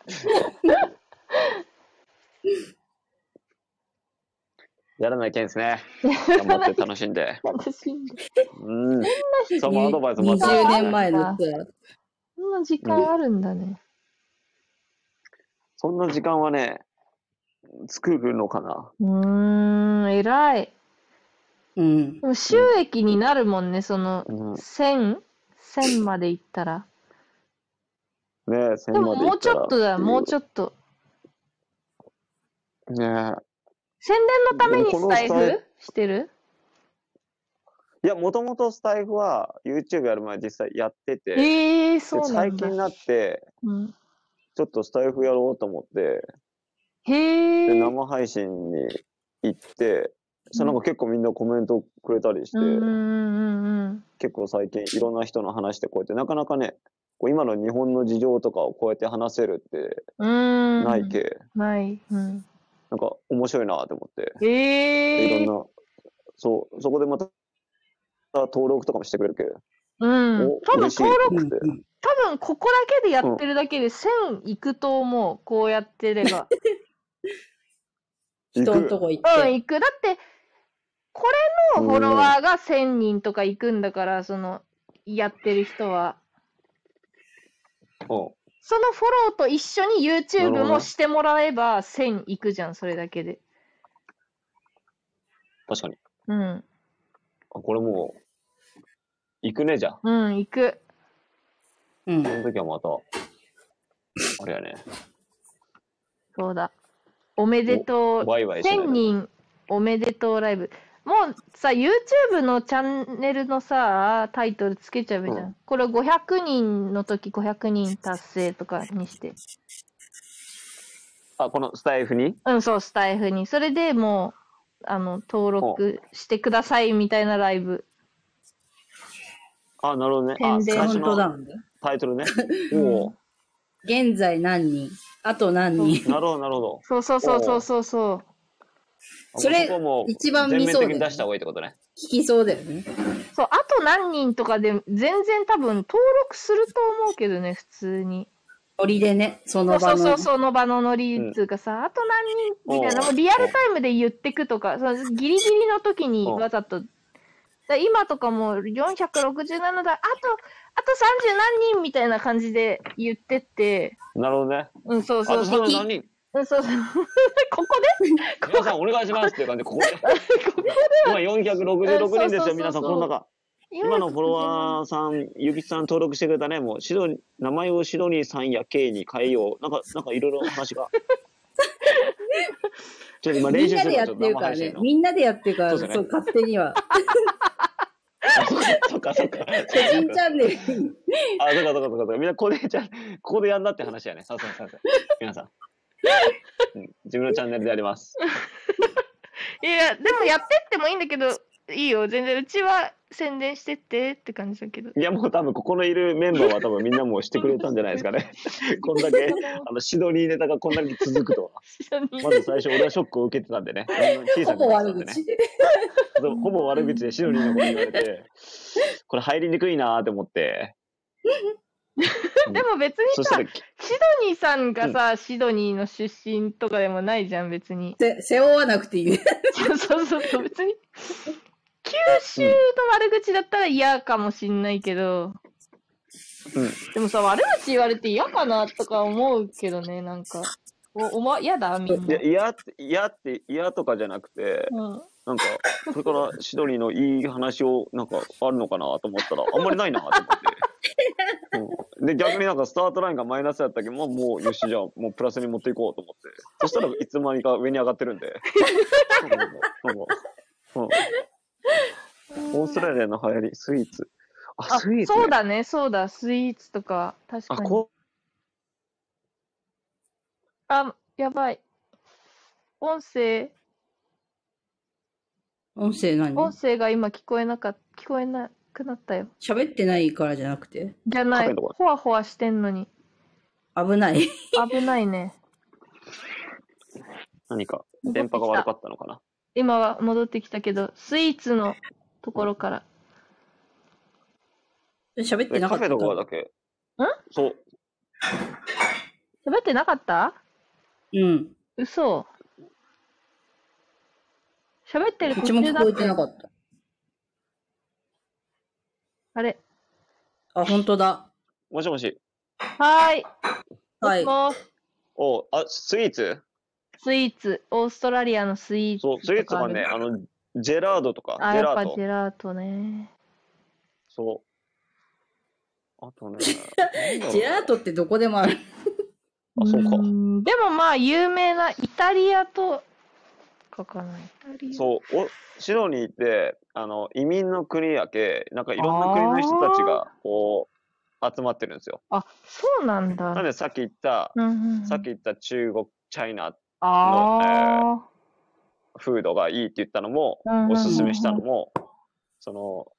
C: やらないけんですね。頑張って楽しんで。
A: 私、
C: うん。そのアドバイスもらって
B: 20年前のツアー。
A: そんな時間あるんだね。
C: そんな時間はね、作るのかな。
A: うーん、偉い。
B: うん。
A: でも収益になるもんね、その、
C: うん、ね
A: 1000、1000までいったら。
C: え、千
A: でも
C: まで
A: も
C: 行
A: う
C: っ
A: ち
C: た
A: ょ
C: ら
A: っとだよ、もうち
C: ょ
A: ょっと。
C: っと。ねえ。
A: 宣伝のために
C: でも
A: ス
C: この
A: タイ
C: スタイ
A: フしてる
C: いや、もともとスタイフは YouTube やる前実際やってて、で
A: ええそうな
C: 最
A: んだ
C: 近。になって、
A: うん
C: ちょっとスタイフやろうと思って、
A: へ
C: で
A: え。
C: 生配信に行って、そしたらなんか結構みんなコメントくれたりして、
A: うんうんうんうん。
C: 結構最近いろんな人の話でこうやってなかなかね、こう今の日本の事情とかをこうやって話せるって
A: うーん。
C: ないけ、
A: ない。うん、
C: なんか面白いなと思って、で
A: ええ
C: いろんな、そう、そこでまた登録とかもしてくれるけ、
A: うん
C: お。
A: 多分
C: 嬉しい
A: 登録、
B: う
C: うん
B: んうん
A: 多分ここだけでやってるだけで1000いくと思う。こうやって れば。
B: 人のとこ行っ
A: うん、
B: て。
A: いく。だって、これのフォロワーが1000人とかいくんだから、その、やってる人は。
C: うん
A: そのフォローと一緒に
C: なる
A: YouTube
C: ほど
A: も
C: ね
A: してもらえば1000いくじゃん、それだけで。
C: 確かに。
A: うん。
C: あこれもう、行くねじゃん。
A: うん、いく。
B: うん
C: その時はまた、あれやね、
A: そうだ。おめでとう。
C: ワイワイしない
A: 1000
C: と
A: 人おめでとうライブ。もうさ、YouTube のチャンネルのさ、タイトルつけちゃえばいいじゃん。
C: う
A: これ500人の時500人達成とかにして。
C: あ、このスタイフに
A: うん、そう、スタイフに。それでもう、あの、登録してくださいみたいなライブ。
C: あ、なるほどね。あ、
A: 宣伝
C: 最
B: カウ
C: 初
B: ントダ
C: の
B: ウンで。
C: タイトル ね。お
B: 現在何人あと何人
C: お、なるほど、なるほど。
A: そうそうそうそうそうそう。
C: あ
B: それ
C: こはもう
B: 一番見そうだよね
C: 全面的に出した方がいいってことね。
B: 聞きそうだよね。
A: そう、あと何人とかで全然多分登録すると思うけどね、普通に。
B: ノリでね、そ
A: そ
B: の
A: うそ
B: 場
A: うそう、
B: の。
A: その場のノリっていうかさ、あと何人みたいな、もうリアルタイムで言ってくとか、そのギリギリの時にわざと、だから今とかもう467だ、あと、あと30何人みたいな感じで言ってって、
C: なるほどね。
A: うん、そう
C: あ
A: そう
C: と
A: そう。
C: 3人、
A: うん、そうそう。 ここでこ
C: 皆さんお願いしますっていう感じで、 ここで。今466人です
A: そうそうそうそ
C: よ、
A: う
C: 皆さん、この中。今のフォロワーさん、ゆきさん登録してくれたね、もう、シドニー名前をシドニーさんや K に変えよう。なんか、なんかいろいろ 話が。ちょっと今
B: み
C: 練
B: ん
C: 習
B: な
C: す
B: で
C: る
B: や
C: か
B: っ
C: ら、ちょってと
B: る
C: 生
B: から
C: 配信
B: ね。
C: の。
B: みんなでやってるから、
C: そう
B: そう
C: ですよね
B: 勝手には。
C: そっ かそっか。
B: 個人チャンネル。
C: あ、そうかそうかそうかそうか。みんなここでじゃあここでやんなって話やね。そうそうそうそう。皆さん。うん自分のチャンネルでやります。
A: いや、でもやってってもいいんだけど、いいよ、全然。うちは宣伝してってって感じだけど。
C: いや、もう多分ここのいるメンバーは多分みんなもうしてくれたんじゃないです かね。こんだけ、あの、シドニーネタがこんだけ続くとは。まず最初俺はショックを受けてたんでね。小さ
B: ほ
C: く
B: ぼ
C: なっ
B: 悪
C: てたんでね
B: 口。
C: そうほぼ悪口でシドニーのこと言われて、これ入りにくいなーって思って。
A: でも別
C: そ
A: に
C: した
A: さ
C: ら、、
A: シドニーさんがさ、シドニーの出身とかでもないじゃん、別に。
B: せ背負わなくていい。
A: そう そうそうそう、別に。九州の悪口だったら嫌かもしんないけど、
C: うん。
A: でもさ、悪口言われて嫌かなとか思うけどね、なんか。お、おま、嫌だみん
C: い
A: な
C: や、。嫌って、嫌って、嫌とかじゃなくて、
A: うん。
C: なんか、これからシドニーのいい話を、なんか、あるのかなと思ったら、あんまりないなと思って。うんで、逆になんか、スタートラインがマイナスだったけど、まあ、もう、よし、じゃあ、もうプラスに持っていこうと思って。そしたらいつの間にか上に上がってるんで。そうなんかなんかうんオーストラリアの流行り、スイーツ。あ、
A: あ
C: スイーツ、ね、
A: そうだね、そうだ、スイーツとか、確か
C: あ、
A: に。
C: こ
A: あ、やばい。音声、
B: 音声何
A: 音声が今聞こえなかっ聞こえなくなったよ。
B: 喋ってないからじゃなくて。
A: じゃな
C: カフ
A: い
C: ェのとこ。
A: ほわほわしてんのに。
B: 危ない。
A: 危ないね。
C: う、何か、電波が悪かったのかな。
A: 今は戻ってきたけど、スイーツのところから。
B: 喋って
C: え
B: なか
C: カ
B: った。
C: フェとかだけ。んそう。
A: 喋ってなかった
B: うん。
A: 嘘。喋ってる
B: う
A: 途
B: ちも
A: 中
B: 聞
A: だ
B: こ
A: っ
B: えてな
A: た。
B: かった。
A: あれ。
B: あ、本当だ。
C: もしもし。
A: はーい。
B: はい。
A: もしもし
C: おあ、スイーツ
A: スイーツ、オーストラリアのスイーツ
C: そう、スイーツ
A: とか
C: が
A: ある
C: ね、あの、ジェラードとか、
A: あ、
C: ジェ
A: やっ
C: ラ
A: ぱ
C: ー
A: ジ
C: ト。
A: ェラートね。
C: そう。あとね。
B: ジェラートってどこでもある。
C: あ、そうか
A: ー。んでもまあ、有名なイタリアとかかな。イタリア
C: そう、おシドニーって、あの、移民の国やけ、なんかいろんな国の人たちが、こう、集まってるんですよ。
A: あ、そうなんだ。
C: なんでさっき言った、
A: うんうん、
C: さっき言った中国、チャイナ
A: あ
C: フードがいいって言ったのも、
A: あ、うんうん
C: おすすめしたのも、その、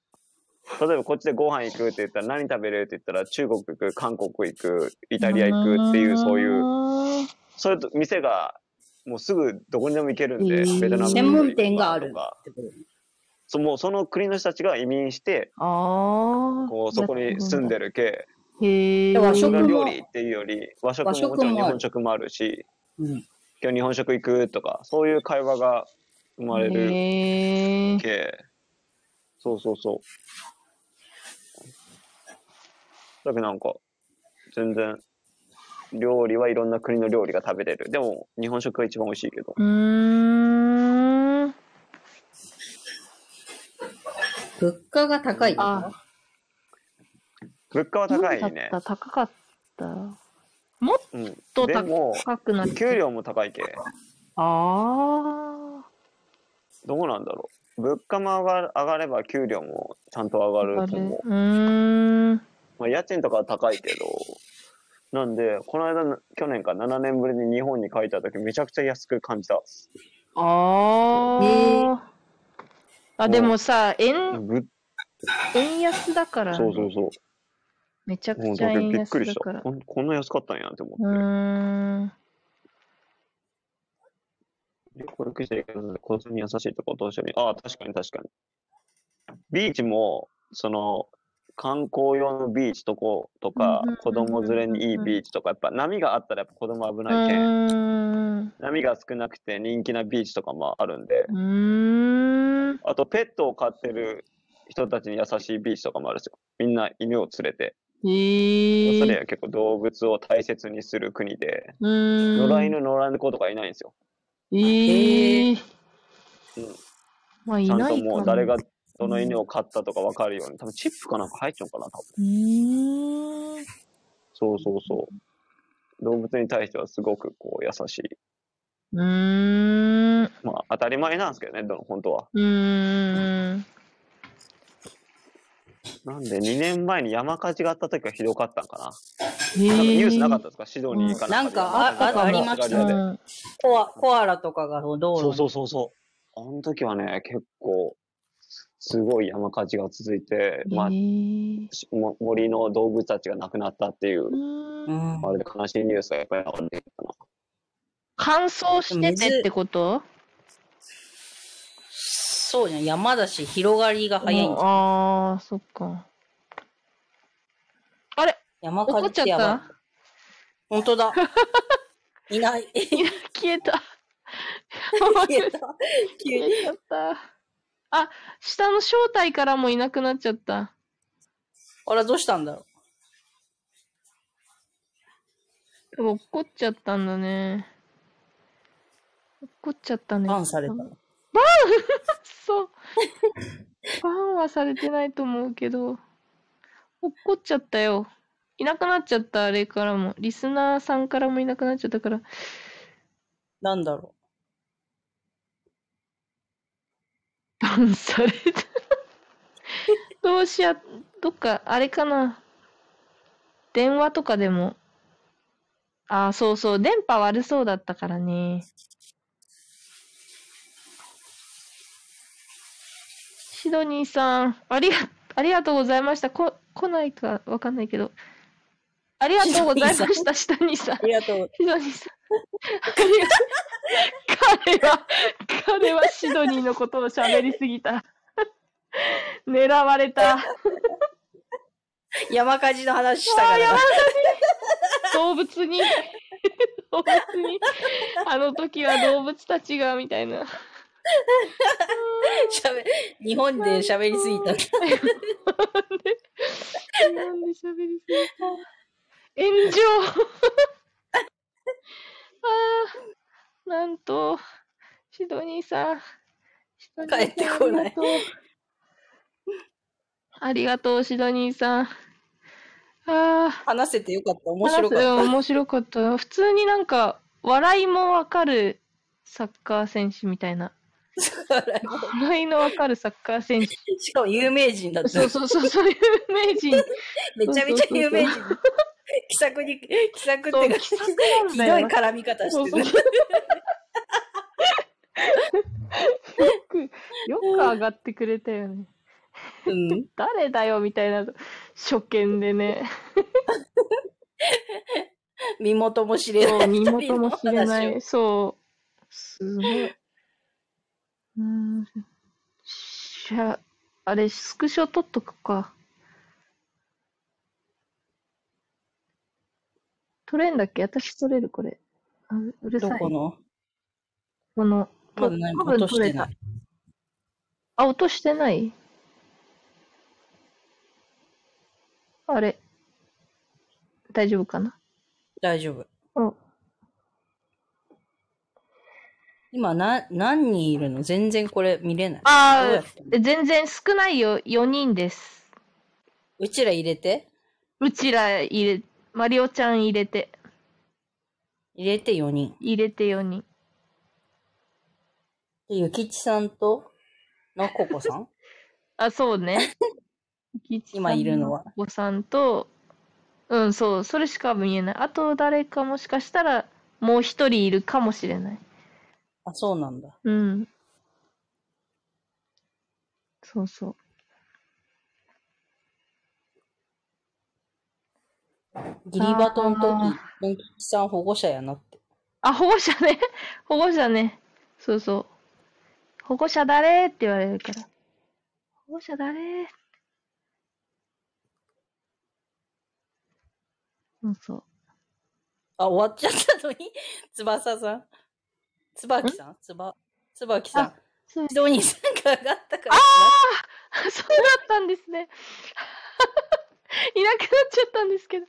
C: 例えばこっちでご飯行くって言ったら何食べるって言ったら中国行く、韓国行く、イタリア行くっていう、そういう、
A: う
C: そういう店がもうすぐどこにでも行けるんで、
B: うん
C: ベトナム
B: 専門店があ
C: と
B: る
C: か、
B: ってこと
C: そうもうその国の人たちが移民して、
A: ああ。
C: こうそこに住んでる系、
A: へえ。
B: 和
C: そ
B: 食
C: れ
B: も
C: が料理っていうより、和食ももちろん日本食もあるし、
B: うん
C: 今日日本食行くとか、そういう会話が生まれる
A: へえ。
C: けそうそうそう。だけどなんか、全然、料理はいろんな国の料理が食べれる。でも、日本食が一番美味しいけど。
A: うーん。
B: 物価が高いとか。
C: 物価は高い
A: 高
C: ね
A: かっ。た、高かった。
C: うん。
A: と
C: でも、
A: 高くなっ
C: 給
A: て。
C: 料も高いけ。
A: ああ。
C: どうなんだろう。物価も上がる上がれば給料もちゃんと上がると思う。
A: うーん。
C: まあ、家賃とかは高いけど。なんで、この間、去年か7年ぶりに日本に帰った時、めちゃくちゃ安く感じた。
A: ああ。
B: ね
A: あ、でもさ、円、
C: ぶ
A: 円安だから、
C: そうそうそう。
A: めちゃく
C: もう
A: ちゃ
C: だけ
A: 円
C: びっく
A: 安
C: り
A: だ
C: し
A: か
C: た
A: ら。
C: こん。こんな安かったんやって思
A: う
C: っ
A: ーん。
C: て。これ、くじゃいけないので、交通に優しいとこどうしように。ああ、確かに確かに。ビーチも、その、観光用のビーチとこと
A: うんうんう
C: か
A: んうんうん、
C: 子供連れにいいビーチとか、やっぱ波があったらやっぱ子供危
A: う
C: ないけん。
A: ーん。
C: 波が少なくて人気なビーチとかもあるんで、
A: うーん。
C: あとペットを飼ってる人たちに優しいビーチとかもあるんですよ。みんな犬を連れて。オーストラリア
A: ええ。
C: は結構動物を大切にする国で、
A: うーん。
C: 野良犬、野良猫とかいないんですよ。
A: ええ
C: うん
A: まあ、い
C: ちゃん
A: な
C: と
A: いか
C: もう
A: な
C: 誰がどの犬を飼ったとか分かるように、多分チップかなんか入っちゃうかな、多分。
A: うーん。
C: そうそうそう。動物に対してはすごくこう優しい。
A: うーん。う
C: まあ当たり前なんですけどね、どの本当は。
A: ーん。
C: なんで2年前に山火事があった時はひどかったんかな。
A: え
C: なんか
A: え
C: ニュースなかったですかシドニーかなんかで。
B: うんなんかああ
C: 山火事が
B: ありました
C: オーストラリアで
A: うん
B: コアコアラとかが道路
C: そう
B: に
C: そうそうそう。あの時はね、結構すごい山火事が続いて、まあ
A: え、え
C: しも森の動物たちが亡くなったっていう
A: う、ー
B: うんん
C: まるで悲しいニュースがやっぱり流れてきたな。
A: 乾燥しててってこと
B: そうじゃん山だし広がりが早いんじゃん
A: ああ、そっか。あれ
B: 山火
A: 怒
B: 事
A: っちゃっ
B: やばい
A: た
B: 本当 だいない
A: 消えた。
B: 消 えた急に
A: 消えちゃった。あ、下の正体からもいなくなっちゃった。
B: あらどうしたんだろ
A: でも怒っちゃったんだね。怒っちゃった
B: う
A: ね。
B: バンされた
A: そう。バンはされてないと思うけど、怒っちゃったよ。いなくなっちゃった、あれからも。リスナーさんからもいなくなっちゃったから。
B: なんだろ
A: バンされた。どうしや、どっか、あれかな。電話とかでも。ああ、そうそう。電波悪そうだったからね。シドニーさん、ありが、ありがとうございました。こ、来ないかわかんないけど。ありがとうございました、シドニーさん
B: うあ。りがとう
A: シドニーさん。彼は、彼はシドニーのことを喋りすぎた。狙われた。
B: 山火事の話したから
A: 動物に、動物に、あの時は動物たちが、みたいな。
B: 喋日本で喋りすぎた
A: なんで喋りすぎた。炎上あなんと、シドニーさん。シドニーさん
B: 帰ってこない
A: ありがとう。ありがとう、シドニーさん。ああ、
B: 話せてよかった。面白かっ
A: 話す面白かった。普通になんか、笑いもわかるサッカー選手みたいな。
B: た。
A: 笑いのわかるサッカー選手。
B: しかも有名人だった
A: そう。そうそう、そういう名人。
B: めちゃめちゃ有名人。気さくに、気さくっていうか、
A: そう気さくなん
B: ひ
A: だ
B: どい
A: よね
B: 絡み方
A: そ
B: し
A: う
B: て
A: そう
B: る。
A: よく、よく上がってくれたよね。
B: うん。
A: 誰だよみたいな、初見でね。
B: 身元も知れ
A: そ
B: な
A: う、
B: い。
A: 身元も知れな
B: 二人の話を
A: い。そう。すごい。うん。しゃ、あれ、スクショ撮っとくか。撮れんだっけ私撮れるこれ。あううるさ
B: ど
A: い。
B: この
A: この、
B: まだ何
A: 多
B: も
A: 分
B: 落として
A: 撮れ
B: な
A: た
B: い。
A: あ、音してないあれ。大丈夫かな
B: 大丈夫。
A: あ、
B: 今な、何人いるの全然これ見れない。
A: あ
B: どうや
A: ー
B: って
A: 全然少ないよ。4人です。
B: うちら入れて
A: うちら入れ、マリオちゃん入れて、
B: 入れて4人。
A: 入れて4人。
B: で、ゆきちさんと、のここ さん
A: あ、そう ね。
B: 今いるのは。
A: お子さんと、うん、そう、それしか見えない。あと誰かもしかしたら、もう一人いるかもしれない。
B: あ、そうなんだ。
A: うん。そうそう。
B: ギリバトの時、のきちさん保護者やなって。
A: あ、保護者ね。 保護者ね。そうそう。保護者誰って言われるから。保護者誰そうそう。
B: あ、終わっちゃったのに、 翼さん。つばきさんつば、つばきさん。
A: そう
B: シドニーさんが上がったから。
A: そうだったんですね。 いなくなっちゃったんですけど。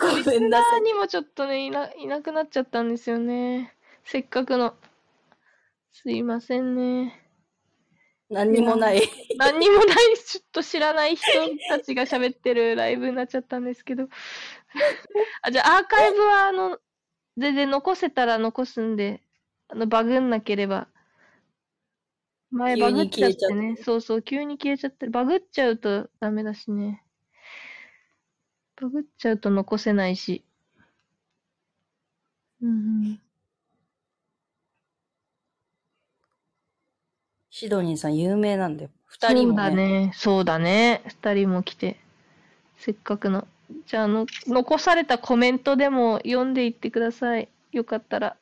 B: ごめんなさい。
A: にもちょっとねいな、いなくなっちゃったんですよね。せっかくの。すいませんね。
B: 何にもない。
A: 何にもない、ちょっと知らない人たちが喋ってるライブになっちゃったんですけど。あじゃあ、アーカイブは、あの、全然残せたら残すんで、あの、バグんなければ。前バグっちゃって
B: 急に消
A: ね。そうそう、急に消えちゃって。バグっちゃうとダメだしね。バグっちゃうと残せないし。うんうん。
B: シドニーさん有名なんだよ。二人
A: そう
B: も、
A: だ
B: ね。
A: ね。そうだね。二人も来て。せっかくの。じゃああの、残されたコメントでも読んでいってください。よかった ら。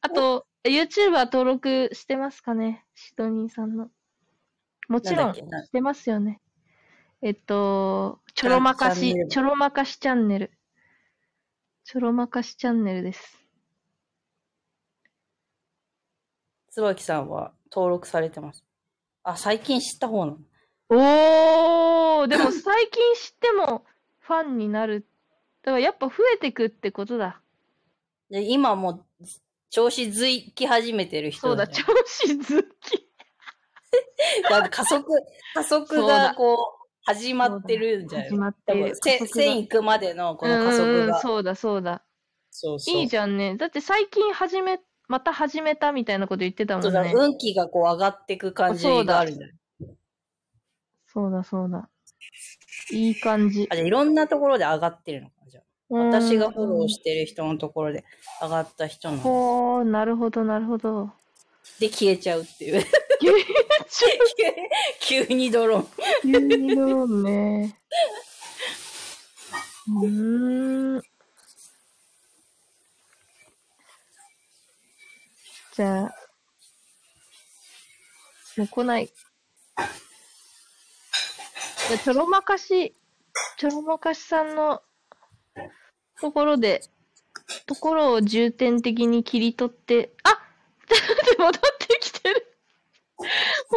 A: あと、YouTube は登録してますかねシドニーさんの。もちろん、
B: なんだっ
A: し
B: けな
A: てますよね。えっと、ちょろまか
B: チャンネ
A: し、
B: ル
A: ちょろまかしチャンネル。ちょろまかしチャンネルです。
B: つばきさんは登録されてます。あ、最近知った方なの。
A: おー、でも 最近知ってもファンになる。だからやっぱ増えてくってことだ。
B: で、今もう、調子づいき始めてる人
A: そうだ、
B: ね
A: 調子好き。
B: だって加速、加速
A: そうだ
B: がこう、始まってるんじゃない
A: 始まって
B: 多
A: る
B: 分。せ
A: 加速が
B: 線行くまでのこの加
A: うんうん
B: 速
A: うん
B: が。
A: そうだ、そうだ。
B: そうそう。
A: いいじゃんね。だって最近始め、また始めたみたいなこと言ってたも
B: そうんだ
A: ね。
B: 運気がこう上がってく感じがあるじゃない
A: そうだ、そうだ。いい感じ
B: あ、。じゃあいろんなところで上がってるのかなじゃあ私がフォロー
A: し
B: してる人のところで上がった人の。
A: ほー、なるほど、なるほど。
B: で、消えちゃうっていう。
A: 急に
B: 急にドローン。
A: 急にドローンね。うーん。じゃあ、もう来ない。じゃあ、ちょろまかし、ちょろまかしさんのところで、ところを重点的に切り取って、あちょっと待って戻ってきてる
B: ど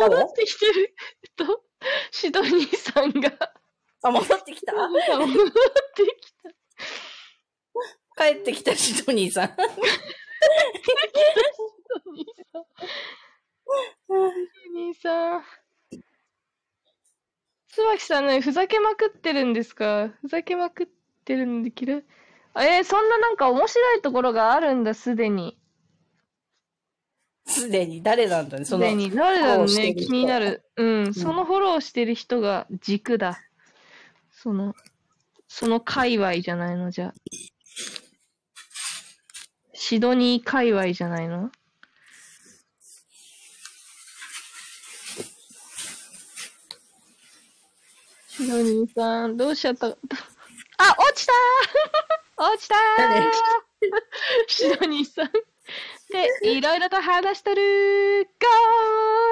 B: う
A: 戻ってきてるえっと、シドニーさんが、
B: あ、戻ってきた
A: 戻ってきた。
B: 帰ってきたシドニーさん。
A: にさん。椿さんね、ふざけまくってるんですかふざけまくってるんできるえー、そんななんか面白いところがあるんだ、すでに。
B: すでに誰なんだね、
A: す
B: その
A: で。に。誰だろう
B: フォローして
A: ね、
B: る人
A: 気になる。うん、そのフォローしてる人が軸だ。その、その界隈じゃないの、じゃあシドニー界隈じゃないのシドニーさん、どうしちゃったあ、落ちた ー落ちたー
B: 誰
A: シドニーさん。で、いろいろと話しとるゴ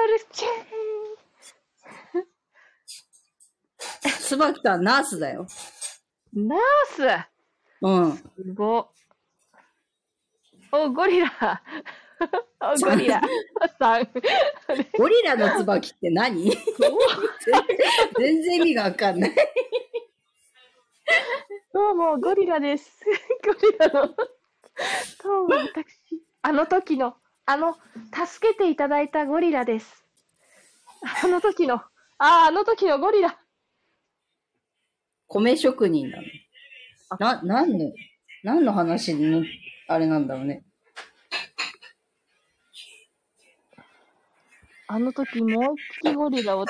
A: ールチェーン
B: 椿さん、ナースだよ。
A: ナー
B: うん。
A: スすごお、ゴリ ラお、ゴ リラさん。
B: ゴリラの椿って何全然意味がわかんない。
A: どうも、ゴリラです。 ゴリラの。どうも、私。あの時の、あの、助けていただいたゴリラです。あの時の、ああ、あの時のゴリラ。
B: 米職人だね。な、何の、何の話の、あれなんだろうね。
A: あの時もう一匹ゴリラを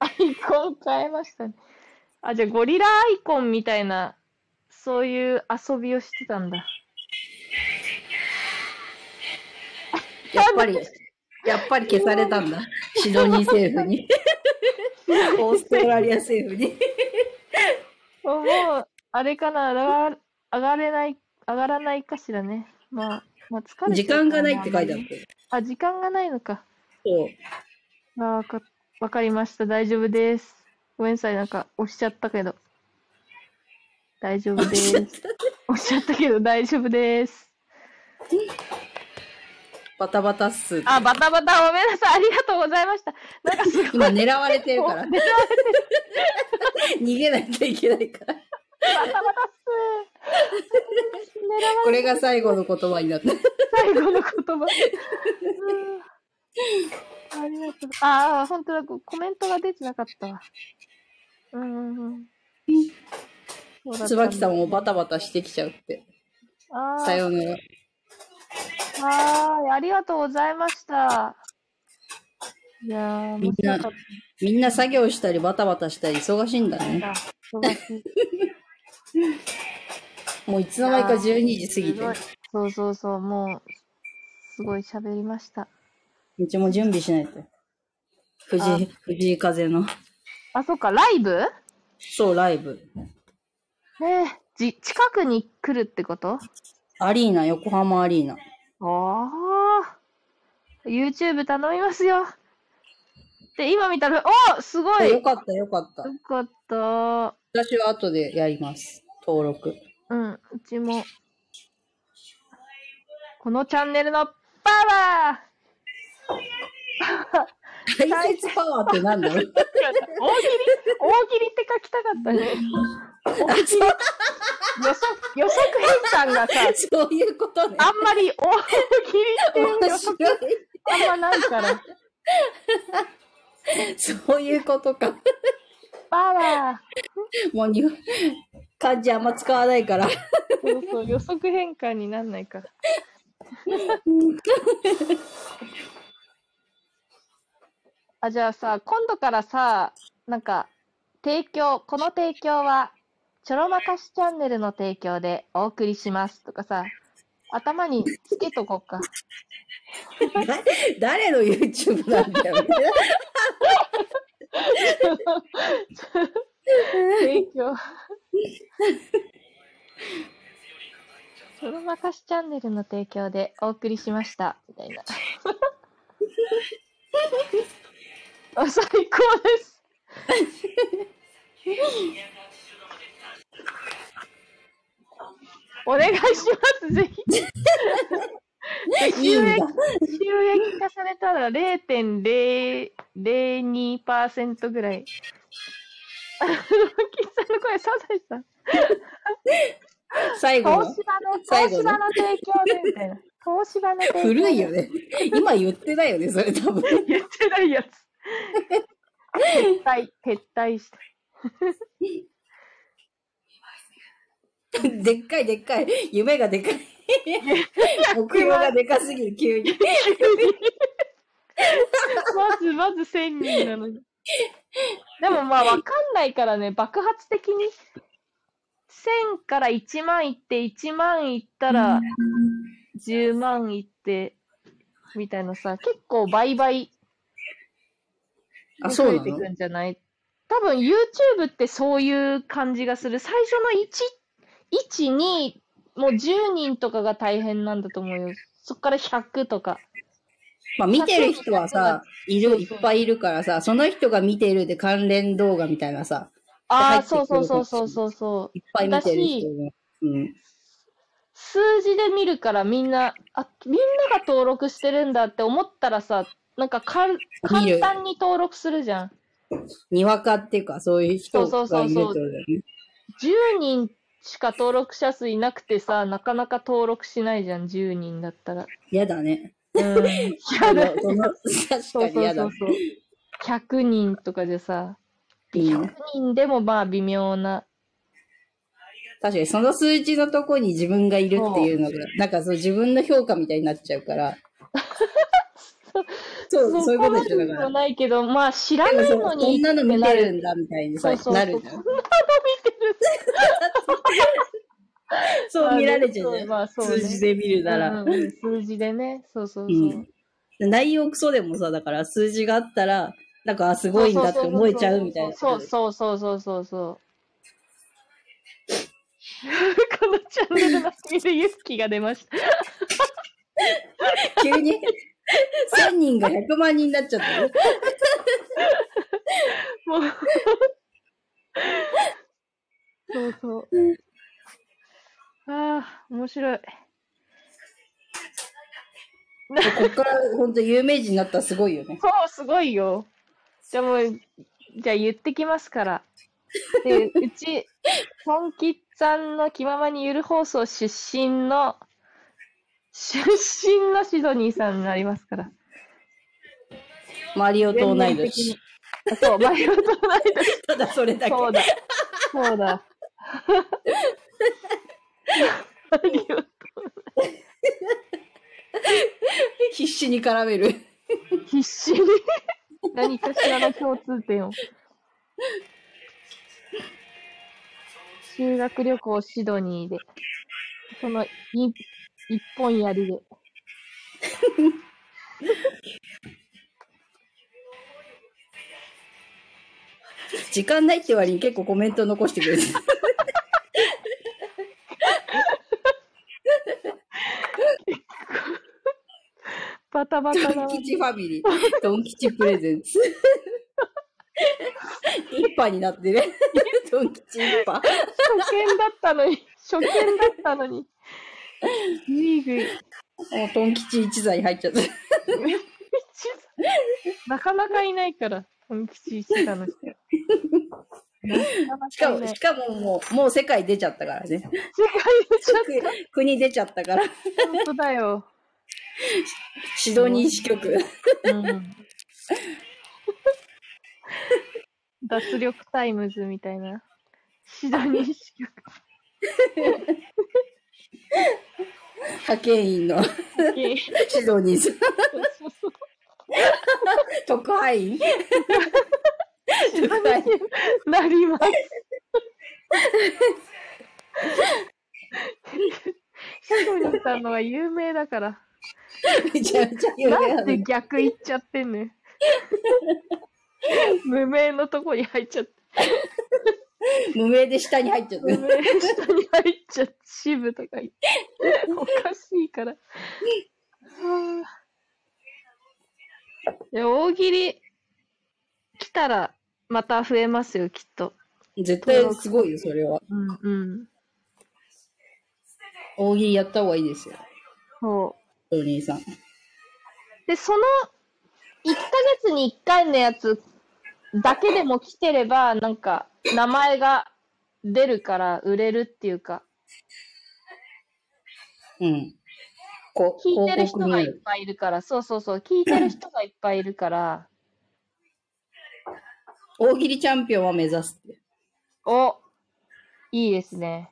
A: アイコン変えましたね。あ、じゃあゴリラアイコンみたいな、そういう遊びをしてたんだ。
B: やっぱり、やっぱり消されたんだ。シドニー政府に。 オーストラリア政府に。
A: もう、あれかな、上が上がれない、上がらないかしらね。まあ、まあ、疲れてる
B: 時
A: から
B: 間がないって書いてあっ
A: ね
B: て。
A: あ、時間がないのか。
B: そう。
A: あーわか、わかりました。大丈夫です。ごめんなさい、なんか押しちゃったけど。大丈夫 です。押しちゃったけど大丈夫です。
B: バタバタっす。
A: あ、バタバタ、ごめんなさい。ありがとうございました。なんかすごい。
B: 今狙われてる
A: もう
B: か
A: バ
B: ら
A: タ。
B: 逃げなきゃいけないから。
A: バタっす。狙
B: これが最後の言葉になった。
A: われ最後の言葉。うんありがとう。ああ、本当だ。こコメントが出てなかったわ。うんうんうん。そうだっただ
B: 椿さんもバタバタしてきちゃうって。
A: あ
B: さ
A: ー
B: ようなら。
A: はーい、ありがとうございました。いやー、面白かっ
B: みんな作業したりバタバタしたり忙しいんだね。
A: た。忙しい。
B: もういつの間にか12時過ぎてる。
A: そうそうそう、もう、すごい喋りました。
B: うちも準備しないと。藤井、藤井風の。
A: あ、そっか、ライブ
B: そう、ライブ。
A: ねえ、じ、近くに来るってこと
B: アリーナ、横浜アリーナ。
A: ああ。YouTube 頼みますよ。で、今見たら、おすごい
B: よ
A: よ
B: かった、よかった。
A: かった。
B: 私は後でやります。登録。
A: うん、うちも。このチャンネルのパワー
B: 解説パワーってなん だろう
A: 大喜利大喜利って書きたかったね。大喜利予測、予測変換がさ、
B: そういうことね。
A: あんまり大喜利っていう予
B: 面
A: 測
B: 白い。
A: あんまないから。
B: そういうことか。
A: パワー
B: もう日本、漢字あんま使わないから。
A: そうそう、予測変換になんないから。あ、じゃあさ、今度からさ、なんか、提供、この提供は、ちょろまかしチャンネルの提供でお送りしますとかさ、頭につけとこうか。
B: 誰の YouTube なんだよ。
A: 提供。ちょろまかしチャンネルの提供でお送りしました。みたいな。 あ最高です。 お願いします、ぜひ。
B: いい
A: 収
B: んだ
A: 益収益化されたら0.002%ぐらい。あの、喫茶の声、サザエさん。
B: 最後
A: 東
B: の。
A: 芝の、
B: 最
A: 東
B: 後の
A: 芝の 提供でみたいな。東芝の提供
B: 古いよ。ね。今言ってないよね、それ多分。
A: 言ってないやつ。撤退、撤退した。
B: でっかいでっかい。夢がでかい。目標がでかすぎる、急に。
A: まずまず1000人なのに。でもまあわかんないからね、爆発的に。1000から1万いって、1万いったら10万いって、みたいなさ、結構倍々に
B: あ、そ
A: 増
B: う
A: え
B: な
A: て
B: の
A: くんじゃない多分 YouTube ってそういう感じがする。最初の1、1、2、もう10人とかが大変なんだと思うよ。そっから100とか。
B: まあ見てる人はさ、いる、いっぱいいるからさ、その人が見てるで関連動画みたいなさ、
A: ああ、
B: 入ってく
A: そ
B: る
A: うそうそうそうそうそう。
B: いっぱい見てる人が。うん。
A: 数字で見るからみんな、あ、みんなが登録してるんだって思ったらさ、なんかかん
B: 見
A: 簡
B: る
A: 単に登録するじゃん。
B: にわかっていうか、そういう人
A: そうそ
B: が
A: う
B: い
A: そうそ
B: ると
A: う
B: 思うよね。
A: 10人しか登録者数いなくてさ、なかなか登録しないじゃん、10人だったら。
B: 嫌 だね。
A: うん。
B: そ
A: や
B: の
A: だ。
B: その確
A: そうそ
B: かに
A: う
B: 嫌
A: そ
B: だ
A: う。そう。100人とかでさ、
B: うん
A: 100人でもまあ微妙な。
B: 確かに、その数字のとこに自分がいるっていうのが、なんかそう自分の評価みたいになっちゃ うから。そう、そういうことでしょ、だ
A: そこまでも
B: から。
A: ないけど、まあ知らない
B: そ
A: の
B: う
A: に。
B: こんなの見てるん
A: だ。
B: だみたいに
A: そ
B: さ
A: うそうそう。
B: な
A: こ
B: る
A: ん
B: じ
A: な
B: ゃ
A: の
B: ん
A: 見。てる
B: そう見られちゃ
A: ま
B: う
A: あね
B: じゃん。
A: まあそうね
B: 数字で見るなら。
A: うんうん数字でね、そうそうそう。
B: うん内容クソでもさ、だから数字があったら、なんか、あ、すごいんだって思えちゃうみたいな。
A: そうそうそうそうそうそう。 このチャンネルの意味で勇気が出ました。
B: 急 に、1000人が100万人になっちゃったよ。
A: もう。そうそう。ああ、面白い。
B: こっから、本当有名人になったらすごいよね。
A: そう、すごいよ。じゃあもう、じゃあ言ってきますから。で、 うち、本吉さんの気ままにゆる放送出身の、出身のシドニーさんになりますから。
B: マリオと同い
A: 全面的
B: 年
A: に。そう、マリオと同い
B: ただそれだ
A: 年。
B: け。
A: そうだ。そう だ。マリオ
B: 必死に絡める。
A: 必死に 何かしらの共通点を修学旅行シドニーでそのい一本やりで
B: 時間ないって割に結構コメント残してくれてる。
A: バタバタ
B: ド
A: な
B: ン吉ファミリー。ドン吉プレゼンツ。一派になってる。ドン吉一派。
A: 初見だったのに初見だったのにぐいぐい
B: もうドン吉一座に入っちゃった。
A: なかなかいないから本吉一座の 人な
B: しか
A: な
B: も、
A: いない
B: しかももう、もう世界出ちゃったからね。
A: 世界のちょ
B: 国国出ちゃったから。
A: っとだよ、
B: シドニー支局。
A: うん、脱力タイムズみたいなシドニー支局
B: 派遣員のシドニーさん。特派員特派員。
A: なります。シドニーさんのが有名だから。
B: めちゃめちゃ有名
A: な
B: なんの
A: で逆行っちゃってんのよ。無名のとこに入っちゃって。
B: 無名で下に入っちゃっ
A: 無
B: た。
A: 名下に入っちゃって、支部とか行って。おかしいから。はあいや、大喜利来たらまた増えますよ、きっと。
B: 絶対すごいよ、それは。
A: うんうん。
B: 大喜利やった方がいいですよ、
A: そう。
B: シドニーさん。
A: で、その1ヶ月に1回のやつだけでも来てれば、なんか名前が出るから売れるっていうか、
B: うん。こ
A: 聞いてる人がいっ
B: る。
A: ぱいいるから、そうそうそう、聞いてる人がいっぱいいるから、
B: 大喜利チャンピオンは目指すって。
A: おいいですね。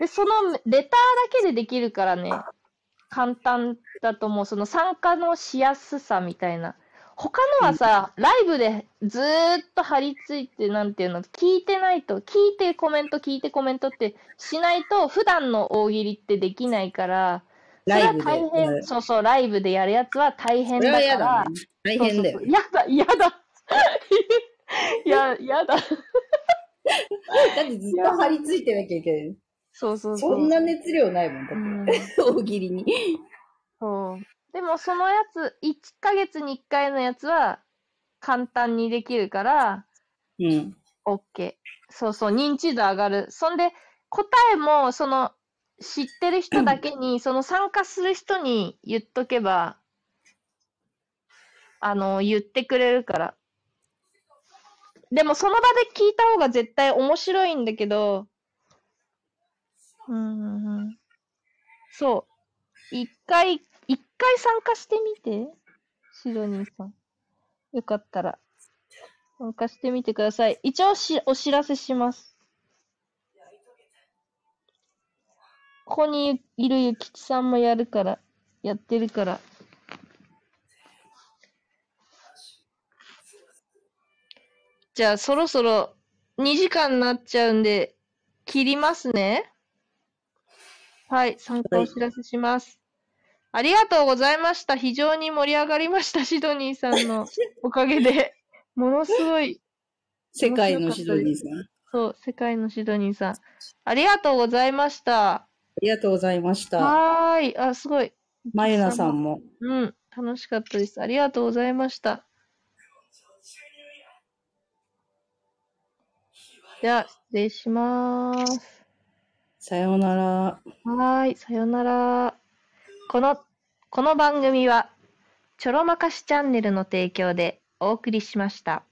A: で、そのレターだけでできるからね、簡単だと思う。その参加のしやすさみたいな。他のはさ、ライブでずーっと張り付いて、なんていうの、聞いてないと、聞いてコメント、聞いてコメントってしないと、普段の大喜利ってできないから、それ
B: ライ
A: は
B: ブで。
A: 大変、
B: そ
A: そうそう、ライブでやるやつは大変
B: れ
A: だ
B: は
A: か
B: 嫌だ
A: ら、
B: ね。大変だよね。
A: そうそうそうやだ、やだ。 いや、やだ。
B: だってずっと張り付いてなきゃいけない。
A: そうそうそう。
B: そんな熱量ないもん、だ
A: う
B: っ
A: ん
B: て。大喜利に。
A: そう。でもそのやつ、1ヶ月に1回のやつは簡単にできるから、
B: うん。
A: OK。そうそう、認知度上がる。そんで、答えも、その、知ってる人だけに、その参加する人に言っとけば、あの、言ってくれるから。でも、その場で聞いた方が絶対面白いんだけど、うんうんうん。そう。一回、一回参加してみて、シドニーさん。よかったら。参加してみてください。一応し、お知らせします。ここにいるゆきちさんもやるから、やってるから。じゃあ、そろそろ2時間になっちゃうんで、切りますね。はい、参加お知らせします。ありがとうございました。非常に盛り上がりました、シドニーさんのおかげで。ものすごい、
B: 世界のシドニーさん。あ
A: そう、世界のシドニーさん。ありがとうございました。
B: りがとうございました。
A: はーい。あ、すごい。
B: まゆなさんも。
A: うん、楽しかったです。ありがとうございました。では、失礼します。
B: さようなら。
A: はーい、さよなら。この、この番組は、ちょろまかしチャンネルの提供でお送りしました。